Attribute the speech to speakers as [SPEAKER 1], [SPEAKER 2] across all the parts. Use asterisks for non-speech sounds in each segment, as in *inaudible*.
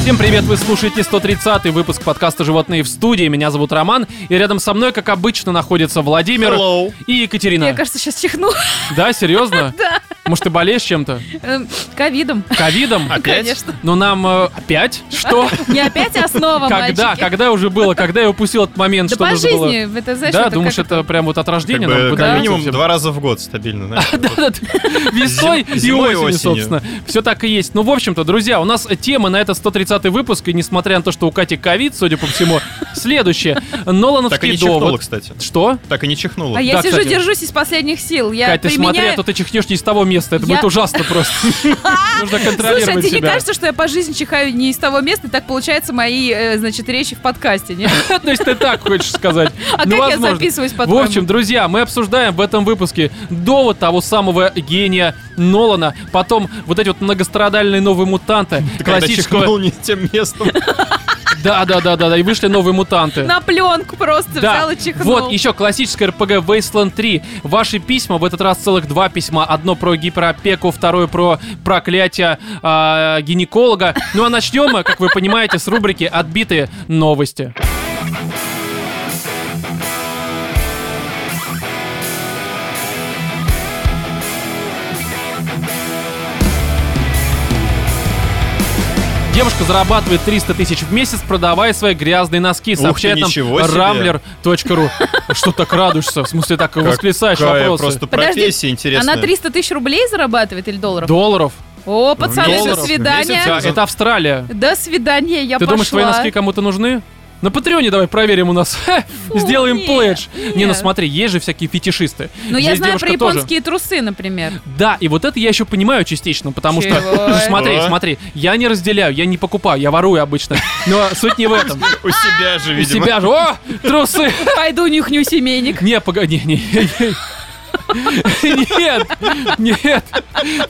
[SPEAKER 1] Всем привет, вы слушаете 130-й выпуск подкаста «Животные в студии». Меня зовут Роман, и рядом со мной, как обычно, находится Владимир
[SPEAKER 2] Hello.
[SPEAKER 1] и Екатерина.
[SPEAKER 3] Я, кажется, сейчас чихну
[SPEAKER 1] Да, серьезно?
[SPEAKER 3] *laughs* Да.
[SPEAKER 1] Может, ты болеешь чем-то?
[SPEAKER 3] Эм, ковидом.
[SPEAKER 1] Ковидом?
[SPEAKER 2] Опять?
[SPEAKER 3] Конечно.
[SPEAKER 1] Но нам э, опять?
[SPEAKER 3] *laughs*
[SPEAKER 1] Что?
[SPEAKER 3] Не опять основа,
[SPEAKER 1] Когда?
[SPEAKER 3] мальчики.
[SPEAKER 1] Когда уже было? Когда я упустил этот момент,
[SPEAKER 3] Да
[SPEAKER 1] что
[SPEAKER 3] по
[SPEAKER 1] нужно было?
[SPEAKER 3] жизни, это знаешь,
[SPEAKER 1] Да,
[SPEAKER 3] это
[SPEAKER 1] думаешь,
[SPEAKER 3] как-
[SPEAKER 1] это прям вот от рождения
[SPEAKER 2] Как
[SPEAKER 1] нам
[SPEAKER 2] бы,
[SPEAKER 1] выдают
[SPEAKER 2] как минимум
[SPEAKER 1] всем?
[SPEAKER 2] два раза в год стабильно, знаешь.
[SPEAKER 1] Да, да. *laughs* Весной
[SPEAKER 2] Зим-
[SPEAKER 1] и
[SPEAKER 2] зимой и
[SPEAKER 1] осенью,
[SPEAKER 2] осенью.
[SPEAKER 1] собственно. Все так и есть. Ну, в общем-то, друзья, у нас тема на этот 130-й выпуск, и несмотря на то, что у Кати ковид, судя по всему, *laughs* следующее.
[SPEAKER 2] Так и
[SPEAKER 1] Нолановский
[SPEAKER 2] не чихнула,
[SPEAKER 1] довод.
[SPEAKER 2] кстати.
[SPEAKER 1] Что?
[SPEAKER 2] Так и не чихнула.
[SPEAKER 3] А я
[SPEAKER 1] Да,
[SPEAKER 3] сижу,
[SPEAKER 1] кстати.
[SPEAKER 3] держусь из последних сил. Я
[SPEAKER 1] Кать, ты смотри, а
[SPEAKER 3] применяю...
[SPEAKER 1] то ты чихнешь не из того места. Это
[SPEAKER 3] Я-
[SPEAKER 1] будет ужасно
[SPEAKER 3] *laughs*
[SPEAKER 1] просто. Нужно
[SPEAKER 3] Слушай, а
[SPEAKER 1] контролировать
[SPEAKER 3] тебе не
[SPEAKER 1] себя.
[SPEAKER 3] кажется, что я по жизни чихаю не из того места, и так получается мои, э, значит, речи в
[SPEAKER 1] *laughs*
[SPEAKER 3] подкасте, нет?
[SPEAKER 1] То есть ты так хочешь сказать.
[SPEAKER 3] *laughs* А
[SPEAKER 1] Ну,
[SPEAKER 3] как я
[SPEAKER 1] возможно.
[SPEAKER 3] записываюсь потом?
[SPEAKER 1] В общем, друзья, мы обсуждаем в этом выпуске довод того самого гения Нолана, потом вот эти вот многострадальные новые мутанты,
[SPEAKER 2] Ты когда
[SPEAKER 1] классического...
[SPEAKER 2] чихнул не тем местом.
[SPEAKER 1] Да-да-да-да, и вышли новые мутанты.
[SPEAKER 3] На пленку просто взял
[SPEAKER 1] Да,
[SPEAKER 3] и чихнул.
[SPEAKER 1] вот еще классическая RPG Wasteland 3. Ваши письма, в этот раз целых два письма. Одно про гиперопеку, второе про проклятие а, гинеколога. Ну а начнем мы, как вы понимаете, с рубрики «Отбитые новости». Девушка зарабатывает 300 тысяч в месяц, продавая свои грязные носки.
[SPEAKER 2] ты,
[SPEAKER 1] Сообщает нам
[SPEAKER 2] ничего себе.
[SPEAKER 1] rambler.ru. Что так радуешься? В смысле, так восклицаешь
[SPEAKER 2] Какая
[SPEAKER 1] вопросы.
[SPEAKER 2] просто
[SPEAKER 3] Подожди,
[SPEAKER 2] профессия интересная.
[SPEAKER 3] Она 300 тысяч рублей зарабатывает или долларов?
[SPEAKER 1] Долларов.
[SPEAKER 3] О, пацаны,
[SPEAKER 2] Долларов
[SPEAKER 3] до
[SPEAKER 2] в месяц,
[SPEAKER 3] свидания.
[SPEAKER 1] Да, это Австралия.
[SPEAKER 3] До свидания, я
[SPEAKER 1] Ты
[SPEAKER 3] пошла.
[SPEAKER 1] думаешь, твои носки кому-то нужны? На Патреоне давай проверим у нас. *laughs* Сделаем
[SPEAKER 3] нет,
[SPEAKER 1] пледж. Не, ну
[SPEAKER 3] нет.
[SPEAKER 1] смотри, есть же всякие фетишисты.
[SPEAKER 3] Ну, я
[SPEAKER 1] Здесь
[SPEAKER 3] знаю про
[SPEAKER 1] девушка тоже.
[SPEAKER 3] японские трусы, например.
[SPEAKER 1] Да, и вот это я еще понимаю частично, потому
[SPEAKER 3] Чего?
[SPEAKER 1] что... *laughs* Смотри,
[SPEAKER 2] Что?
[SPEAKER 1] смотри, я не разделяю, я не покупаю, я ворую обычно. Но суть не в этом.
[SPEAKER 2] У себя же,
[SPEAKER 1] У
[SPEAKER 2] видимо.
[SPEAKER 1] себя же... О, трусы!
[SPEAKER 3] Пойду нюхню семейник.
[SPEAKER 1] Не, погоди, не, не. Нет, нет.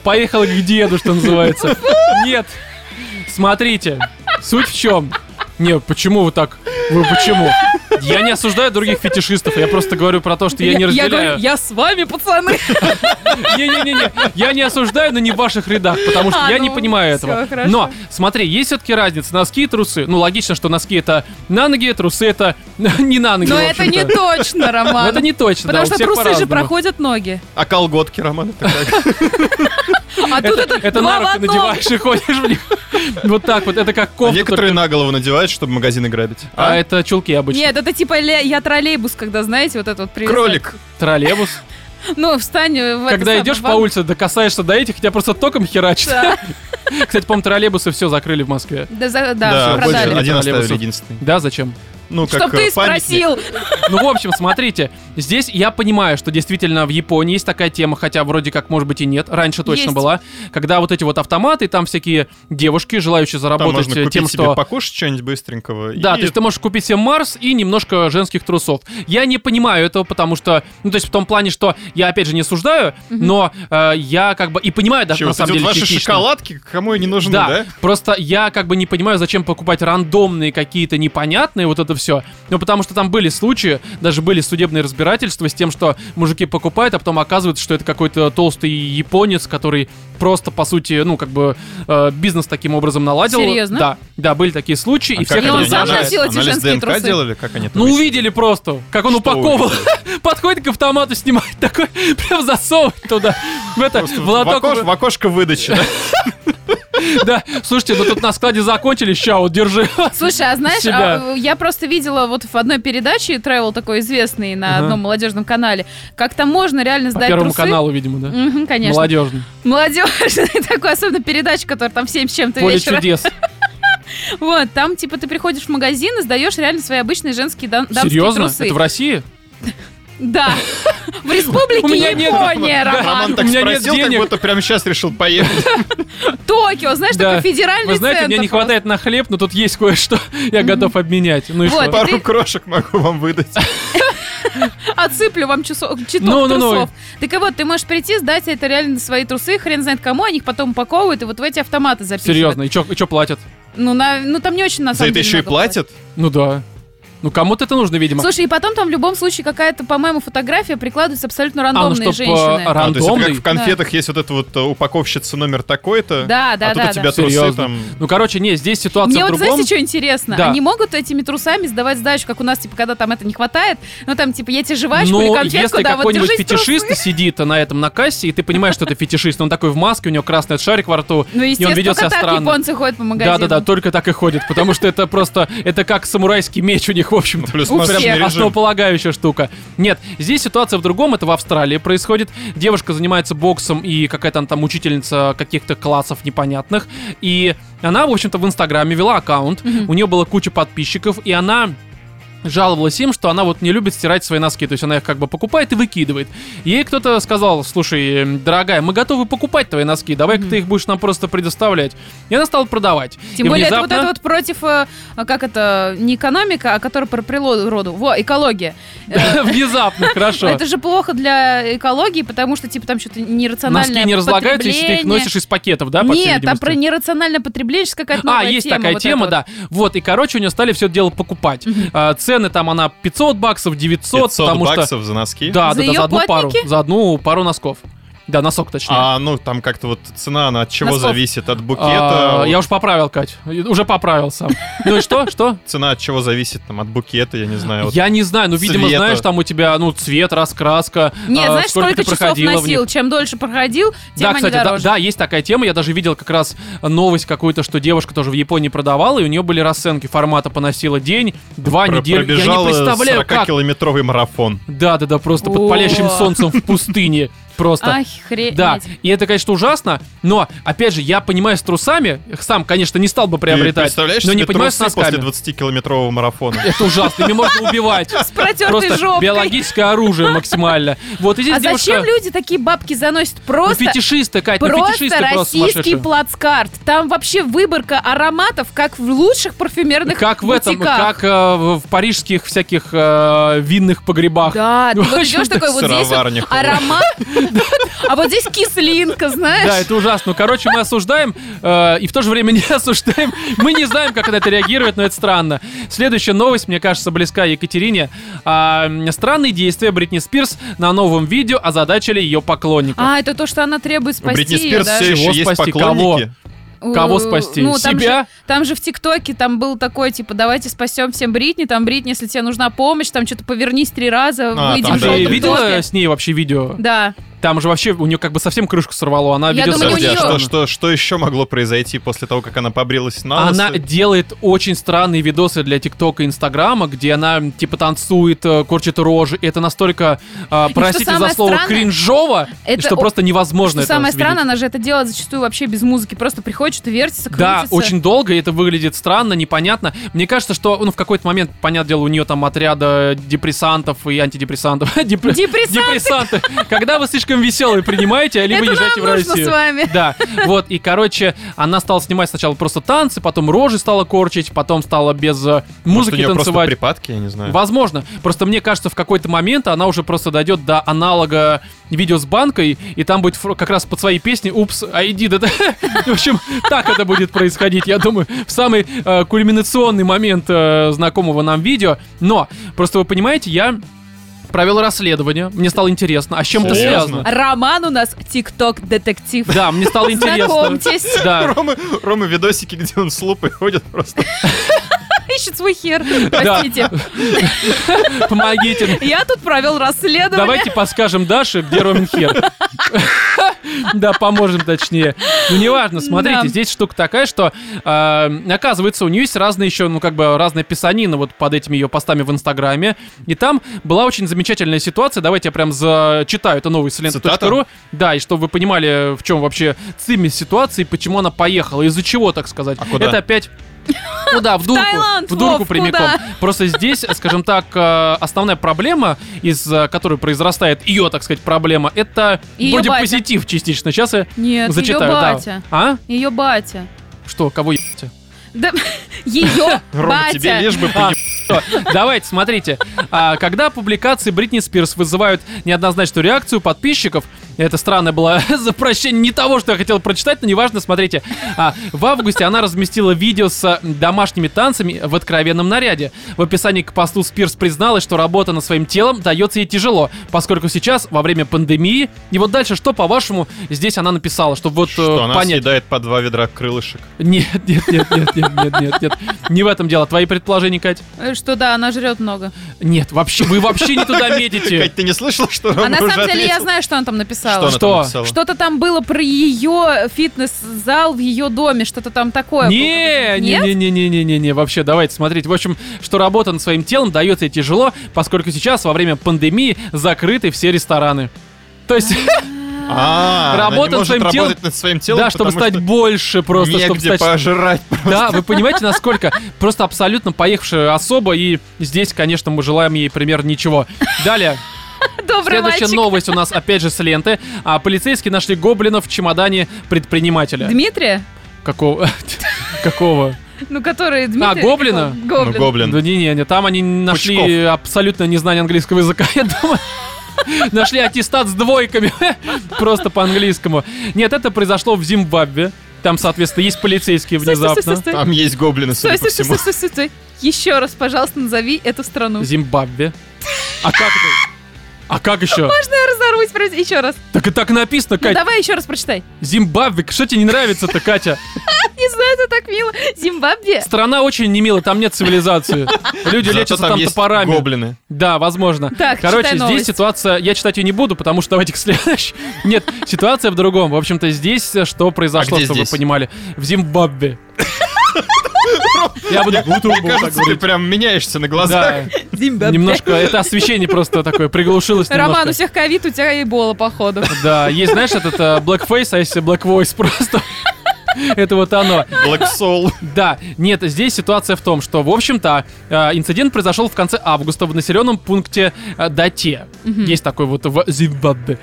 [SPEAKER 1] Поехал к деду, что называется. Нет. Смотрите, суть в чем? Не, почему вы так? Вы почему? Я не осуждаю других фетишистов, я просто говорю про то, что я не
[SPEAKER 3] говорю,
[SPEAKER 1] разделяю.
[SPEAKER 3] я с вами,
[SPEAKER 1] *laughs*
[SPEAKER 3] пацаны.
[SPEAKER 1] Не-не-не, я не осуждаю, но не в ваших рядах, потому что
[SPEAKER 3] А,
[SPEAKER 1] я
[SPEAKER 3] ну,
[SPEAKER 1] не понимаю
[SPEAKER 3] всё,
[SPEAKER 1] этого.
[SPEAKER 3] хорошо.
[SPEAKER 1] Но, смотри, есть все-таки разница, носки и трусы. Ну, логично, что носки это на ноги, трусы это *laughs* не на ноги,
[SPEAKER 3] Но
[SPEAKER 1] Ну, в
[SPEAKER 3] это не
[SPEAKER 1] общем-то.
[SPEAKER 3] точно,
[SPEAKER 1] Но
[SPEAKER 3] Роман.
[SPEAKER 1] это не точно, да,
[SPEAKER 3] Потому
[SPEAKER 1] у
[SPEAKER 3] что
[SPEAKER 1] всех
[SPEAKER 3] трусы же
[SPEAKER 1] по-разному.
[SPEAKER 3] проходят ноги.
[SPEAKER 2] А колготки, Роман, это как?
[SPEAKER 3] А тут это,
[SPEAKER 1] Это на
[SPEAKER 3] два в
[SPEAKER 1] руки
[SPEAKER 3] одном.
[SPEAKER 1] надеваешь и ходишь в них. *laughs* Вот так вот, это как кофта.
[SPEAKER 2] А Некоторые
[SPEAKER 1] только-
[SPEAKER 2] на голову надевают, чтобы магазины грабить.
[SPEAKER 1] А
[SPEAKER 2] А?
[SPEAKER 1] это чулки обычно.
[SPEAKER 3] Нет, это типа ля- я троллейбус, когда, знаете, вот это вот привязать.
[SPEAKER 2] Кролик.
[SPEAKER 3] *laughs*
[SPEAKER 1] Троллейбус.
[SPEAKER 3] Ну, встань в это
[SPEAKER 1] Когда
[SPEAKER 3] самое,
[SPEAKER 1] идешь по
[SPEAKER 3] вагон.
[SPEAKER 1] улице, докасаешься до этих, тебя просто током херачит.
[SPEAKER 3] Да,
[SPEAKER 1] *laughs* Кстати, по-моему, троллейбусы все закрыли в Москве.
[SPEAKER 3] да,
[SPEAKER 2] Да,
[SPEAKER 3] за- да,
[SPEAKER 1] больше
[SPEAKER 2] один
[SPEAKER 3] продали.
[SPEAKER 2] один оставили
[SPEAKER 1] Троллейбусов.
[SPEAKER 2] единственный.
[SPEAKER 1] Да, зачем?
[SPEAKER 2] Ну, как
[SPEAKER 3] Чтоб ты
[SPEAKER 2] э, памятник.
[SPEAKER 3] спросил.
[SPEAKER 1] Ну, в общем, смотрите, здесь я понимаю, что действительно в Японии есть такая тема, хотя вроде как, может быть, и нет, раньше точно
[SPEAKER 3] Есть.
[SPEAKER 1] была, когда вот эти вот автоматы, там всякие девушки, желающие
[SPEAKER 2] Там
[SPEAKER 1] заработать
[SPEAKER 2] можно
[SPEAKER 1] э,
[SPEAKER 2] купить
[SPEAKER 1] тем,
[SPEAKER 2] себе
[SPEAKER 1] что...
[SPEAKER 2] покушать что-нибудь быстренького.
[SPEAKER 1] Да,
[SPEAKER 2] и-
[SPEAKER 1] то есть ты можешь купить себе Марс и немножко женских трусов. Я не понимаю этого, потому что, ну, то есть в том плане, что я, опять же, не суждаю, но э, я как бы и понимаю даже,
[SPEAKER 2] Чего,
[SPEAKER 1] на
[SPEAKER 2] вот эти
[SPEAKER 1] самом
[SPEAKER 2] вот
[SPEAKER 1] деле,
[SPEAKER 2] ваши
[SPEAKER 1] частично.
[SPEAKER 2] шоколадки, кому они нужны,
[SPEAKER 1] да,
[SPEAKER 2] да?
[SPEAKER 1] просто я как бы не понимаю, зачем покупать рандомные какие-то непонятные вот это все. Ну, потому что там были случаи, даже были судебные разбирательства с тем, что мужики покупают, а потом оказывается, что это какой-то толстый японец, который просто, по сути, ну, как бы э, бизнес таким образом наладил.
[SPEAKER 3] Серьезно?
[SPEAKER 1] Да, да, были такие случаи, и
[SPEAKER 2] А как
[SPEAKER 1] всех
[SPEAKER 3] они
[SPEAKER 1] это
[SPEAKER 2] они
[SPEAKER 3] он сам
[SPEAKER 1] раздражает.
[SPEAKER 2] анализ-
[SPEAKER 3] носил эти
[SPEAKER 2] анализ
[SPEAKER 3] женские
[SPEAKER 2] ДНК
[SPEAKER 3] трусы?
[SPEAKER 2] делали, как они это
[SPEAKER 1] Ну,
[SPEAKER 2] выяснили?
[SPEAKER 1] увидели просто, как он
[SPEAKER 2] Что
[SPEAKER 1] упаковывал. *laughs* Подходит к автомату, снимает такой, *laughs* прям засовывает туда. В это, в
[SPEAKER 2] В,
[SPEAKER 1] лоток.
[SPEAKER 2] окош- в окошко выдачи,
[SPEAKER 1] *laughs*
[SPEAKER 2] да?
[SPEAKER 1] Да, слушайте, ну тут на складе закончили, ща вот, держи. *laughs*
[SPEAKER 3] Слушай, а знаешь,
[SPEAKER 1] Себя.
[SPEAKER 3] а, э, я просто видела вот в одной передаче, travel такой известный на
[SPEAKER 1] Ага.
[SPEAKER 3] одном молодежном канале, как там можно реально
[SPEAKER 1] По
[SPEAKER 3] сдать
[SPEAKER 1] Первому
[SPEAKER 3] трусы.
[SPEAKER 1] каналу, видимо, да?
[SPEAKER 3] Мгм, конечно.
[SPEAKER 1] Молодежный.
[SPEAKER 3] Молодежный *laughs* такой, особенно передача, которая там в 7 с чем-то
[SPEAKER 1] Поле
[SPEAKER 3] вечера.
[SPEAKER 1] чудес.
[SPEAKER 3] Вот, там, типа, ты приходишь в магазин и сдаешь реально свои обычные женские дам- *laughs* дамские
[SPEAKER 1] Серьезно?
[SPEAKER 3] трусы.
[SPEAKER 1] Это в России?
[SPEAKER 3] Да. В
[SPEAKER 1] У
[SPEAKER 3] республике
[SPEAKER 1] меня нет дома. Да,
[SPEAKER 3] Япония, Роман.
[SPEAKER 2] Роман так
[SPEAKER 1] у меня нет
[SPEAKER 2] спросил, как
[SPEAKER 1] денег.
[SPEAKER 2] будто прямо сейчас решил
[SPEAKER 3] *laughs*
[SPEAKER 2] поехать.
[SPEAKER 3] Токио, знаешь,
[SPEAKER 1] Да.
[SPEAKER 3] такой федеральный
[SPEAKER 1] Вы знаете, мне
[SPEAKER 3] центр
[SPEAKER 1] не
[SPEAKER 3] просто.
[SPEAKER 1] хватает на хлеб, но тут есть кое-что. *laughs* Я готов обменять. Ну и
[SPEAKER 3] Вот.
[SPEAKER 1] что?
[SPEAKER 2] Пару
[SPEAKER 3] ты-
[SPEAKER 2] крошек могу
[SPEAKER 1] *laughs*
[SPEAKER 2] вам выдать.
[SPEAKER 3] Отсыплю вам часов, читок
[SPEAKER 1] Ну, ну, ну.
[SPEAKER 3] трусов. Так и вот, ты можешь прийти, сдать это реально свои трусы, хрен знает кому, они их потом упаковывают и вот в эти автоматы записывают.
[SPEAKER 1] Серьезно, и что платят?
[SPEAKER 3] Ну, на, ну там не очень на
[SPEAKER 2] За
[SPEAKER 3] самом
[SPEAKER 2] это
[SPEAKER 3] деле
[SPEAKER 2] еще и
[SPEAKER 3] много платят.
[SPEAKER 2] платят?
[SPEAKER 1] Ну да. Ну, кому-то это нужно, видимо.
[SPEAKER 3] Слушай, и потом там в любом случае какая-то, по-моему, фотография прикладывается абсолютно
[SPEAKER 1] ну,
[SPEAKER 3] рандомные
[SPEAKER 1] чтоб,
[SPEAKER 3] женщины.
[SPEAKER 1] а, ра-
[SPEAKER 2] А, то есть это как
[SPEAKER 1] Рандомный?
[SPEAKER 2] в конфетах есть вот эта вот э, упаковщица номер такой-то,
[SPEAKER 3] Да, да,
[SPEAKER 2] а тут
[SPEAKER 3] да,
[SPEAKER 2] у тебя
[SPEAKER 3] да.
[SPEAKER 2] трусы
[SPEAKER 1] Серьезно.
[SPEAKER 2] там...
[SPEAKER 1] Ну, короче, не, здесь ситуация
[SPEAKER 3] Мне
[SPEAKER 1] в
[SPEAKER 3] вот,
[SPEAKER 1] другом.
[SPEAKER 3] знаете, что интересно?
[SPEAKER 1] Да.
[SPEAKER 3] Они могут этими трусами сдавать сдачу, как у нас, типа, когда там это не хватает, ну там, типа, я тебе жвачку или
[SPEAKER 1] Но
[SPEAKER 3] конфетку,
[SPEAKER 1] Ну, если
[SPEAKER 3] да, вот
[SPEAKER 1] какой-нибудь
[SPEAKER 3] держись
[SPEAKER 1] фетишист
[SPEAKER 3] трусы.
[SPEAKER 1] сидит на этом на кассе, и ты понимаешь, что это фетишист, он такой в маске, у него красный шарик во рту,
[SPEAKER 3] Ну,
[SPEAKER 1] и он
[SPEAKER 3] естественно,
[SPEAKER 1] ведет себя
[SPEAKER 3] только так
[SPEAKER 1] странно.
[SPEAKER 3] японцы ходят по магазинам.
[SPEAKER 1] Да-да-да, только так и ходит, потому что это просто, это как самурайский меч у них, в
[SPEAKER 2] ну,
[SPEAKER 1] общем-то.
[SPEAKER 2] Плюс
[SPEAKER 3] У
[SPEAKER 2] масляный
[SPEAKER 3] всех.
[SPEAKER 2] режим.
[SPEAKER 1] Основополагающая штука. Нет, здесь ситуация в другом, это в Австралии происходит. Девушка занимается боксом и какая-то она там учительница каких-то классов непонятных. И она, в общем-то, в Инстаграме вела аккаунт,
[SPEAKER 3] Мгм.
[SPEAKER 1] у нее было куча подписчиков, и она жаловалась им, что она вот не любит стирать свои носки, то есть она их как бы покупает и выкидывает. Ей кто-то сказал, слушай, эм, дорогая, мы готовы покупать твои носки, давай-ка ты их будешь нам просто предоставлять. И она стала продавать.
[SPEAKER 3] Тем
[SPEAKER 1] И
[SPEAKER 3] более, это
[SPEAKER 1] внезапно-
[SPEAKER 3] вот это вот против, э, а, как это, не экономика, а которая про природу. Во, экология.
[SPEAKER 1] *laughs*
[SPEAKER 3] *laughs*
[SPEAKER 1] Внезапно, хорошо.
[SPEAKER 3] э, Это же плохо для экологии, потому что, типа, там что-то нерациональное
[SPEAKER 1] Носки не разлагаются, если ты их
[SPEAKER 3] потребление.
[SPEAKER 1] носишь из пакетов, да, по всей
[SPEAKER 3] Нет, там
[SPEAKER 1] видимости?
[SPEAKER 3] про нерациональное потребление сейчас какая-то
[SPEAKER 1] А,
[SPEAKER 3] новая
[SPEAKER 1] есть
[SPEAKER 3] тема,
[SPEAKER 1] такая
[SPEAKER 3] вот
[SPEAKER 1] тема,
[SPEAKER 3] эта
[SPEAKER 1] да. Вот, и, короче, у нее стали все это дело покупать. А, цены там она 500 баксов, 900,
[SPEAKER 2] 500
[SPEAKER 1] потому
[SPEAKER 2] баксов
[SPEAKER 1] что...
[SPEAKER 2] за носки?
[SPEAKER 1] Да,
[SPEAKER 3] За
[SPEAKER 1] да, да,
[SPEAKER 3] ее
[SPEAKER 1] за одну пару.
[SPEAKER 3] платники?
[SPEAKER 1] За одну пару носков. Да, носок точнее.
[SPEAKER 2] А, ну, там как-то вот цена, она от чего
[SPEAKER 3] Носков.
[SPEAKER 2] зависит? От
[SPEAKER 1] А,
[SPEAKER 2] букета?
[SPEAKER 1] Я
[SPEAKER 2] вот
[SPEAKER 1] уж поправил, Кать. Уже поправил сам. Ну и что? Что?
[SPEAKER 2] Цена от чего зависит? Там от букета, я не знаю. *laughs* вот.
[SPEAKER 1] Я не знаю, ну, видимо,
[SPEAKER 2] Цвета.
[SPEAKER 1] знаешь, там у тебя, ну, цвет, раскраска.
[SPEAKER 3] вот. Не,
[SPEAKER 1] а,
[SPEAKER 3] знаешь, сколько,
[SPEAKER 1] ты
[SPEAKER 3] часов
[SPEAKER 1] проходила в них.
[SPEAKER 3] носил? Чем дольше проходил, тем
[SPEAKER 1] Да,
[SPEAKER 3] они
[SPEAKER 1] кстати, да,
[SPEAKER 3] дороже.
[SPEAKER 1] да, есть такая тема. Я даже видел как раз новость какую-то, что девушка тоже в Японии продавала, и у нее были расценки формата поносила день, два
[SPEAKER 2] Про-
[SPEAKER 1] недели. Я не
[SPEAKER 2] Пробежала
[SPEAKER 1] представляю, как.
[SPEAKER 2] 40-километровый марафон.
[SPEAKER 1] Да, да, да, просто под
[SPEAKER 3] О.
[SPEAKER 1] палящим солнцем в пустыне. Просто.
[SPEAKER 3] Охренеть.
[SPEAKER 1] Да, и это, конечно, ужасно, но, опять же, я понимаю с трусами, их сам, конечно, не стал бы
[SPEAKER 2] Ты
[SPEAKER 1] приобретать,
[SPEAKER 2] представляешь,
[SPEAKER 1] но не
[SPEAKER 2] себе
[SPEAKER 1] понимаю с
[SPEAKER 2] трусы после
[SPEAKER 1] носками.
[SPEAKER 2] 20-километрового марафона?
[SPEAKER 1] Это ужасно, ими можно убивать.
[SPEAKER 3] С протертой
[SPEAKER 1] Просто
[SPEAKER 3] жопкой.
[SPEAKER 1] биологическое оружие максимально. Вот и здесь
[SPEAKER 3] А зачем
[SPEAKER 1] девушка...
[SPEAKER 3] люди такие бабки заносят?
[SPEAKER 1] Ну,
[SPEAKER 3] Просто
[SPEAKER 1] фетишисты, Кать, ну,
[SPEAKER 3] Просто
[SPEAKER 1] фетишисты просто
[SPEAKER 3] российский
[SPEAKER 1] сумасшедшие.
[SPEAKER 3] плацкарт. Там вообще выборка ароматов, как в лучших парфюмерных
[SPEAKER 1] Как в этом,
[SPEAKER 3] бутиках.
[SPEAKER 1] как э, в в парижских всяких э, винных погребах.
[SPEAKER 3] Да, ты
[SPEAKER 1] В
[SPEAKER 3] вот
[SPEAKER 1] общем,
[SPEAKER 3] идешь такой, вот здесь вот
[SPEAKER 2] сыроварник.
[SPEAKER 3] аромат, *laughs* а вот здесь кислинка,
[SPEAKER 1] Да,
[SPEAKER 3] знаешь?
[SPEAKER 1] это ужасно. Ну, Короче, мы осуждаем э, и в то же время не *laughs* осуждаем. Мы не знаем, как на это реагирует, но это странно. Следующая новость, мне кажется, близка Екатерине. А, м, странные действия Бритни Спирс на новом видео озадачили ее поклонников.
[SPEAKER 3] А, это то, что она требует
[SPEAKER 2] У
[SPEAKER 3] спасти,
[SPEAKER 2] Бритни Спирс
[SPEAKER 3] да?
[SPEAKER 2] все еще
[SPEAKER 1] Чего
[SPEAKER 2] есть
[SPEAKER 1] спасти? Кого?
[SPEAKER 2] поклонники.
[SPEAKER 3] У-
[SPEAKER 1] Кого спасти?
[SPEAKER 3] Ну, там
[SPEAKER 1] Себя?
[SPEAKER 3] Же, там же в ТикТоке там был такой, типа, давайте спасем всем Бритни, там, Бритни, если тебе нужна помощь, там, что-то повернись три раза,
[SPEAKER 2] А,
[SPEAKER 3] выйди
[SPEAKER 2] там,
[SPEAKER 1] А
[SPEAKER 3] в
[SPEAKER 2] да.
[SPEAKER 1] ты
[SPEAKER 3] желтом
[SPEAKER 1] видела
[SPEAKER 3] топе.
[SPEAKER 1] с ней вообще видео?
[SPEAKER 3] Да.
[SPEAKER 1] Там же вообще у нее как бы совсем крышку сорвало. Она
[SPEAKER 3] Я
[SPEAKER 1] ведет
[SPEAKER 3] думаю, у
[SPEAKER 2] Подожди, а
[SPEAKER 3] неё-
[SPEAKER 2] что, что, что еще могло произойти после того, как она побрилась на лысо?
[SPEAKER 1] Она делает очень странные видосы для ТикТока и Инстаграма, где она м, типа танцует, э, корчит рожи. И это настолько, э, простите за
[SPEAKER 3] самое
[SPEAKER 1] слово,
[SPEAKER 3] странное,
[SPEAKER 1] кринжово,
[SPEAKER 3] это
[SPEAKER 1] что
[SPEAKER 3] о-
[SPEAKER 1] просто невозможно
[SPEAKER 3] Что
[SPEAKER 1] это
[SPEAKER 3] самое
[SPEAKER 1] воспроизвести.
[SPEAKER 3] странное, она же это делает зачастую вообще без музыки, просто приходит, что-то вертится, крутится.
[SPEAKER 1] Да, очень долго, и это выглядит странно, непонятно. Мне кажется, что, ну, в какой-то момент, понятное дело, у нее там отряда депрессантов и антидепрессантов. *laughs* Депр-
[SPEAKER 3] Депрессанты.
[SPEAKER 1] Депрессанты. Когда вы слишком веселые принимаете, а либо
[SPEAKER 3] Это
[SPEAKER 1] езжайте
[SPEAKER 3] нам
[SPEAKER 1] в
[SPEAKER 3] нужно с
[SPEAKER 1] Россию.
[SPEAKER 3] вами.
[SPEAKER 1] Да, вот, и, короче, она стала снимать сначала просто танцы, потом рожи стала корчить, потом стала без э,
[SPEAKER 2] Может, у
[SPEAKER 1] музыки
[SPEAKER 2] нее просто
[SPEAKER 1] танцевать.
[SPEAKER 2] припадки, я не знаю. *laughs*
[SPEAKER 1] Возможно. Просто мне кажется, в какой-то момент она уже просто дойдет до аналога видео с банкой, и там будет фр- как раз под своей песней «Упс, а иди». Да, да». В общем, так это будет происходить, я думаю, в самый э, кульминационный момент э, знакомого нам видео. Но, просто вы понимаете, я провел расследование, мне стало интересно, а с чем это
[SPEAKER 2] Серьезно?
[SPEAKER 1] связано?
[SPEAKER 3] Роман у нас тикток-детектив.
[SPEAKER 1] Да, мне стало интересно.
[SPEAKER 3] Знакомьтесь,
[SPEAKER 1] Да.
[SPEAKER 2] Рома, Рома видосики, где он с лупой ходит просто.
[SPEAKER 3] *laughs* ищет свой хер.
[SPEAKER 1] *laughs* Да.
[SPEAKER 3] Простите.
[SPEAKER 1] Помогите.
[SPEAKER 3] Я тут провел расследование.
[SPEAKER 1] Давайте подскажем Даше, где Ромин Хер. *laughs* Да, поможем точнее. Ну, неважно, смотрите,
[SPEAKER 3] Да.
[SPEAKER 1] здесь штука такая, что э, оказывается, у нее есть разные еще, ну, как бы, разная писанина вот под этими ее постами в Инстаграме. И там была очень замечательная ситуация. Давайте я прям зачитаю это новый
[SPEAKER 2] Цитата?
[SPEAKER 1] ру Да, и чтобы вы понимали, в чем вообще цимис ситуации, почему она поехала, из-за чего, так сказать.
[SPEAKER 2] А куда?
[SPEAKER 1] Это опять ну да, в дурку.
[SPEAKER 3] Таиланд,
[SPEAKER 1] в дурку
[SPEAKER 3] Вов,
[SPEAKER 1] прямиком.
[SPEAKER 3] куда?
[SPEAKER 1] Просто здесь, скажем так, э, основная проблема, из э, которой произрастает ее, так сказать, проблема, это
[SPEAKER 3] Её
[SPEAKER 1] вроде
[SPEAKER 3] батя.
[SPEAKER 1] позитив частично. Сейчас я
[SPEAKER 3] Нет,
[SPEAKER 1] зачитаю.
[SPEAKER 3] ее
[SPEAKER 1] да.
[SPEAKER 3] батя.
[SPEAKER 1] А?
[SPEAKER 3] Ее батя.
[SPEAKER 1] Что, кого ебать?
[SPEAKER 3] Да, *laughs*
[SPEAKER 1] *laughs*
[SPEAKER 3] ее
[SPEAKER 2] Рома, тебе
[SPEAKER 3] батя.
[SPEAKER 2] лишь бы
[SPEAKER 1] А,
[SPEAKER 2] поеб-
[SPEAKER 1] что? Давайте, смотрите. А, когда публикации Бритни Спирс вызывают неоднозначную реакцию подписчиков, Это странное *laughs* было запрощение не того, что я хотел прочитать, но неважно, смотрите. А, в августе она разместила видео с а, домашними танцами в откровенном наряде. В описании к посту Спирс призналась, что работа над своим телом дается ей тяжело, поскольку сейчас, во время пандемии... И вот дальше, что, по-вашему, здесь она написала, чтобы вот
[SPEAKER 2] Что
[SPEAKER 1] э,
[SPEAKER 2] она
[SPEAKER 1] понять...
[SPEAKER 2] съедает по два ведра крылышек.
[SPEAKER 1] Нет, нет, нет, нет, нет, нет, нет, нет. Не в этом дело. Твои предположения, Кать?
[SPEAKER 3] Э, Что да, она жрет много.
[SPEAKER 1] Нет, вообще, вы вообще не туда метите.
[SPEAKER 2] Кать, ты не слышала, что
[SPEAKER 3] А
[SPEAKER 2] Рома
[SPEAKER 3] на
[SPEAKER 2] уже
[SPEAKER 3] самом деле я
[SPEAKER 2] ответил?
[SPEAKER 3] знаю, что она там
[SPEAKER 2] Что
[SPEAKER 3] написала.
[SPEAKER 2] она
[SPEAKER 1] Что?
[SPEAKER 2] там написала?
[SPEAKER 3] Что-то там было про ее фитнес-зал в ее доме, что-то там такое.
[SPEAKER 1] Не, не,
[SPEAKER 3] Нет?
[SPEAKER 1] не, не, не, не, не, не, вообще, давайте смотреть. В общем, что работа над своим телом дается ей тяжело, поскольку сейчас во время пандемии закрыты все рестораны. То
[SPEAKER 2] *laughs*
[SPEAKER 1] есть,
[SPEAKER 2] А, она не
[SPEAKER 1] Работа над
[SPEAKER 2] может
[SPEAKER 1] своим телом-
[SPEAKER 2] работать над своим телом,
[SPEAKER 1] да, чтобы
[SPEAKER 2] потому
[SPEAKER 1] стать
[SPEAKER 2] что
[SPEAKER 1] больше просто, чтобы
[SPEAKER 2] негде
[SPEAKER 1] стать...
[SPEAKER 2] пожрать.
[SPEAKER 1] Да, вы понимаете, насколько просто абсолютно поехавшая особа, и здесь, конечно, мы желаем ей примерно ничего. Далее.
[SPEAKER 3] Добрый
[SPEAKER 1] Следующая
[SPEAKER 3] мальчик.
[SPEAKER 1] новость у нас опять же с ленты. А полицейские нашли гоблина в чемодане предпринимателя.
[SPEAKER 3] Дмитрия?
[SPEAKER 1] Какого? *laughs* Какого?
[SPEAKER 3] Ну, который Дмитрий...
[SPEAKER 1] А, Гоблина?
[SPEAKER 3] какой?
[SPEAKER 2] Ну,
[SPEAKER 3] Гоблин.
[SPEAKER 1] Да
[SPEAKER 2] гоблин.
[SPEAKER 1] не, не, не, там они нашли
[SPEAKER 2] Пучков.
[SPEAKER 1] абсолютно незнание английского языка, *laughs* я думаю. Нашли аттестат с двойками. *laughs* Просто по-английскому. Нет, это произошло в Зимбабве. Там, соответственно, есть полицейские
[SPEAKER 3] Стой, стой, стой, стой,
[SPEAKER 1] внезапно.
[SPEAKER 3] стой.
[SPEAKER 2] Там есть гоблины,
[SPEAKER 3] Стой,
[SPEAKER 2] А, судя по
[SPEAKER 3] стой, стой,
[SPEAKER 2] всему.
[SPEAKER 3] стой, стой, стой, стой. Еще раз, пожалуйста, назови эту страну.
[SPEAKER 1] Зимбабве. А как это? А как еще?
[SPEAKER 3] Можно я разорвусь? Прости, Еще раз.
[SPEAKER 1] Так и так и написано,
[SPEAKER 3] Ну,
[SPEAKER 1] Кать.
[SPEAKER 3] давай еще раз прочитай.
[SPEAKER 1] Зимбабве. Что тебе не нравится-то, Катя?
[SPEAKER 3] Не знаю, это так мило. Зимбабве.
[SPEAKER 1] Страна очень немила, там нет цивилизации. Люди
[SPEAKER 2] Зато
[SPEAKER 1] лечатся там,
[SPEAKER 2] есть
[SPEAKER 1] топорами.
[SPEAKER 2] гоблины.
[SPEAKER 1] Да, возможно.
[SPEAKER 3] Так,
[SPEAKER 1] Короче,
[SPEAKER 3] читай
[SPEAKER 1] здесь
[SPEAKER 3] новость.
[SPEAKER 1] ситуация... Я читать ее не буду, потому что давайте к следующей. *laughs* Нет, ситуация в другом. В общем-то, здесь э, что произошло,
[SPEAKER 2] А где
[SPEAKER 1] чтобы
[SPEAKER 2] здесь?
[SPEAKER 1] вы понимали. В Зимбабве. Я буду буду
[SPEAKER 2] Мне кажется, ты прям меняешься на глазах.
[SPEAKER 1] Да, немножко... Это освещение просто такое приглушилось
[SPEAKER 3] Роман, у
[SPEAKER 1] немножко.
[SPEAKER 3] всех ковид, у тебя эбола, походу.
[SPEAKER 1] Да, есть, знаешь, этот э, Blackface, а если Black Voice *laughs* просто... Это вот оно.
[SPEAKER 2] Black Soul.
[SPEAKER 1] Да, нет, здесь ситуация в том, что, в общем-то, э, инцидент произошел в конце августа в населенном пункте э, Дате. Есть такой вот в Зимбабве.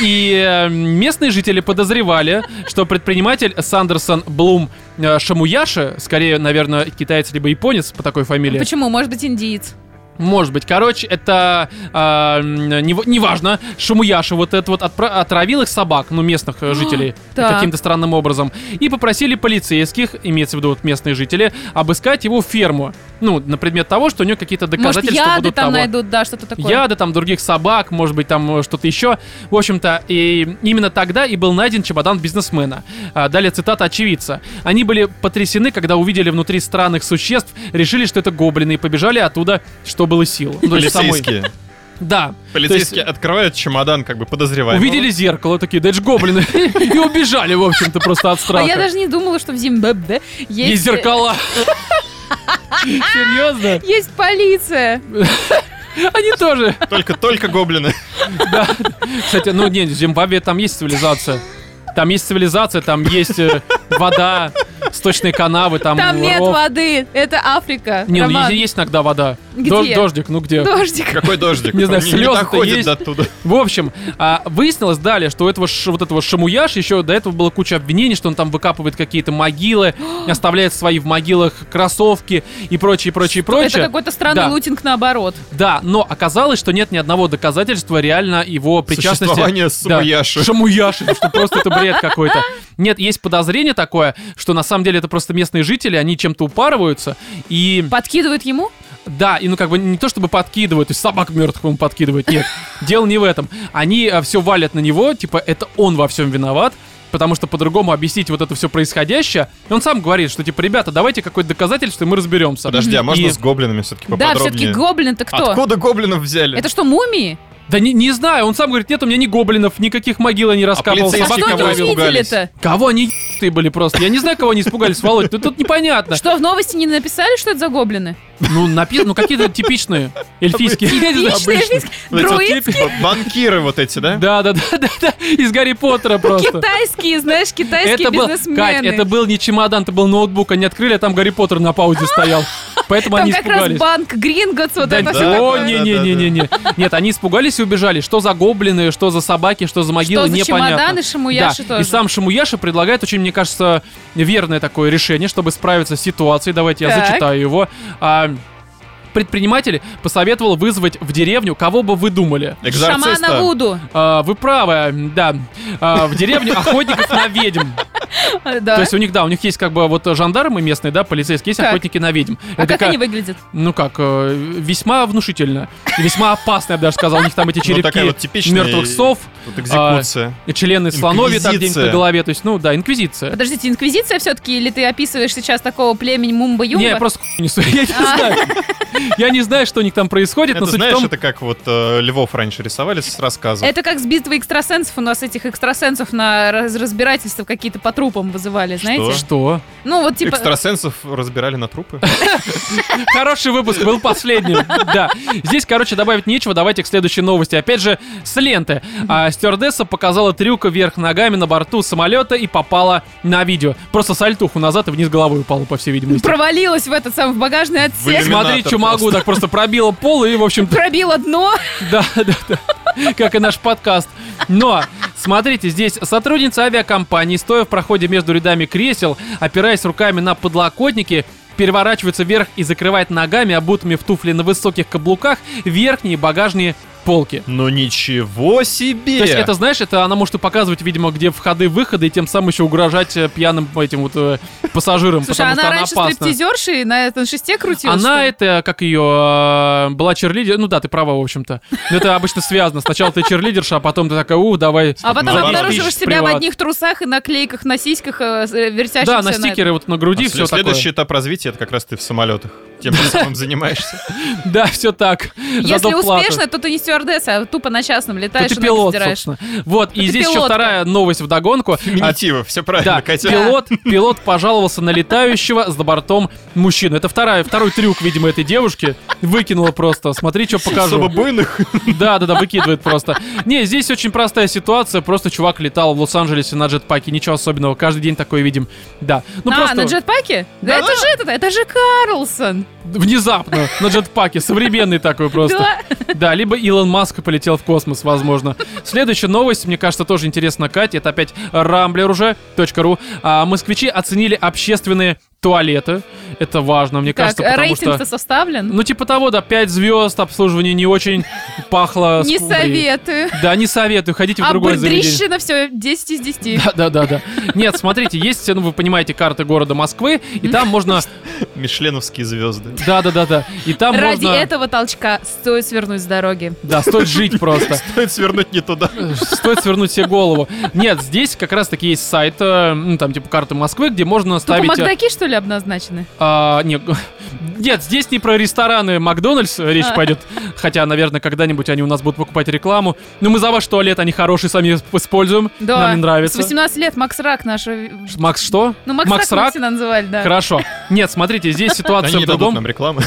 [SPEAKER 1] И э, местные жители подозревали, что предприниматель Сандерсон Блум э, Шамуяши, скорее, наверное, китаец либо японец по такой фамилии,
[SPEAKER 3] А Почему? Может быть, индиец.
[SPEAKER 1] может быть. Короче, это а, м, не- неважно. Шумуяши вот это вот отпра- отравил их собак, ну, местных э, жителей,
[SPEAKER 3] А, так.
[SPEAKER 1] каким-то странным образом. И попросили полицейских, имеется в виду вот местные жители, обыскать его ферму. Ну, на предмет того, что у него какие-то
[SPEAKER 3] Может,
[SPEAKER 1] доказательства
[SPEAKER 3] яды
[SPEAKER 1] будут а?
[SPEAKER 3] там
[SPEAKER 1] того.
[SPEAKER 3] найдут, да, что-то такое.
[SPEAKER 1] Яды, там других собак, может быть, там э, что-то еще. В общем-то, и именно тогда и был найден чемодан бизнесмена. А, Далее цитата очевидца. Они были потрясены, когда увидели внутри странных существ, решили, что это гоблины, и побежали оттуда, что было сил. Ну, то есть самой-
[SPEAKER 2] Полицейские.
[SPEAKER 1] Да.
[SPEAKER 2] Полицейские открывают чемодан, как бы подозреваемого.
[SPEAKER 1] Увидели зеркало, такие, да это ж гоблины. *laughs* И убежали, в общем-то, просто от
[SPEAKER 3] А
[SPEAKER 1] страха.
[SPEAKER 3] я даже не думала, что в Зимбабве есть... э,
[SPEAKER 1] Есть
[SPEAKER 3] *laughs*
[SPEAKER 1] зеркала. Серьезно?
[SPEAKER 3] Есть полиция.
[SPEAKER 1] Они тоже.
[SPEAKER 2] Только, только гоблины.
[SPEAKER 1] Кстати, ну не, в Зимбабве там есть цивилизация. Там есть цивилизация, там есть э, вода, сточные канавы, там...
[SPEAKER 3] Там нет
[SPEAKER 1] ров.
[SPEAKER 3] воды. Это Африка.
[SPEAKER 1] Не, ну
[SPEAKER 3] Роман,
[SPEAKER 1] е- есть иногда вода.
[SPEAKER 3] Где?
[SPEAKER 1] Дож- дождик, ну где?
[SPEAKER 2] *laughs*
[SPEAKER 3] Дождик.
[SPEAKER 2] Какой дождик?
[SPEAKER 1] Не знаю,
[SPEAKER 2] Он
[SPEAKER 1] слезы-то
[SPEAKER 2] доходит
[SPEAKER 1] есть?
[SPEAKER 2] до оттуда.
[SPEAKER 1] В общем, а, выяснилось далее, что у этого ш- вот этого Шамуяш еще до этого было куча обвинений, что он там выкапывает какие-то
[SPEAKER 3] *gasps*
[SPEAKER 1] могилы, оставляет свои в могилах кроссовки и прочее, прочее, прочее.
[SPEAKER 3] Это какой-то странный
[SPEAKER 1] Да.
[SPEAKER 3] лутинг наоборот.
[SPEAKER 1] Да, но оказалось, что нет ни одного доказательства реально его причастности.
[SPEAKER 2] Существование Самуяши.
[SPEAKER 1] Да, Шамуяши,
[SPEAKER 2] *laughs*
[SPEAKER 1] потому что просто это бред какой-то. Нет, есть подозрение такое, что на самом деле это просто местные жители, они чем-то упарываются. И
[SPEAKER 3] Подкидывают ему?
[SPEAKER 1] да, и ну как бы не то чтобы подкидывают, то есть собак мертвых ему подкидывают, нет. Дело не в этом. Они все валят на него, типа это он во всем виноват, потому что по-другому объяснить вот это все происходящее. И он сам говорит, что типа, ребята, давайте какое-то доказательство, и мы разберемся.
[SPEAKER 2] Подожди, а можно
[SPEAKER 1] И-
[SPEAKER 2] с гоблинами все-таки
[SPEAKER 3] Да,
[SPEAKER 2] поподробнее?
[SPEAKER 3] все-таки гоблин это кто?
[SPEAKER 2] Откуда гоблинов взяли? *laughs*
[SPEAKER 3] Это что, мумии?
[SPEAKER 1] Да не, не знаю, он сам говорит, нет, у меня ни гоблинов, никаких могил я не раскапывал.
[SPEAKER 2] полицейские
[SPEAKER 1] собак
[SPEAKER 3] А Что
[SPEAKER 2] Собаки
[SPEAKER 1] не
[SPEAKER 3] они
[SPEAKER 2] кого
[SPEAKER 1] ловил.
[SPEAKER 2] испугались?
[SPEAKER 3] увидели-то?
[SPEAKER 1] Кого они ебаные были просто? Я не знаю, кого они испугались, Володь, ну тут, тут непонятно.
[SPEAKER 3] Что, в новости не написали, что это за гоблины?
[SPEAKER 1] Ну, написано, ну какие-то типичные, эльфийские.
[SPEAKER 3] Типичные
[SPEAKER 1] Обычные.
[SPEAKER 3] эльфийские-
[SPEAKER 2] Вот эти вот
[SPEAKER 3] друиды
[SPEAKER 2] типи- банкиры вот эти, да?
[SPEAKER 1] Да, да, да, да, да, из Гарри Поттера просто.
[SPEAKER 3] Китайские, знаешь, китайские
[SPEAKER 1] Это был, Кать,
[SPEAKER 3] бизнесмены.
[SPEAKER 1] это был не чемодан, это был ноутбук, они открыли, а там Гарри Поттер на паузе стоял. Поэтому
[SPEAKER 3] Там
[SPEAKER 1] они
[SPEAKER 3] как раз
[SPEAKER 1] испугались.
[SPEAKER 3] банк Гринготс, вот
[SPEAKER 1] Да,
[SPEAKER 3] это
[SPEAKER 1] да,
[SPEAKER 3] все
[SPEAKER 1] о,
[SPEAKER 3] такое.
[SPEAKER 2] не-
[SPEAKER 1] не-не-не-не-не. Нет, они испугались и убежали. Что за гоблины, что за собаки, что за могилы,
[SPEAKER 3] Что за
[SPEAKER 1] непонятно.
[SPEAKER 3] чемоданы, шамуяши
[SPEAKER 1] Да,
[SPEAKER 3] тоже.
[SPEAKER 1] И сам Шамуяши предлагает очень, мне кажется, верное такое решение, чтобы справиться с ситуацией. Давайте я
[SPEAKER 3] Так.
[SPEAKER 1] зачитаю его. А, предприниматель посоветовал вызвать в деревню, кого бы вы думали?
[SPEAKER 3] Шамана
[SPEAKER 2] Экзорциста.
[SPEAKER 3] Вуду.
[SPEAKER 1] А, вы правы, да. А, в деревню охотников на ведьм. То
[SPEAKER 3] А, Да.
[SPEAKER 1] есть у них, да, у них есть как бы вот жандармы местные, да, полицейские, есть
[SPEAKER 3] Так.
[SPEAKER 1] охотники на ведьм.
[SPEAKER 3] А
[SPEAKER 1] Это
[SPEAKER 3] как
[SPEAKER 1] ка-
[SPEAKER 3] они выглядят?
[SPEAKER 1] Ну как, э, весьма внушительно. И Весьма опасно, я бы даже сказал. У них там эти
[SPEAKER 2] Ну, такая вот
[SPEAKER 1] черепки
[SPEAKER 2] типичная
[SPEAKER 1] мертвых сов,
[SPEAKER 2] Тут экзекуция.
[SPEAKER 1] и члены слоновья так где-нибудь на
[SPEAKER 2] Инквизиция.
[SPEAKER 1] голове. То есть, ну да, инквизиция.
[SPEAKER 3] Подождите, инквизиция все-таки, или ты описываешь сейчас такого племени
[SPEAKER 1] Не, я
[SPEAKER 3] Мумба-Юмба?
[SPEAKER 1] просто хуй несу. *laughs* Я не знаю. Я не знаю, что у них там происходит,
[SPEAKER 2] Это,
[SPEAKER 1] но суть в
[SPEAKER 2] знаешь,
[SPEAKER 1] том...
[SPEAKER 2] это как вот э, львов раньше рисовали с рассказом.
[SPEAKER 3] Это как с битвы экстрасенсов у нас этих экстрасенсов на раз- разбирательство какие-то по трупам вызывали, знаете?
[SPEAKER 2] Что?
[SPEAKER 1] Что?
[SPEAKER 3] Ну вот типа...
[SPEAKER 2] Экстрасенсов разбирали на
[SPEAKER 1] *laughs*
[SPEAKER 2] трупы.
[SPEAKER 1] Хороший выпуск был последним. *laughs* Да. Здесь, короче, добавить нечего. Давайте к следующей новости. Опять же, с ленты. А, стюардесса показала трюк вверх ногами на борту самолета и попала на видео. Просто сальтуху назад и вниз головой упала, по всей видимости.
[SPEAKER 3] Провалилась в этот самый в багажный отсек,
[SPEAKER 2] Вылез.
[SPEAKER 1] Смотри,
[SPEAKER 2] Иллюминатор
[SPEAKER 1] что могу.
[SPEAKER 2] просто.
[SPEAKER 1] Так просто пробила пол и, в общем-то,
[SPEAKER 3] пробила дно.
[SPEAKER 1] *laughs* да, да, да. Как и наш подкаст. Но, смотрите, здесь сотрудница авиакомпании, стоя в проходе между рядами кресел, опираясь руками на подлокотники, переворачивается вверх и закрывает ногами, обутыми в туфли на высоких каблуках, верхние багажные полки.
[SPEAKER 2] Ну ничего себе!
[SPEAKER 1] То есть это, знаешь, это она может и показывать, видимо, где входы-выходы, и тем самым еще угрожать э, пьяным этим вот э, пассажирам,
[SPEAKER 3] Слушай,
[SPEAKER 1] потому
[SPEAKER 3] а она
[SPEAKER 1] что она
[SPEAKER 3] раньше
[SPEAKER 1] опасна.
[SPEAKER 3] стриптизершей на этом шесте крутилась? что
[SPEAKER 1] Она
[SPEAKER 3] ли?
[SPEAKER 1] это, как ее, э, была черлидер, ну да, ты права, в общем-то. Но это обычно связано. Сначала ты черлидерша, а потом ты такая, ух, давай.
[SPEAKER 3] А потом
[SPEAKER 2] Наоборот.
[SPEAKER 3] обнаруживаешь
[SPEAKER 1] Пишешь
[SPEAKER 3] себя в
[SPEAKER 1] приват.
[SPEAKER 3] одних трусах и наклейках на сиськах, э, с- э, вертящихся
[SPEAKER 1] Да, на
[SPEAKER 3] этом.
[SPEAKER 1] стикеры вот на
[SPEAKER 2] А
[SPEAKER 1] груди, все
[SPEAKER 2] след- Следующий этап развития это как раз ты в самолетах. Тем же самым занимаешься.
[SPEAKER 1] *laughs* такое. Да, все так. За
[SPEAKER 3] Если
[SPEAKER 1] доплату.
[SPEAKER 3] успешно, то ты не стюардесса, а тупо на частном
[SPEAKER 1] то
[SPEAKER 3] летаешь
[SPEAKER 1] ты
[SPEAKER 3] и ноги
[SPEAKER 1] пилот,
[SPEAKER 3] сдираешь.
[SPEAKER 1] собственно. Вот,
[SPEAKER 3] ты
[SPEAKER 1] и здесь еще
[SPEAKER 3] пилотка.
[SPEAKER 1] вторая новость вдогонку. А,
[SPEAKER 2] Феминитивы, все правильно,
[SPEAKER 1] Да,
[SPEAKER 2] Катя.
[SPEAKER 1] пилот, пилот пожаловался на летающего с бортом мужчину. Это вторая, второй трюк, видимо, этой девушки. Выкинула просто. Смотри, что покажу.
[SPEAKER 2] Особо буйных.
[SPEAKER 1] Да, да, да, выкидывает просто. Не, здесь очень простая ситуация. Просто чувак летал в Лос-Анджелесе на джетпаке. Ничего особенного. Каждый день такое видим. Да. Ну
[SPEAKER 3] а,
[SPEAKER 1] просто
[SPEAKER 3] на джетпаке?
[SPEAKER 1] Да.
[SPEAKER 3] Да, это же этот, это же Карлсон.
[SPEAKER 1] внезапно на джетпаке. Современный такой просто.
[SPEAKER 3] Да.
[SPEAKER 1] Да, либо Илон Маск полетел в космос, возможно. Следующая новость, мне кажется, тоже интересна Кате. Это опять Рамблер уже, .ру. А, москвичи оценили общественные туалеты. Это важно, мне
[SPEAKER 3] Так,
[SPEAKER 1] кажется, потому что...
[SPEAKER 3] рейтинг-то составлен?
[SPEAKER 1] Ну, типа того, да, 5 звезд, обслуживание не очень пахло
[SPEAKER 3] Не
[SPEAKER 1] скумбрией.
[SPEAKER 3] советую.
[SPEAKER 1] Да, не советую, ходите в
[SPEAKER 3] А
[SPEAKER 1] другое заведение.
[SPEAKER 3] быдрищина все, 10 из 10.
[SPEAKER 1] *laughs* Да, да, да, да. Нет, смотрите, есть, ну вы понимаете, карты города Москвы, и там можно.
[SPEAKER 2] Мишленовские *laughs* звезды.
[SPEAKER 1] Да, да, да, да. И там
[SPEAKER 3] Ради
[SPEAKER 1] можно.
[SPEAKER 3] этого толчка стоит свернуть с дороги.
[SPEAKER 1] Да, стоит жить просто.
[SPEAKER 2] Стоит свернуть не туда.
[SPEAKER 1] Стоит свернуть себе голову. Нет, здесь как раз таки есть сайт, э, ну, там типа карты Москвы, где можно
[SPEAKER 3] Тупо
[SPEAKER 1] ставить. э,
[SPEAKER 3] Макдаки, что ли, обназначены?
[SPEAKER 1] а, нет, нет, здесь не про рестораны Макдональдс э, речь
[SPEAKER 3] А.
[SPEAKER 1] пойдет. Хотя, наверное, когда-нибудь они у нас будут покупать рекламу. Но мы за ваш туалет, они хорошие, сами исп- используем.
[SPEAKER 3] Да.
[SPEAKER 1] Нам не
[SPEAKER 3] С
[SPEAKER 1] нравится.
[SPEAKER 3] 18 лет Макс Рак наш. э,
[SPEAKER 1] Макс, что?
[SPEAKER 3] Ну, Макс,
[SPEAKER 1] Макс
[SPEAKER 3] Рак, мы
[SPEAKER 1] Рак?
[SPEAKER 3] всегда называли, да.
[SPEAKER 1] Хорошо. Нет, смотрите, здесь
[SPEAKER 2] Они
[SPEAKER 1] ситуация
[SPEAKER 2] не
[SPEAKER 1] в
[SPEAKER 2] дадут
[SPEAKER 1] другом.
[SPEAKER 2] нам рекламы.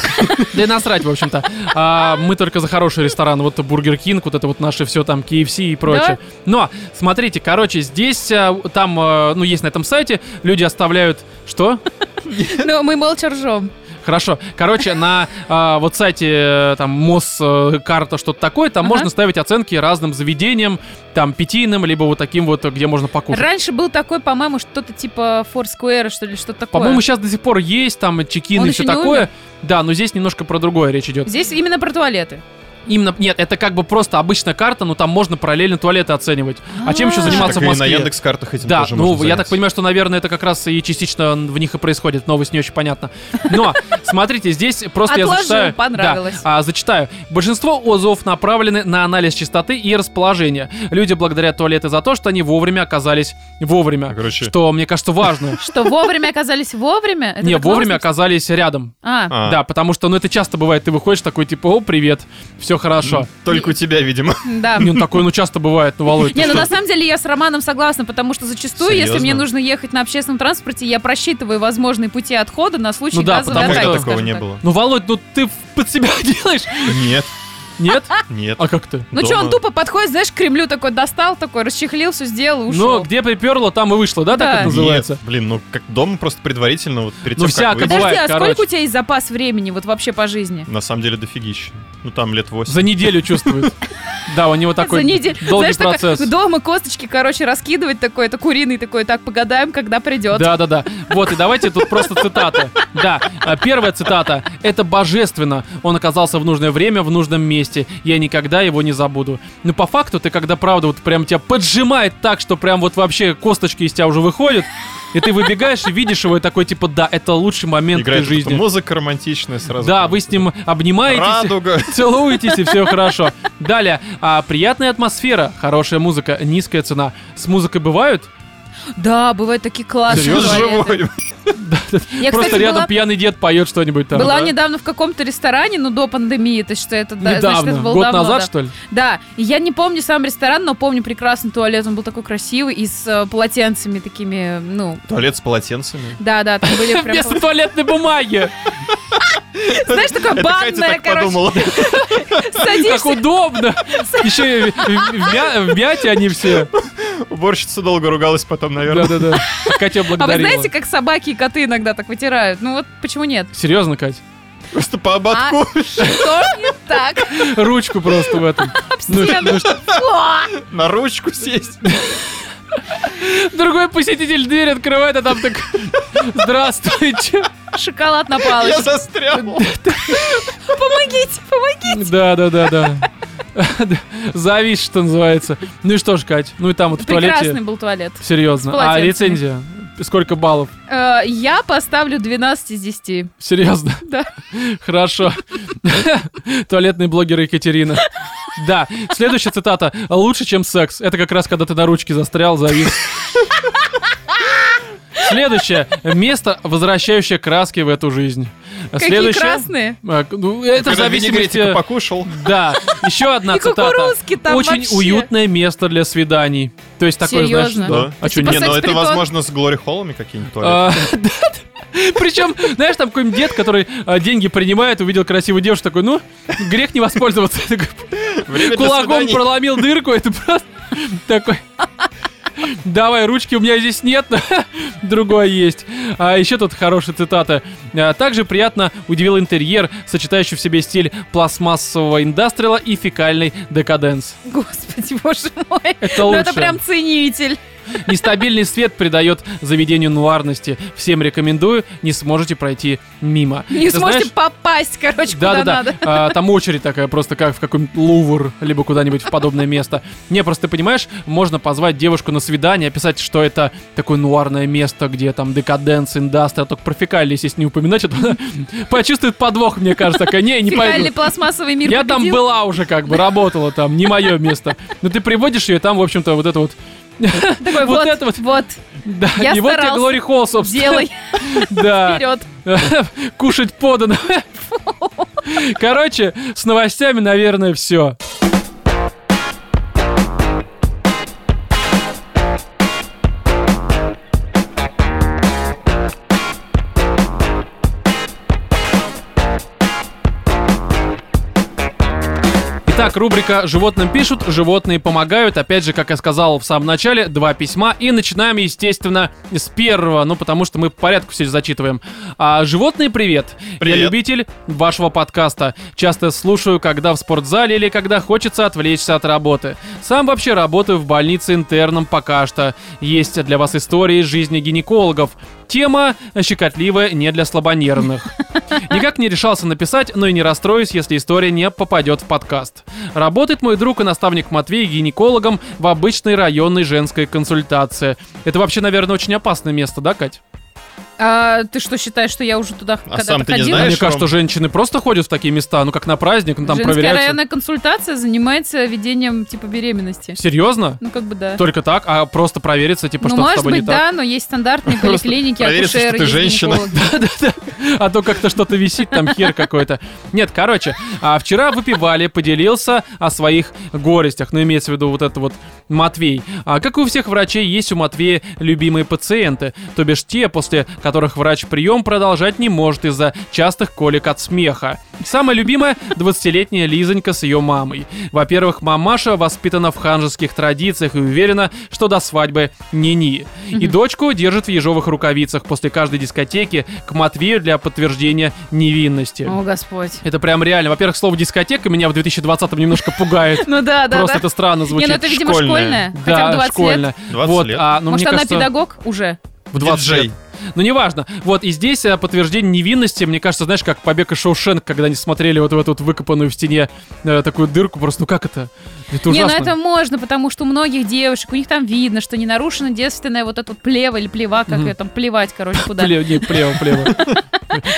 [SPEAKER 1] Да и насрать, в общем-то. А, мы только за хорошие рестораны. Вот Бургер Кинг, вот это вот наше все там, KFC и прочее. Но, смотрите, короче, здесь, а, там, а, ну, есть на этом сайте, люди оставляют... Что?
[SPEAKER 3] Но Ну, мы молча ржем.
[SPEAKER 1] Хорошо. Короче, на а, вот сайте э, там Мос э, карта что-то такое, там
[SPEAKER 3] Ага.
[SPEAKER 1] можно ставить оценки разным заведениям, там питийным, либо вот таким вот, где можно покушать.
[SPEAKER 3] Раньше был такой, по-моему, что-то типа Foursquare, что ли, что-то такое.
[SPEAKER 1] По-моему, сейчас до сих пор есть там чекин
[SPEAKER 3] Он
[SPEAKER 1] и все
[SPEAKER 3] еще не
[SPEAKER 1] такое.
[SPEAKER 3] умер?
[SPEAKER 1] Да, но здесь немножко про другое речь идет.
[SPEAKER 3] Здесь именно про туалеты.
[SPEAKER 1] Именно, нет, это как бы просто обычная карта, но там можно параллельно туалеты оценивать. А чем еще
[SPEAKER 3] А.
[SPEAKER 1] заниматься
[SPEAKER 2] Так
[SPEAKER 1] в
[SPEAKER 2] и на
[SPEAKER 1] Москве?
[SPEAKER 2] Яндекс картах этим
[SPEAKER 1] Да,
[SPEAKER 2] тоже
[SPEAKER 1] ну,
[SPEAKER 2] можно
[SPEAKER 1] я так
[SPEAKER 2] заняться.
[SPEAKER 1] понимаю, что, наверное, это как раз и частично в них и происходит. Новость не очень понятна. Но, смотрите, здесь просто я
[SPEAKER 3] Отложил,
[SPEAKER 1] зачитаю.
[SPEAKER 3] понравилось.
[SPEAKER 1] Да, а, зачитаю. Большинство отзывов направлены на анализ частоты и расположения. Люди благодарят туалеты за то, что они вовремя оказались вовремя.
[SPEAKER 2] Короче.
[SPEAKER 1] Что, мне кажется,
[SPEAKER 3] *laughs*
[SPEAKER 1] важно.
[SPEAKER 3] Что вовремя оказались вовремя? Это
[SPEAKER 1] Не,
[SPEAKER 3] так
[SPEAKER 1] вовремя
[SPEAKER 3] новость?
[SPEAKER 1] оказались рядом.
[SPEAKER 3] А,
[SPEAKER 2] А,
[SPEAKER 1] Да, потому что, ну, это часто бывает. Ты выходишь такой, типа, о, привет, все хорошо.
[SPEAKER 2] Только у тебя, видимо.
[SPEAKER 3] да.
[SPEAKER 1] Не, ну такое, ну, часто бывает, ну, Володь.
[SPEAKER 3] Не, ну
[SPEAKER 1] что?
[SPEAKER 3] на самом деле я с Романом согласна, потому что зачастую, если
[SPEAKER 2] Серьезно?
[SPEAKER 3] мне нужно ехать на общественном транспорте, я просчитываю возможные пути отхода на случай
[SPEAKER 1] Ну да, *laughs*
[SPEAKER 3] газовой
[SPEAKER 1] потому
[SPEAKER 2] Пока
[SPEAKER 1] что-
[SPEAKER 3] атаки,
[SPEAKER 2] такого
[SPEAKER 3] скажем
[SPEAKER 2] не
[SPEAKER 3] так.
[SPEAKER 2] было.
[SPEAKER 1] Ну, Володь, ну ты в- под себя *laughs* делаешь? *laughs*
[SPEAKER 2] Нет,
[SPEAKER 1] Нет?
[SPEAKER 2] нет.
[SPEAKER 1] А как ты?
[SPEAKER 3] Ну что, он
[SPEAKER 2] Дома.
[SPEAKER 3] тупо подходит, знаешь, к Кремлю такой достал, такой расчехлил, все сделал,
[SPEAKER 1] Ну,
[SPEAKER 3] ушел.
[SPEAKER 1] где приперло, там и вышло, да,
[SPEAKER 3] Да.
[SPEAKER 1] так это
[SPEAKER 2] Нет,
[SPEAKER 1] называется?
[SPEAKER 2] блин, ну как дома просто предварительно, вот перед
[SPEAKER 1] Ну,
[SPEAKER 2] тем, как
[SPEAKER 1] всякое
[SPEAKER 2] выйти,
[SPEAKER 3] Подожди,
[SPEAKER 1] бывает,
[SPEAKER 3] а
[SPEAKER 1] короче.
[SPEAKER 3] сколько у тебя есть запас времени вот вообще по жизни?
[SPEAKER 2] на самом деле дофигища. Ну там лет 8.
[SPEAKER 1] За неделю чувствует. Да, у него такой
[SPEAKER 3] За неделю.
[SPEAKER 1] долгий
[SPEAKER 3] Знаешь, такой,
[SPEAKER 1] процесс.
[SPEAKER 3] дома косточки, короче, раскидывать такой, это куриный такой, так, погадаем, когда придет.
[SPEAKER 1] Да, да, да. Вот, и давайте тут просто цитаты. Да, а, первая цитата. Это божественно. Он оказался в нужное время, в нужном месте. Я никогда его не забуду. Но по факту ты, когда правда вот прям тебя поджимает так, что прям вот вообще косточки из тебя уже выходят, и ты выбегаешь и видишь его, и такой типа, да, это лучший момент
[SPEAKER 2] Играет
[SPEAKER 1] в твоей
[SPEAKER 2] какая-то
[SPEAKER 1] жизни.
[SPEAKER 2] музыка романтичная сразу.
[SPEAKER 1] Да, вы с ним обнимаетесь.
[SPEAKER 2] Радуга.
[SPEAKER 1] Целуетесь, и все хорошо. Далее. А, приятная атмосфера, хорошая музыка, низкая цена. С музыкой бывают?
[SPEAKER 3] Да, бывают такие классные.
[SPEAKER 2] Серьезно?
[SPEAKER 3] туалеты.
[SPEAKER 2] Живой.
[SPEAKER 3] Я,
[SPEAKER 1] Просто
[SPEAKER 3] кстати,
[SPEAKER 1] рядом
[SPEAKER 3] была-
[SPEAKER 1] пьяный дед поет что-нибудь там.
[SPEAKER 3] Была
[SPEAKER 1] Да.
[SPEAKER 3] недавно в каком-то ресторане, ну, до пандемии, то есть что это, да, значит,
[SPEAKER 1] Недавно,
[SPEAKER 3] это было
[SPEAKER 1] год
[SPEAKER 3] давно,
[SPEAKER 1] назад,
[SPEAKER 3] да.
[SPEAKER 1] что ли?
[SPEAKER 3] Да, и я не помню сам ресторан, но помню прекрасный туалет, он был такой красивый, и с э, полотенцами такими, ну,
[SPEAKER 2] Туалет с полотенцами.
[SPEAKER 3] да, да, там
[SPEAKER 1] *laughs*
[SPEAKER 3] были прям,
[SPEAKER 1] Вместо туалетной бумаги.
[SPEAKER 3] знаешь, такая
[SPEAKER 2] Это Катя
[SPEAKER 3] банная,
[SPEAKER 2] так
[SPEAKER 3] короче,
[SPEAKER 2] подумала.
[SPEAKER 1] Как
[SPEAKER 3] садишься,
[SPEAKER 1] удобно. Еще и в мя- в мяте они все.
[SPEAKER 2] Уборщица долго ругалась потом, наверное.
[SPEAKER 1] Да-да-да. Катя
[SPEAKER 3] а вы
[SPEAKER 1] благодарила.
[SPEAKER 3] знаете, как собаки и коты иногда так вытирают? Ну вот почему нет?
[SPEAKER 1] Серьезно, Кать?
[SPEAKER 2] Просто по ободку. *laughs*
[SPEAKER 3] Что не так?
[SPEAKER 1] Ручку просто в этом. Ну,
[SPEAKER 3] стену.
[SPEAKER 1] ну что-
[SPEAKER 3] Фу!
[SPEAKER 2] На ручку сесть.
[SPEAKER 1] Другой посетитель дверь открывает, а там так... Здравствуйте.
[SPEAKER 3] Шоколад на
[SPEAKER 2] Я
[SPEAKER 3] палочке.
[SPEAKER 2] застрял.
[SPEAKER 3] Помогите, помогите.
[SPEAKER 1] Да-да-да-да. Завис, что называется. Ну и что ж, Кать, ну и там вот в
[SPEAKER 3] Прекрасный
[SPEAKER 1] туалете...
[SPEAKER 3] был туалет.
[SPEAKER 1] Серьезно.
[SPEAKER 3] С
[SPEAKER 1] А
[SPEAKER 3] полотенцами.
[SPEAKER 1] рецензия? Сколько баллов?
[SPEAKER 3] Э, Я поставлю 12 из 10.
[SPEAKER 1] Серьезно?
[SPEAKER 3] *laughs* Да.
[SPEAKER 1] Хорошо. Туалетный блогер Екатерина. Да, следующая цитата. Лучше, чем секс. Это как раз, когда ты на ручке застрял, завис. Следующее. Место, возвращающее краски в эту жизнь.
[SPEAKER 3] Какие красные.
[SPEAKER 1] А, к- ну, это в
[SPEAKER 2] Когда
[SPEAKER 1] зависимости...
[SPEAKER 2] винегретика покушал.
[SPEAKER 1] Да, еще одна
[SPEAKER 3] И
[SPEAKER 1] цитата.
[SPEAKER 3] кукурузки там
[SPEAKER 1] Очень
[SPEAKER 3] вообще.
[SPEAKER 1] уютное место для свиданий. То есть такое,
[SPEAKER 3] Серьезно?
[SPEAKER 1] знаешь...
[SPEAKER 2] Да.
[SPEAKER 1] А что,
[SPEAKER 3] Типа
[SPEAKER 2] Не,
[SPEAKER 1] нет?
[SPEAKER 2] но это,
[SPEAKER 3] секс-притон.
[SPEAKER 2] возможно, с Глори Холлами какие-нибудь
[SPEAKER 1] А,
[SPEAKER 2] туалеты.
[SPEAKER 1] да, да. Причем, знаешь, там какой-нибудь дед, который а, деньги принимает, увидел красивую девушку, такой, ну, грех не воспользоваться. *laughs* Такой,
[SPEAKER 2] Время
[SPEAKER 1] Э,
[SPEAKER 2] для
[SPEAKER 1] Кулаком
[SPEAKER 2] свиданий.
[SPEAKER 1] проломил дырку, это просто такой... Давай, ручки у меня здесь нет, *laughs* но другое есть. А еще тут хорошая цитата. А, Также приятно удивил интерьер, сочетающий в себе стиль пластмассового индастриала и фекальный декаденс.
[SPEAKER 3] Господи, боже мой.
[SPEAKER 1] Это
[SPEAKER 3] Ну
[SPEAKER 1] лучше.
[SPEAKER 3] это прям ценитель.
[SPEAKER 1] Нестабильный свет придает заведению нуарности. Всем рекомендую, не сможете пройти мимо.
[SPEAKER 3] Не
[SPEAKER 1] Ты
[SPEAKER 3] сможете
[SPEAKER 1] знаешь-
[SPEAKER 3] попасть, короче, куда
[SPEAKER 1] да-да-да,
[SPEAKER 3] надо.
[SPEAKER 1] а, там очередь такая просто как в какой-нибудь Лувр, либо куда-нибудь в подобное место. Не, просто ты понимаешь, можно позвать девушку на свидание, описать, что это такое нуарное место, где там декаденс, индастра, только про фекалии, если не упоминать, а то *laughs* она почувствует подвох, мне кажется, такая, не, не
[SPEAKER 3] Фекальный
[SPEAKER 1] пойду.
[SPEAKER 3] пластмассовый мир
[SPEAKER 1] Я там
[SPEAKER 3] победил.
[SPEAKER 1] была уже как бы, работала там, не мое место. Но ты приводишь ее, и там, в общем-то, вот это вот...
[SPEAKER 3] Такой,
[SPEAKER 1] вот
[SPEAKER 3] вот,
[SPEAKER 1] это вот.
[SPEAKER 3] вот,
[SPEAKER 1] Да,
[SPEAKER 3] Я
[SPEAKER 1] и вот тебе
[SPEAKER 3] старался.
[SPEAKER 1] Глори Холл, собственно. *laughs*
[SPEAKER 3] делай
[SPEAKER 1] Да.
[SPEAKER 3] вперед.
[SPEAKER 1] Кушать подано. Короче, с новостями, наверное, все. Итак, рубрика «Животным пишут, животные помогают». Опять же, как я сказал в самом начале, два письма. И начинаем, естественно, с первого, ну, потому что мы по порядку все зачитываем. А, «Животные, привет. Я
[SPEAKER 2] Привет.
[SPEAKER 1] любитель вашего подкаста. Часто слушаю, когда в спортзале или когда хочется отвлечься от работы. Сам вообще работаю в больнице интерном пока что. Есть для вас истории из жизни гинекологов. Тема щекотливая не для слабонервных. Никак не решался написать, но и не расстроюсь, если история не попадет в подкаст. Работает мой друг и наставник Матвей гинекологом в обычной районной женской консультации. Это вообще, наверное, очень опасное место, да, Кать?
[SPEAKER 3] А, ты что считаешь, что я уже туда
[SPEAKER 2] А
[SPEAKER 3] когда-то
[SPEAKER 2] сам ты не
[SPEAKER 3] ходила?
[SPEAKER 2] знаешь?
[SPEAKER 1] Мне кажется,
[SPEAKER 2] Ром?
[SPEAKER 1] женщины просто ходят в такие места, ну как на праздник, ну там
[SPEAKER 3] Женская
[SPEAKER 1] проверяются.
[SPEAKER 3] районная консультация занимается ведением типа беременности.
[SPEAKER 1] Серьезно?
[SPEAKER 3] Ну как бы да.
[SPEAKER 1] Только так, а просто провериться, типа,
[SPEAKER 3] ну,
[SPEAKER 1] что с
[SPEAKER 3] может
[SPEAKER 1] тобой
[SPEAKER 3] быть,
[SPEAKER 1] не
[SPEAKER 3] да, но
[SPEAKER 1] *laughs*
[SPEAKER 3] есть стандартные
[SPEAKER 2] Просто
[SPEAKER 3] поликлиники,
[SPEAKER 2] проверится, что
[SPEAKER 3] акушеры,
[SPEAKER 2] ты
[SPEAKER 3] есть
[SPEAKER 2] женщина.
[SPEAKER 3] гинекологи.
[SPEAKER 1] так. А то как-то что-то висит, там хер какой-то. Нет, короче, а вчера выпивали, поделился о своих горестях. Ну, имеется в виду вот это вот Матвей. А как и у всех врачей, есть у Матвея любимые пациенты, то бишь те, после которых врач прием продолжать не может из-за частых колик от смеха. Самая любимая – 20-летняя Лизонька с ее мамой. Во-первых, мамаша воспитана в ханжеских традициях и уверена, что до свадьбы не-ни. И дочку держит в ежовых рукавицах после каждой дискотеки к Матвею для подтверждения невинности.
[SPEAKER 3] О, Господь.
[SPEAKER 1] Это прям реально. Во-первых, слово дискотека меня в 2020-м немножко пугает.
[SPEAKER 3] Ну *laughs* да, да,
[SPEAKER 1] Просто
[SPEAKER 3] да.
[SPEAKER 1] это странно
[SPEAKER 3] Не,
[SPEAKER 1] звучит.
[SPEAKER 3] ну это, видимо,
[SPEAKER 2] школьная.
[SPEAKER 3] школьная. Хотя бы 20 лет.
[SPEAKER 1] школьно.
[SPEAKER 2] 20
[SPEAKER 1] вот,
[SPEAKER 2] лет.
[SPEAKER 1] А, ну,
[SPEAKER 3] Может,
[SPEAKER 1] мне
[SPEAKER 3] она
[SPEAKER 1] кажется,
[SPEAKER 3] педагог уже?
[SPEAKER 1] в 20
[SPEAKER 2] Диджей.
[SPEAKER 1] лет. Ну, неважно. Вот, и здесь э, подтверждение невинности, мне кажется, знаешь, как побег из Шоушенка, когда они смотрели вот в эту вот выкопанную в стене э, такую дырку, просто, ну как это? Это
[SPEAKER 3] Не, ну
[SPEAKER 1] ужасно.
[SPEAKER 3] это можно, потому что у многих девушек, у них там видно, что не нарушена девственная вот эта вот плева или плева, как
[SPEAKER 1] Мгм.
[SPEAKER 3] ее там плевать, короче, куда.
[SPEAKER 1] Плево, не, плево, плево. *laughs*